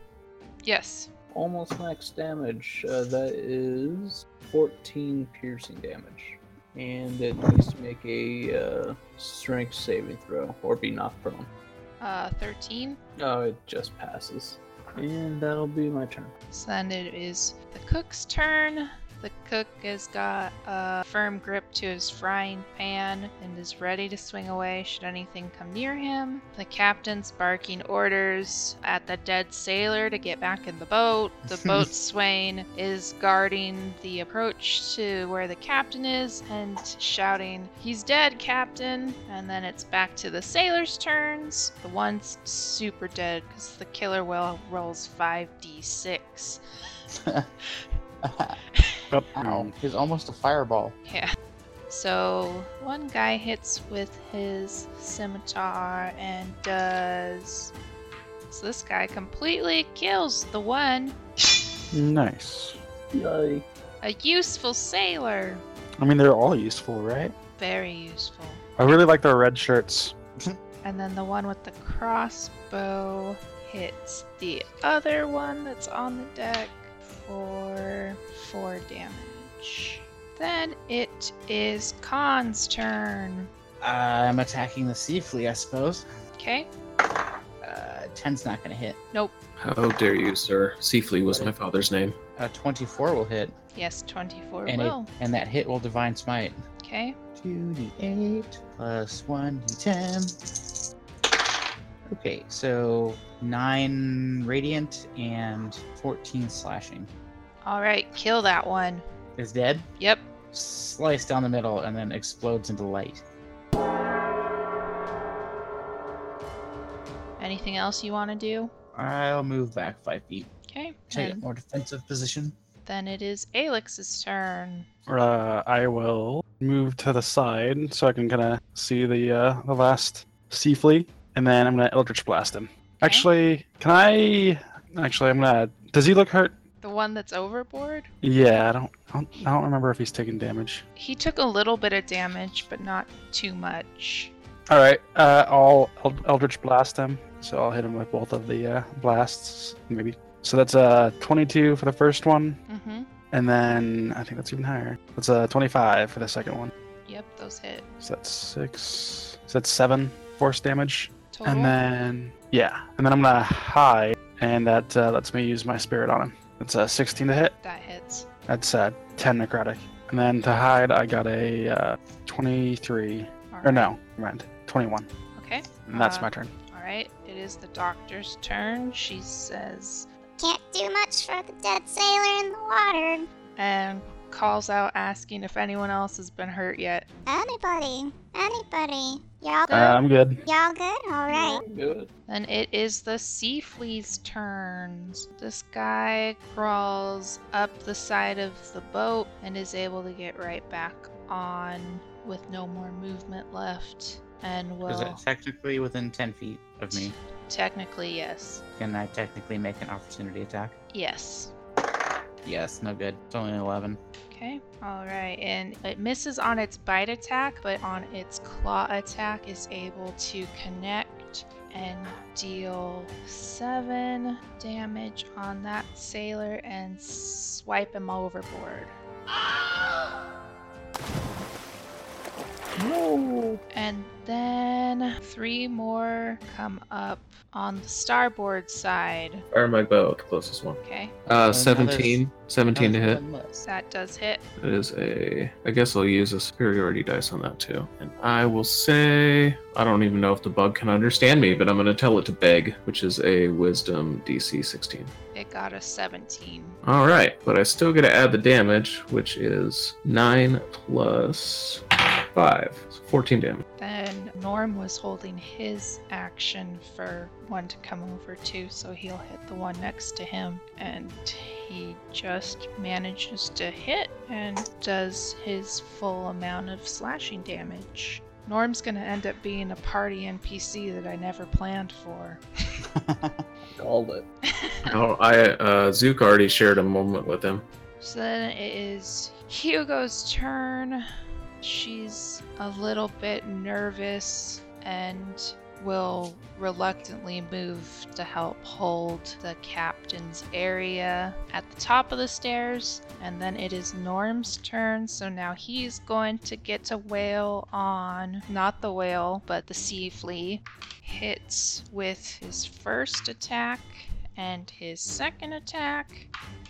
Speaker 2: Yes.
Speaker 4: Almost max damage. Uh, that is 14 piercing damage. And it needs to make a uh, strength saving throw or be knocked prone.
Speaker 2: Uh, 13.
Speaker 4: Oh, it just passes. And that'll be my turn.
Speaker 2: So then it is the cook's turn. The cook has got a firm grip to his frying pan and is ready to swing away should anything come near him. The captain's barking orders at the dead sailor to get back in the boat. The boatswain is guarding the approach to where the captain is and shouting, He's dead, captain! And then it's back to the sailor's turns. The one's super dead because the killer whale rolls 5d6.
Speaker 6: Hmm.
Speaker 5: Ow. He's almost a fireball.
Speaker 2: Yeah. So one guy hits with his scimitar and does. So this guy completely kills the one.
Speaker 6: Nice.
Speaker 4: Yay.
Speaker 2: A useful sailor.
Speaker 6: I mean, they're all useful, right?
Speaker 2: Very useful.
Speaker 6: I really like their red shirts.
Speaker 2: And then the one with the crossbow hits the other one that's on the deck for four damage. Then it is Khan's turn.
Speaker 5: Uh, I'm attacking the sea flea, I suppose.
Speaker 2: Okay.
Speaker 5: Uh, 10's not gonna hit.
Speaker 3: How dare you, sir? Seaflea was my father's name.
Speaker 5: Uh, 24 will hit,
Speaker 2: Yes, 24
Speaker 5: and it,
Speaker 2: will.
Speaker 5: and that hit will divine smite.
Speaker 2: Okay.
Speaker 5: 2d8 plus 1d10. Okay, so 9 radiant and 14 slashing.
Speaker 2: All right, kill that one.
Speaker 5: Is dead,
Speaker 2: Yep.
Speaker 5: sliced down the middle, and then explodes into light.
Speaker 2: Anything else you want to do?
Speaker 5: I'll move back 5 feet.
Speaker 2: Okay.
Speaker 5: Take a
Speaker 2: and
Speaker 5: more defensive position.
Speaker 2: then it is Alex's turn.
Speaker 6: Uh, I will move to the side so I can kind of see the uh, the last sea flea, and then I'm gonna eldritch blast him. Actually, can I? Actually, I'm gonna. Does he look hurt?
Speaker 2: The one that's overboard?
Speaker 6: Yeah, I don't. I don't, I don't remember if he's taking damage.
Speaker 2: He took a little bit of damage, but not too much.
Speaker 6: All right, uh, I'll Eld- eldritch blast him. So I'll hit him with both of the uh, blasts, maybe. So that's a uh, 22 for the first one,
Speaker 2: Mm-hmm.
Speaker 6: and then I think that's even higher. That's a 25 for the second one.
Speaker 2: Yep, those hit.
Speaker 6: So that's six. So that's seven force damage.
Speaker 2: Total.
Speaker 6: And then yeah, and then I'm gonna hide, and that uh, lets me use my spirit on him. That's a 16 to hit.
Speaker 2: that hits.
Speaker 6: That's uh, 10 necrotic. And then to hide, I got a uh, 23
Speaker 2: All
Speaker 6: or
Speaker 2: right.
Speaker 6: no, never mind, 21.
Speaker 2: Okay.
Speaker 6: And that's
Speaker 2: Uh,
Speaker 6: my turn.
Speaker 2: All right. It is the doctor's turn. She says,
Speaker 9: Can't do much for the dead sailor in the water.
Speaker 2: and calls out asking if anyone else has been hurt yet.
Speaker 9: Anybody, anybody. Y'all
Speaker 6: Uh,
Speaker 9: good?
Speaker 6: I'm good.
Speaker 9: Y'all good? Alright.
Speaker 4: Good.
Speaker 2: Then it is the sea flea's turns. This guy crawls up the side of the boat and is able to get right back on with no more movement left. And
Speaker 5: Is it
Speaker 2: will
Speaker 5: technically within 10 feet of me?
Speaker 2: technically yes,
Speaker 5: Can I technically make an opportunity attack?
Speaker 2: yes.
Speaker 5: Yes, no good. It's only 11.
Speaker 2: Okay, all right, and it misses on its bite attack, but on its claw attack is able to connect and deal seven damage on that sailor and swipe him overboard.
Speaker 4: No.
Speaker 2: And then three more come up on the starboard side.
Speaker 3: Or my bow, the closest one.
Speaker 2: Okay,
Speaker 3: Uh,
Speaker 5: there's-
Speaker 3: 17. 17 to hit.
Speaker 5: hit.
Speaker 2: that does hit.
Speaker 3: It is a. I guess I'll use a superiority dice on that too. And I will say. I don't even know if the bug can understand me, but I'm going to tell it to beg, which is a wisdom DC 16.
Speaker 2: It got a 17.
Speaker 3: All right, but I still got to add the damage, which is 9 plus 5. So 14 damage.
Speaker 2: Then Norm was holding his action for one to come over to, so he'll hit the one next to him. And he just manages to hit and does his full amount of slashing damage. Norm's gonna end up being a party NPC that I never planned for.
Speaker 4: Called it.
Speaker 3: Oh, I uh, Zook already shared a moment with him.
Speaker 2: So then it is Hugo's turn. She's a little bit nervous and will reluctantly move to help hold the captain's area at the top of the stairs. And then it is Norm's turn, so now he's going to get to wail on not the whale, but the sea flea. Hits with his first attack and his second attack.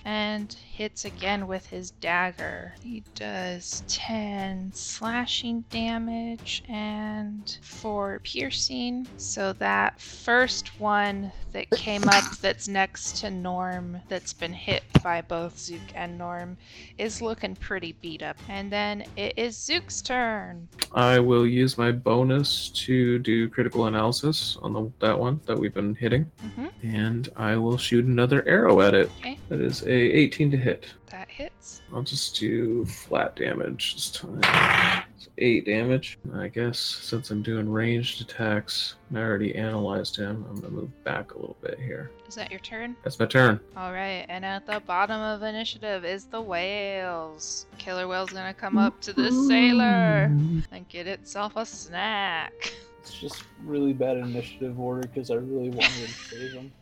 Speaker 2: and hits again with his dagger. He does 10 slashing damage and 4 piercing. So that first one that came up that's next to Norm, that's been hit by both Zook and Norm, is looking pretty beat up. And then it is Zook's turn.
Speaker 3: I will use my bonus to do critical analysis on the, that one that we've been hitting,
Speaker 2: Mhm.
Speaker 3: and I will shoot another arrow at it.
Speaker 2: Okay.
Speaker 3: That is a 18 to hit.
Speaker 2: That hits.
Speaker 3: I'll just do flat damage this time. It's eight damage. I guess since I'm doing ranged attacks, and I already analyzed him. I'm gonna move back a little bit here.
Speaker 2: Is that your turn?
Speaker 3: That's my turn.
Speaker 2: All right, and at the bottom of initiative is the whales. Killer whale's gonna come up to this sailor and get itself a snack.
Speaker 4: It's just really bad initiative order because I really wanted to save him.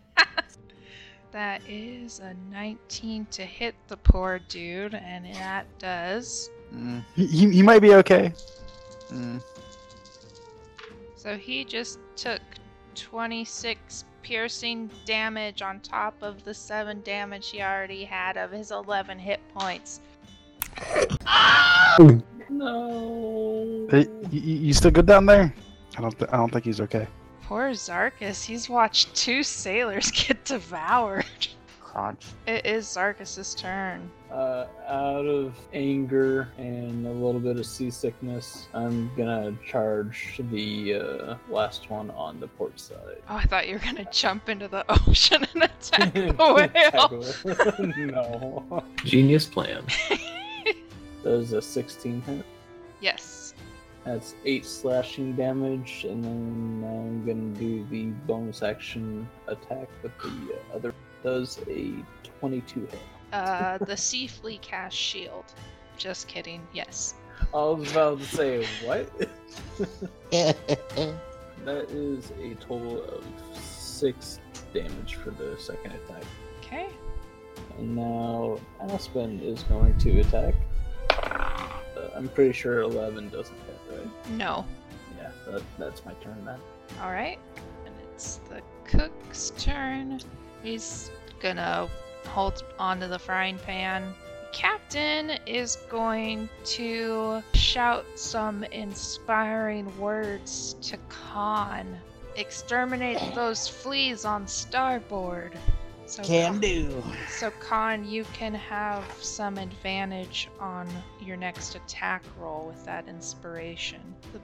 Speaker 2: That is a 19 to hit the poor dude, and that does.
Speaker 5: Mm,
Speaker 6: He, he, he might be okay.
Speaker 5: mm.
Speaker 2: So he just took 26 piercing damage on top of the 7 damage he already had of his 11 hit points.
Speaker 4: No.
Speaker 6: Hey, you, you you still good down there? I don't. Th- I don't think he's okay.
Speaker 2: Poor Zarkus, he's watched two sailors get devoured.
Speaker 5: Crunch.
Speaker 2: It is Zarkus's turn.
Speaker 4: Uh, out of anger and a little bit of seasickness, I'm gonna charge the uh, last one on the port side.
Speaker 2: Oh, I thought you were gonna jump into the ocean and attack the
Speaker 4: Tackle. no.
Speaker 3: Genius plan.
Speaker 2: whale.
Speaker 4: Those a 16 hit.
Speaker 2: yes.
Speaker 4: That's eight slashing damage, and then I'm gonna do the bonus action attack with the uh, other. Does a 22 hit.
Speaker 2: Uh, the sea flea cast shield. Just kidding. Yes.
Speaker 4: I was about to say what? that is a total of six damage for the second attack.
Speaker 2: Okay.
Speaker 4: And now Aspen is going to attack. Uh, I'm pretty sure 11 doesn't hit, right?
Speaker 2: No.
Speaker 4: Yeah, that, that's my turn then.
Speaker 2: All right. And it's the cook's turn. He's gonna hold onto the frying pan. Captain is going to shout some inspiring words to Khan. Exterminate those fleas on starboard. So
Speaker 5: Can
Speaker 2: Khan-
Speaker 5: do.
Speaker 2: So, Khan, you can have some advantage on your next attack roll with that inspiration. The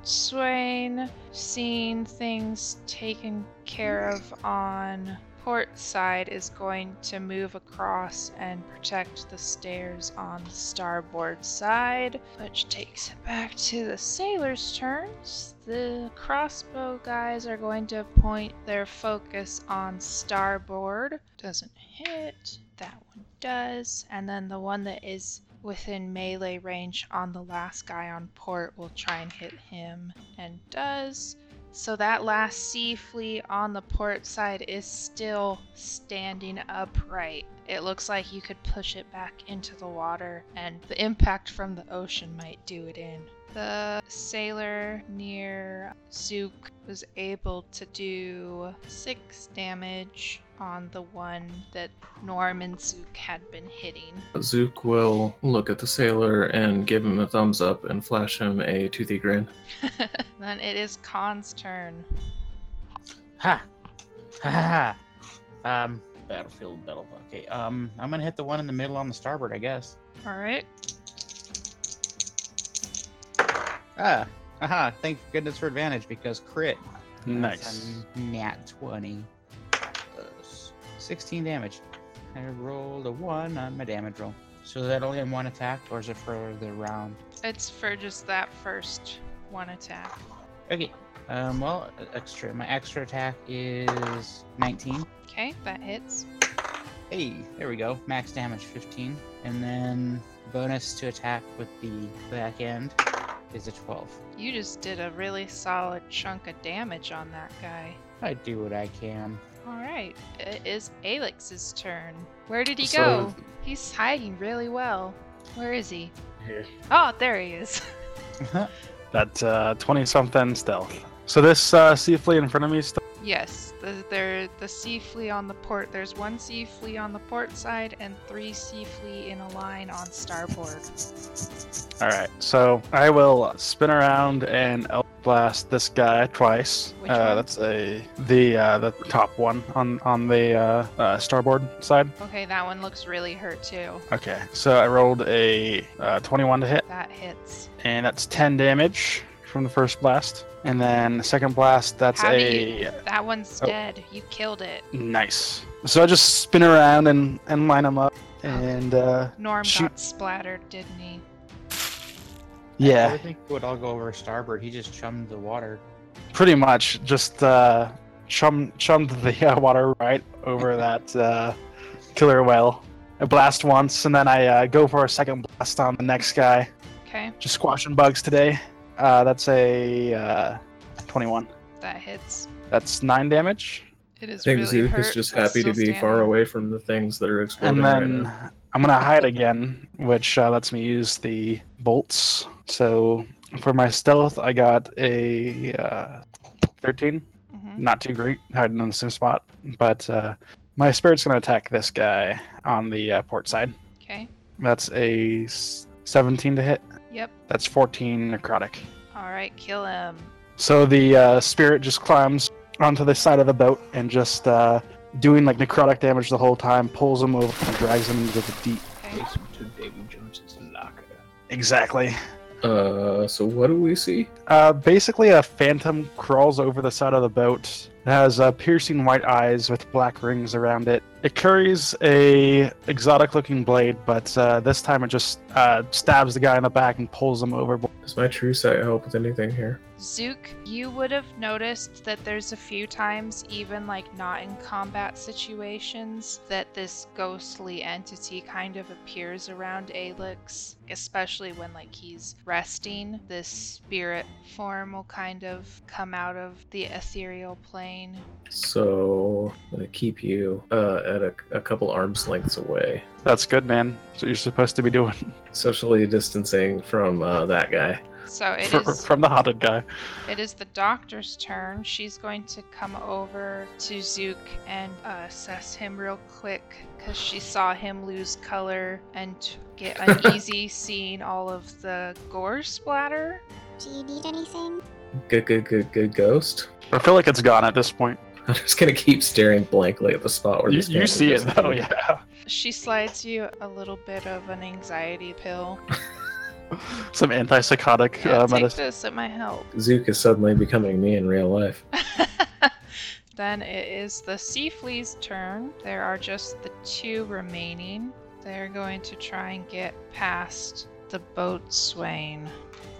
Speaker 2: boatswain, seeing things taken care of on port side, is going to move across and protect the stairs on the starboard side, which takes it back to the sailors' turns. The crossbow guys are going to point their focus on starboard. Doesn't hit. That one does. And then the one that is within melee range on the last guy on port will try and hit him and does. So that last sea flea on the port side is still standing upright. It looks like you could push it back into the water, and the impact from the ocean might do it in. The sailor near Zook was able to do six damage on the one that Norm and Zook had been hitting.
Speaker 3: Zook will look at the sailor and give him a thumbs up and flash him a toothy grin.
Speaker 2: then it is Khan's turn.
Speaker 5: Ha! Ha ha ha! Um, battlefield, battlefield. Okay, um, I'm gonna hit the one in the middle on the starboard, I guess.
Speaker 2: All right.
Speaker 5: Ah, aha, thank goodness for advantage because crit. That's a
Speaker 8: Nice.
Speaker 5: nat 20. Plus 16 damage. I rolled a 1 on my damage roll. So is that only in one attack, or is it for the round?
Speaker 2: It's for just that first one attack.
Speaker 5: Okay. Um, well, extra. My extra attack is 19.
Speaker 2: Okay, that hits.
Speaker 5: Hey, there we go. Max damage 15. And then bonus to attack with the back end is a 12.
Speaker 2: You just did a really solid chunk of damage on that guy.
Speaker 5: I do what I can.
Speaker 2: All right, it is Alex's turn. Where did he
Speaker 3: So-
Speaker 2: go? He's hiding really well. Where is he?
Speaker 8: Here.
Speaker 2: Oh, there he is.
Speaker 6: That's uh, twenty something stealth. So this uh, sea flea in front of me is
Speaker 2: Yes, the, there the sea flea on the port. There's one sea flea on the port side and three sea flea in a line on starboard.
Speaker 6: All right, so I will spin around and elf blast this guy twice.
Speaker 2: Which
Speaker 6: Uh,
Speaker 2: one?
Speaker 6: that's a the uh, the top one on on the uh, uh, starboard side.
Speaker 2: Okay, that one looks really hurt too.
Speaker 6: Okay, so I rolled a uh, 21 to hit,
Speaker 2: That hits.
Speaker 6: and that's 10 damage from the first blast, and then the second blast that's
Speaker 2: How do
Speaker 6: a
Speaker 2: you- That one's
Speaker 6: Oh.
Speaker 2: dead. You killed it.
Speaker 6: nice. So I just spin around and and line them up, and uh,
Speaker 2: Norm
Speaker 6: Shoot.
Speaker 2: got splattered, didn't he?
Speaker 6: yeah.
Speaker 5: I think it would all go over starboard. He just chummed the water.
Speaker 6: pretty much just uh, chum chummed the uh, water right over that uh, killer whale. I blast once, and then I uh, go for a second blast on the next guy.
Speaker 2: Okay,
Speaker 6: Just squashing bugs today. Uh, that's a uh, 21.
Speaker 2: that hits.
Speaker 6: That's nine damage,
Speaker 2: It
Speaker 3: I
Speaker 2: is
Speaker 3: think
Speaker 2: really
Speaker 3: Zeus
Speaker 2: hurt,
Speaker 3: is just
Speaker 2: but
Speaker 3: happy to
Speaker 2: still
Speaker 3: be far
Speaker 2: standing.
Speaker 3: away from the things that are exploding
Speaker 6: and
Speaker 3: right
Speaker 6: then
Speaker 3: now.
Speaker 6: I'm gonna hide again, which uh, lets me use the bolts. So for my stealth, I got a uh, 13.
Speaker 2: Mhm.
Speaker 6: not too great hiding in the same spot but uh, my spirit's going to attack this guy on the uh, port side
Speaker 2: Okay.
Speaker 6: that's a s- 17 to hit
Speaker 2: Yep.
Speaker 6: that's 14 necrotic
Speaker 2: All right, kill him.
Speaker 6: so the uh, spirit just climbs onto the side of the boat and just uh, doing like necrotic damage the whole time pulls him over and drags him into the deep
Speaker 2: Okay.
Speaker 4: Takes him to Davy Jones's locker.
Speaker 6: exactly
Speaker 3: Uh, so what do we see?
Speaker 6: Uh, basically, a phantom crawls over the side of the boat. It has uh, piercing white eyes with black rings around it. It carries a exotic-looking blade, but uh, this time it just uh, stabs the guy in the back and pulls him overboard.
Speaker 3: Does my true sight help with anything here?
Speaker 2: Zook, you would have noticed that there's a few times, even like not in combat situations, that this ghostly entity kind of appears around Alix, especially when like he's resting. This spirit form will kind of come out of the ethereal plane.
Speaker 3: So I'm gonna keep you uh, at a, a couple arms lengths away,
Speaker 6: That's good, man. That's what you're supposed to be doing
Speaker 3: socially distancing from uh, that guy.
Speaker 2: So it is.
Speaker 6: fr- from the haunted guy.
Speaker 2: It is the doctor's turn. She's going to come over to Zook and uh, assess him real quick because she saw him lose color and get uneasy seeing all of the gore splatter.
Speaker 9: Do you need anything?
Speaker 3: Good, good, good, good ghost.
Speaker 6: I feel like it's gone at this point.
Speaker 3: I'm just gonna keep staring blankly at the spot where
Speaker 6: You,
Speaker 3: this
Speaker 6: you
Speaker 3: phantom
Speaker 6: see it
Speaker 3: disappeared.
Speaker 6: though, yeah.
Speaker 2: She slides you a little bit of an anxiety pill.
Speaker 6: Some antipsychotic
Speaker 2: Yeah,
Speaker 6: uh,
Speaker 2: take
Speaker 6: medicine.
Speaker 2: this, it might help.
Speaker 3: Zook is suddenly becoming me in real life.
Speaker 2: then it is the sea flea's turn. There are just the two remaining. They're going to try and get past the boatswain.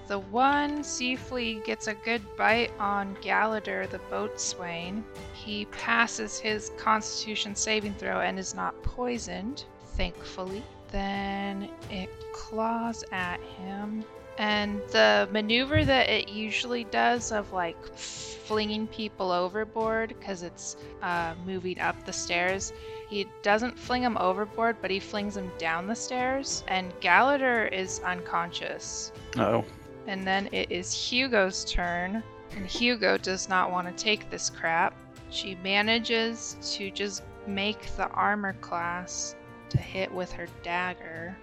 Speaker 2: The one sea flea gets a good bite on Gallagher, the boatswain. He passes his constitution saving throw and is not poisoned, thankfully. Then it claws at him. And the maneuver that it usually does of like flinging people overboard because it's uh, moving up the stairs, he doesn't fling them overboard, but he flings them down the stairs. And Gallagher is unconscious.
Speaker 6: No.
Speaker 2: And then it is Hugo's turn, and Hugo does not want to take this crap. She manages to just make the armor class to hit with her dagger.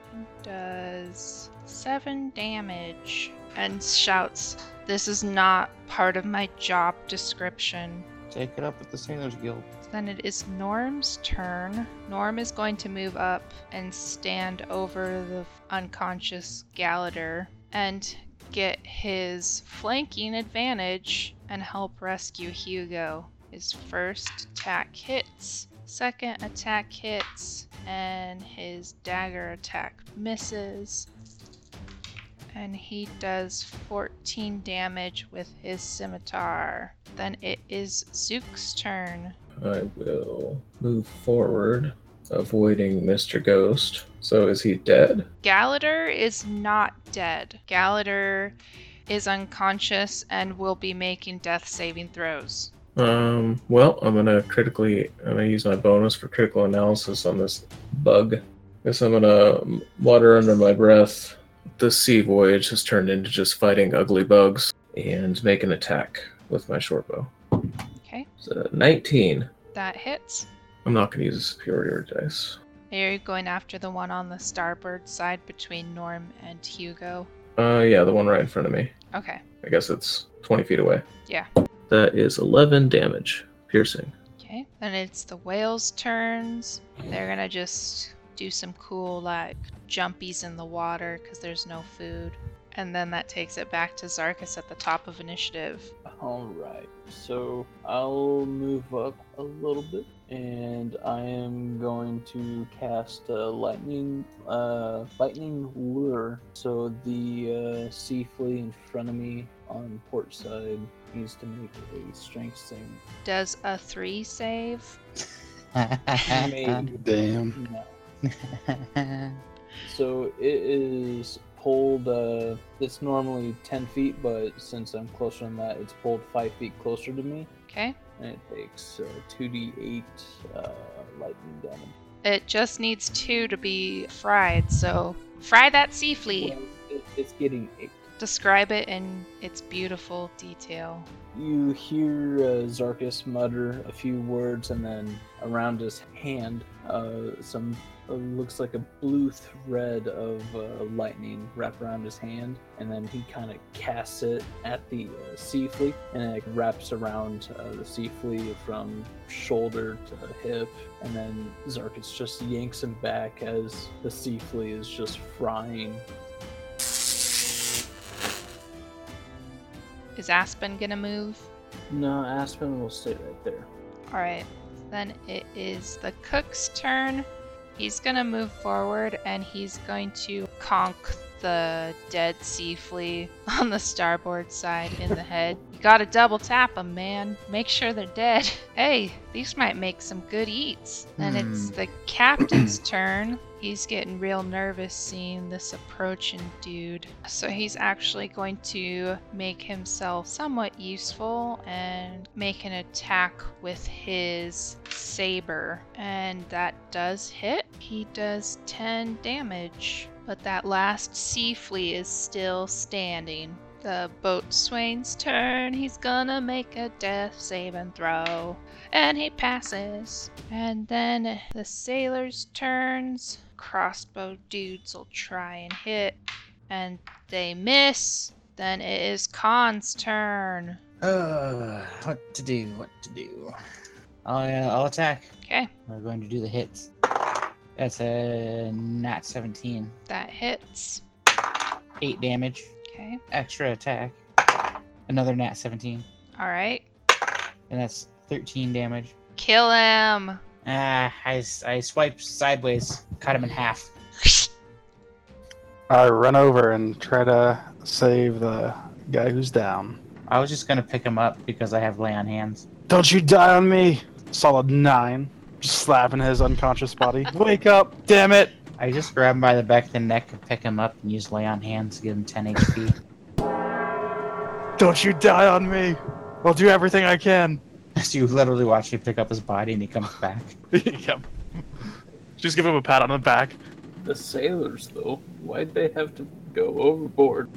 Speaker 2: Does seven damage and shouts, This is not part of my job description.
Speaker 5: Take it up with the Sailors Guild.
Speaker 2: Then it is Norm's turn. Norm is going to move up and stand over the unconscious Gallagher and get his flanking advantage and help rescue Hugo. His first attack hits, second attack hits, and his dagger attack misses. And he does 14 damage with his scimitar. Then it is Zook's turn.
Speaker 3: I will move forward, avoiding Mr. Ghost. So is he dead?
Speaker 2: Gallagher is not dead. Gallagher is unconscious and will be making death saving throws.
Speaker 3: Um, well, I'm gonna critically, I'm gonna use my bonus for critical analysis on this bug. Guess I'm gonna um, water under my breath. The sea voyage has turned into just fighting ugly bugs and make an attack with my shortbow.
Speaker 2: Okay.
Speaker 3: So 19.
Speaker 2: That hits.
Speaker 3: I'm not going to use a superior dice.
Speaker 2: You're going after the one on the starboard side between Norm and Hugo.
Speaker 3: Uh, yeah, the one right in front of me.
Speaker 2: Okay.
Speaker 3: I guess it's 20 feet away.
Speaker 2: Yeah.
Speaker 3: That is 11 damage, piercing.
Speaker 2: Okay. Then it's the whale's turns. They're gonna just do some cool like jumpies in the water because there's no food. And then that takes it back to Zarkus at the top of initiative.
Speaker 4: All right, so I'll move up a little bit, and I am going to cast a lightning, uh, lightning lure. So the uh, sea flea in front of me on port side needs to make a strength saving.
Speaker 2: Does a three save?
Speaker 5: Ah,
Speaker 4: Maybe.
Speaker 6: Damn.
Speaker 4: No. So it is pulled. Uh, it's normally ten feet, but since I'm closer than that, it's pulled five feet closer to me,
Speaker 2: Okay.
Speaker 4: and it takes two d eight uh, lightning damage.
Speaker 2: It just needs two to be fried, so fry that sea flea.
Speaker 4: Well, it- it's getting eight.
Speaker 2: Describe it in its beautiful detail.
Speaker 4: You hear uh, Zarkus mutter a few words, and then around his hand, uh, some uh, looks like a blue thread of uh, lightning wrap around his hand, and then he kind of casts it at the uh, sea flea, and it wraps around uh, the sea flea from shoulder to hip, and then Zarkus just yanks him back as the sea flea is just frying.
Speaker 2: Is Aspen gonna move?
Speaker 4: No, Aspen will stay right there.
Speaker 2: Alright, then it is the cook's turn. He's gonna move forward and he's going to conk the dead sea flea on the starboard side in the head. You gotta double tap them, man. Make sure they're dead. Hey, these might make some good eats. Then it's the captain's turn. He's getting real nervous seeing this approaching dude. So he's actually going to make himself somewhat useful and make an attack with his saber. And that does hit. He does 10 damage. But that last sea flea is still standing. The boatswain's turn. He's gonna make a death saving throw. And he passes. And then the sailor's turns. Crossbow dudes will try and hit. And they miss. Then it is Khan's turn.
Speaker 5: Uh, what to do? What to do? I'll, uh, I'll attack.
Speaker 2: Okay,
Speaker 5: We're going to do the hits. That's a not 17.
Speaker 2: that hits.
Speaker 5: 8 damage.
Speaker 2: Okay,
Speaker 5: Extra attack. Another nat 17.
Speaker 2: alright.
Speaker 5: And that's 13 damage.
Speaker 2: Kill him!
Speaker 5: Ah, I, s- I swiped sideways, cut him in half.
Speaker 6: I run over and try to save the guy who's down.
Speaker 5: I was just going to pick him up because I have lay on hands.
Speaker 6: Don't you die on me! Solid nine. Just slapping his unconscious body. Wake up! Damn it!
Speaker 5: I just grab him by the back of the neck and pick him up and use lay on hands to give him 10 HP.
Speaker 6: Don't you die on me! I'll do everything I can.
Speaker 5: so you literally watch me pick up his body and he comes back.
Speaker 6: yep. Just give him a pat on the back.
Speaker 4: The sailors, though, why'd they have to go overboard?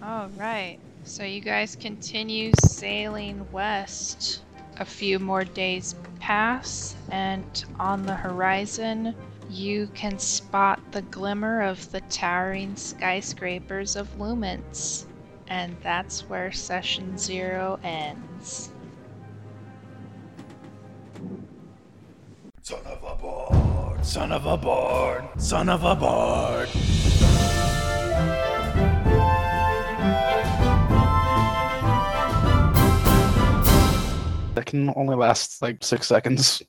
Speaker 2: Alright, so you guys continue sailing west. A few more days pass, and on the horizon, you can spot the glimmer of the towering skyscrapers of Lumens. And that's where session zero ends.
Speaker 1: Son of a board, son of a board, son of a board.
Speaker 6: That can only last like six seconds.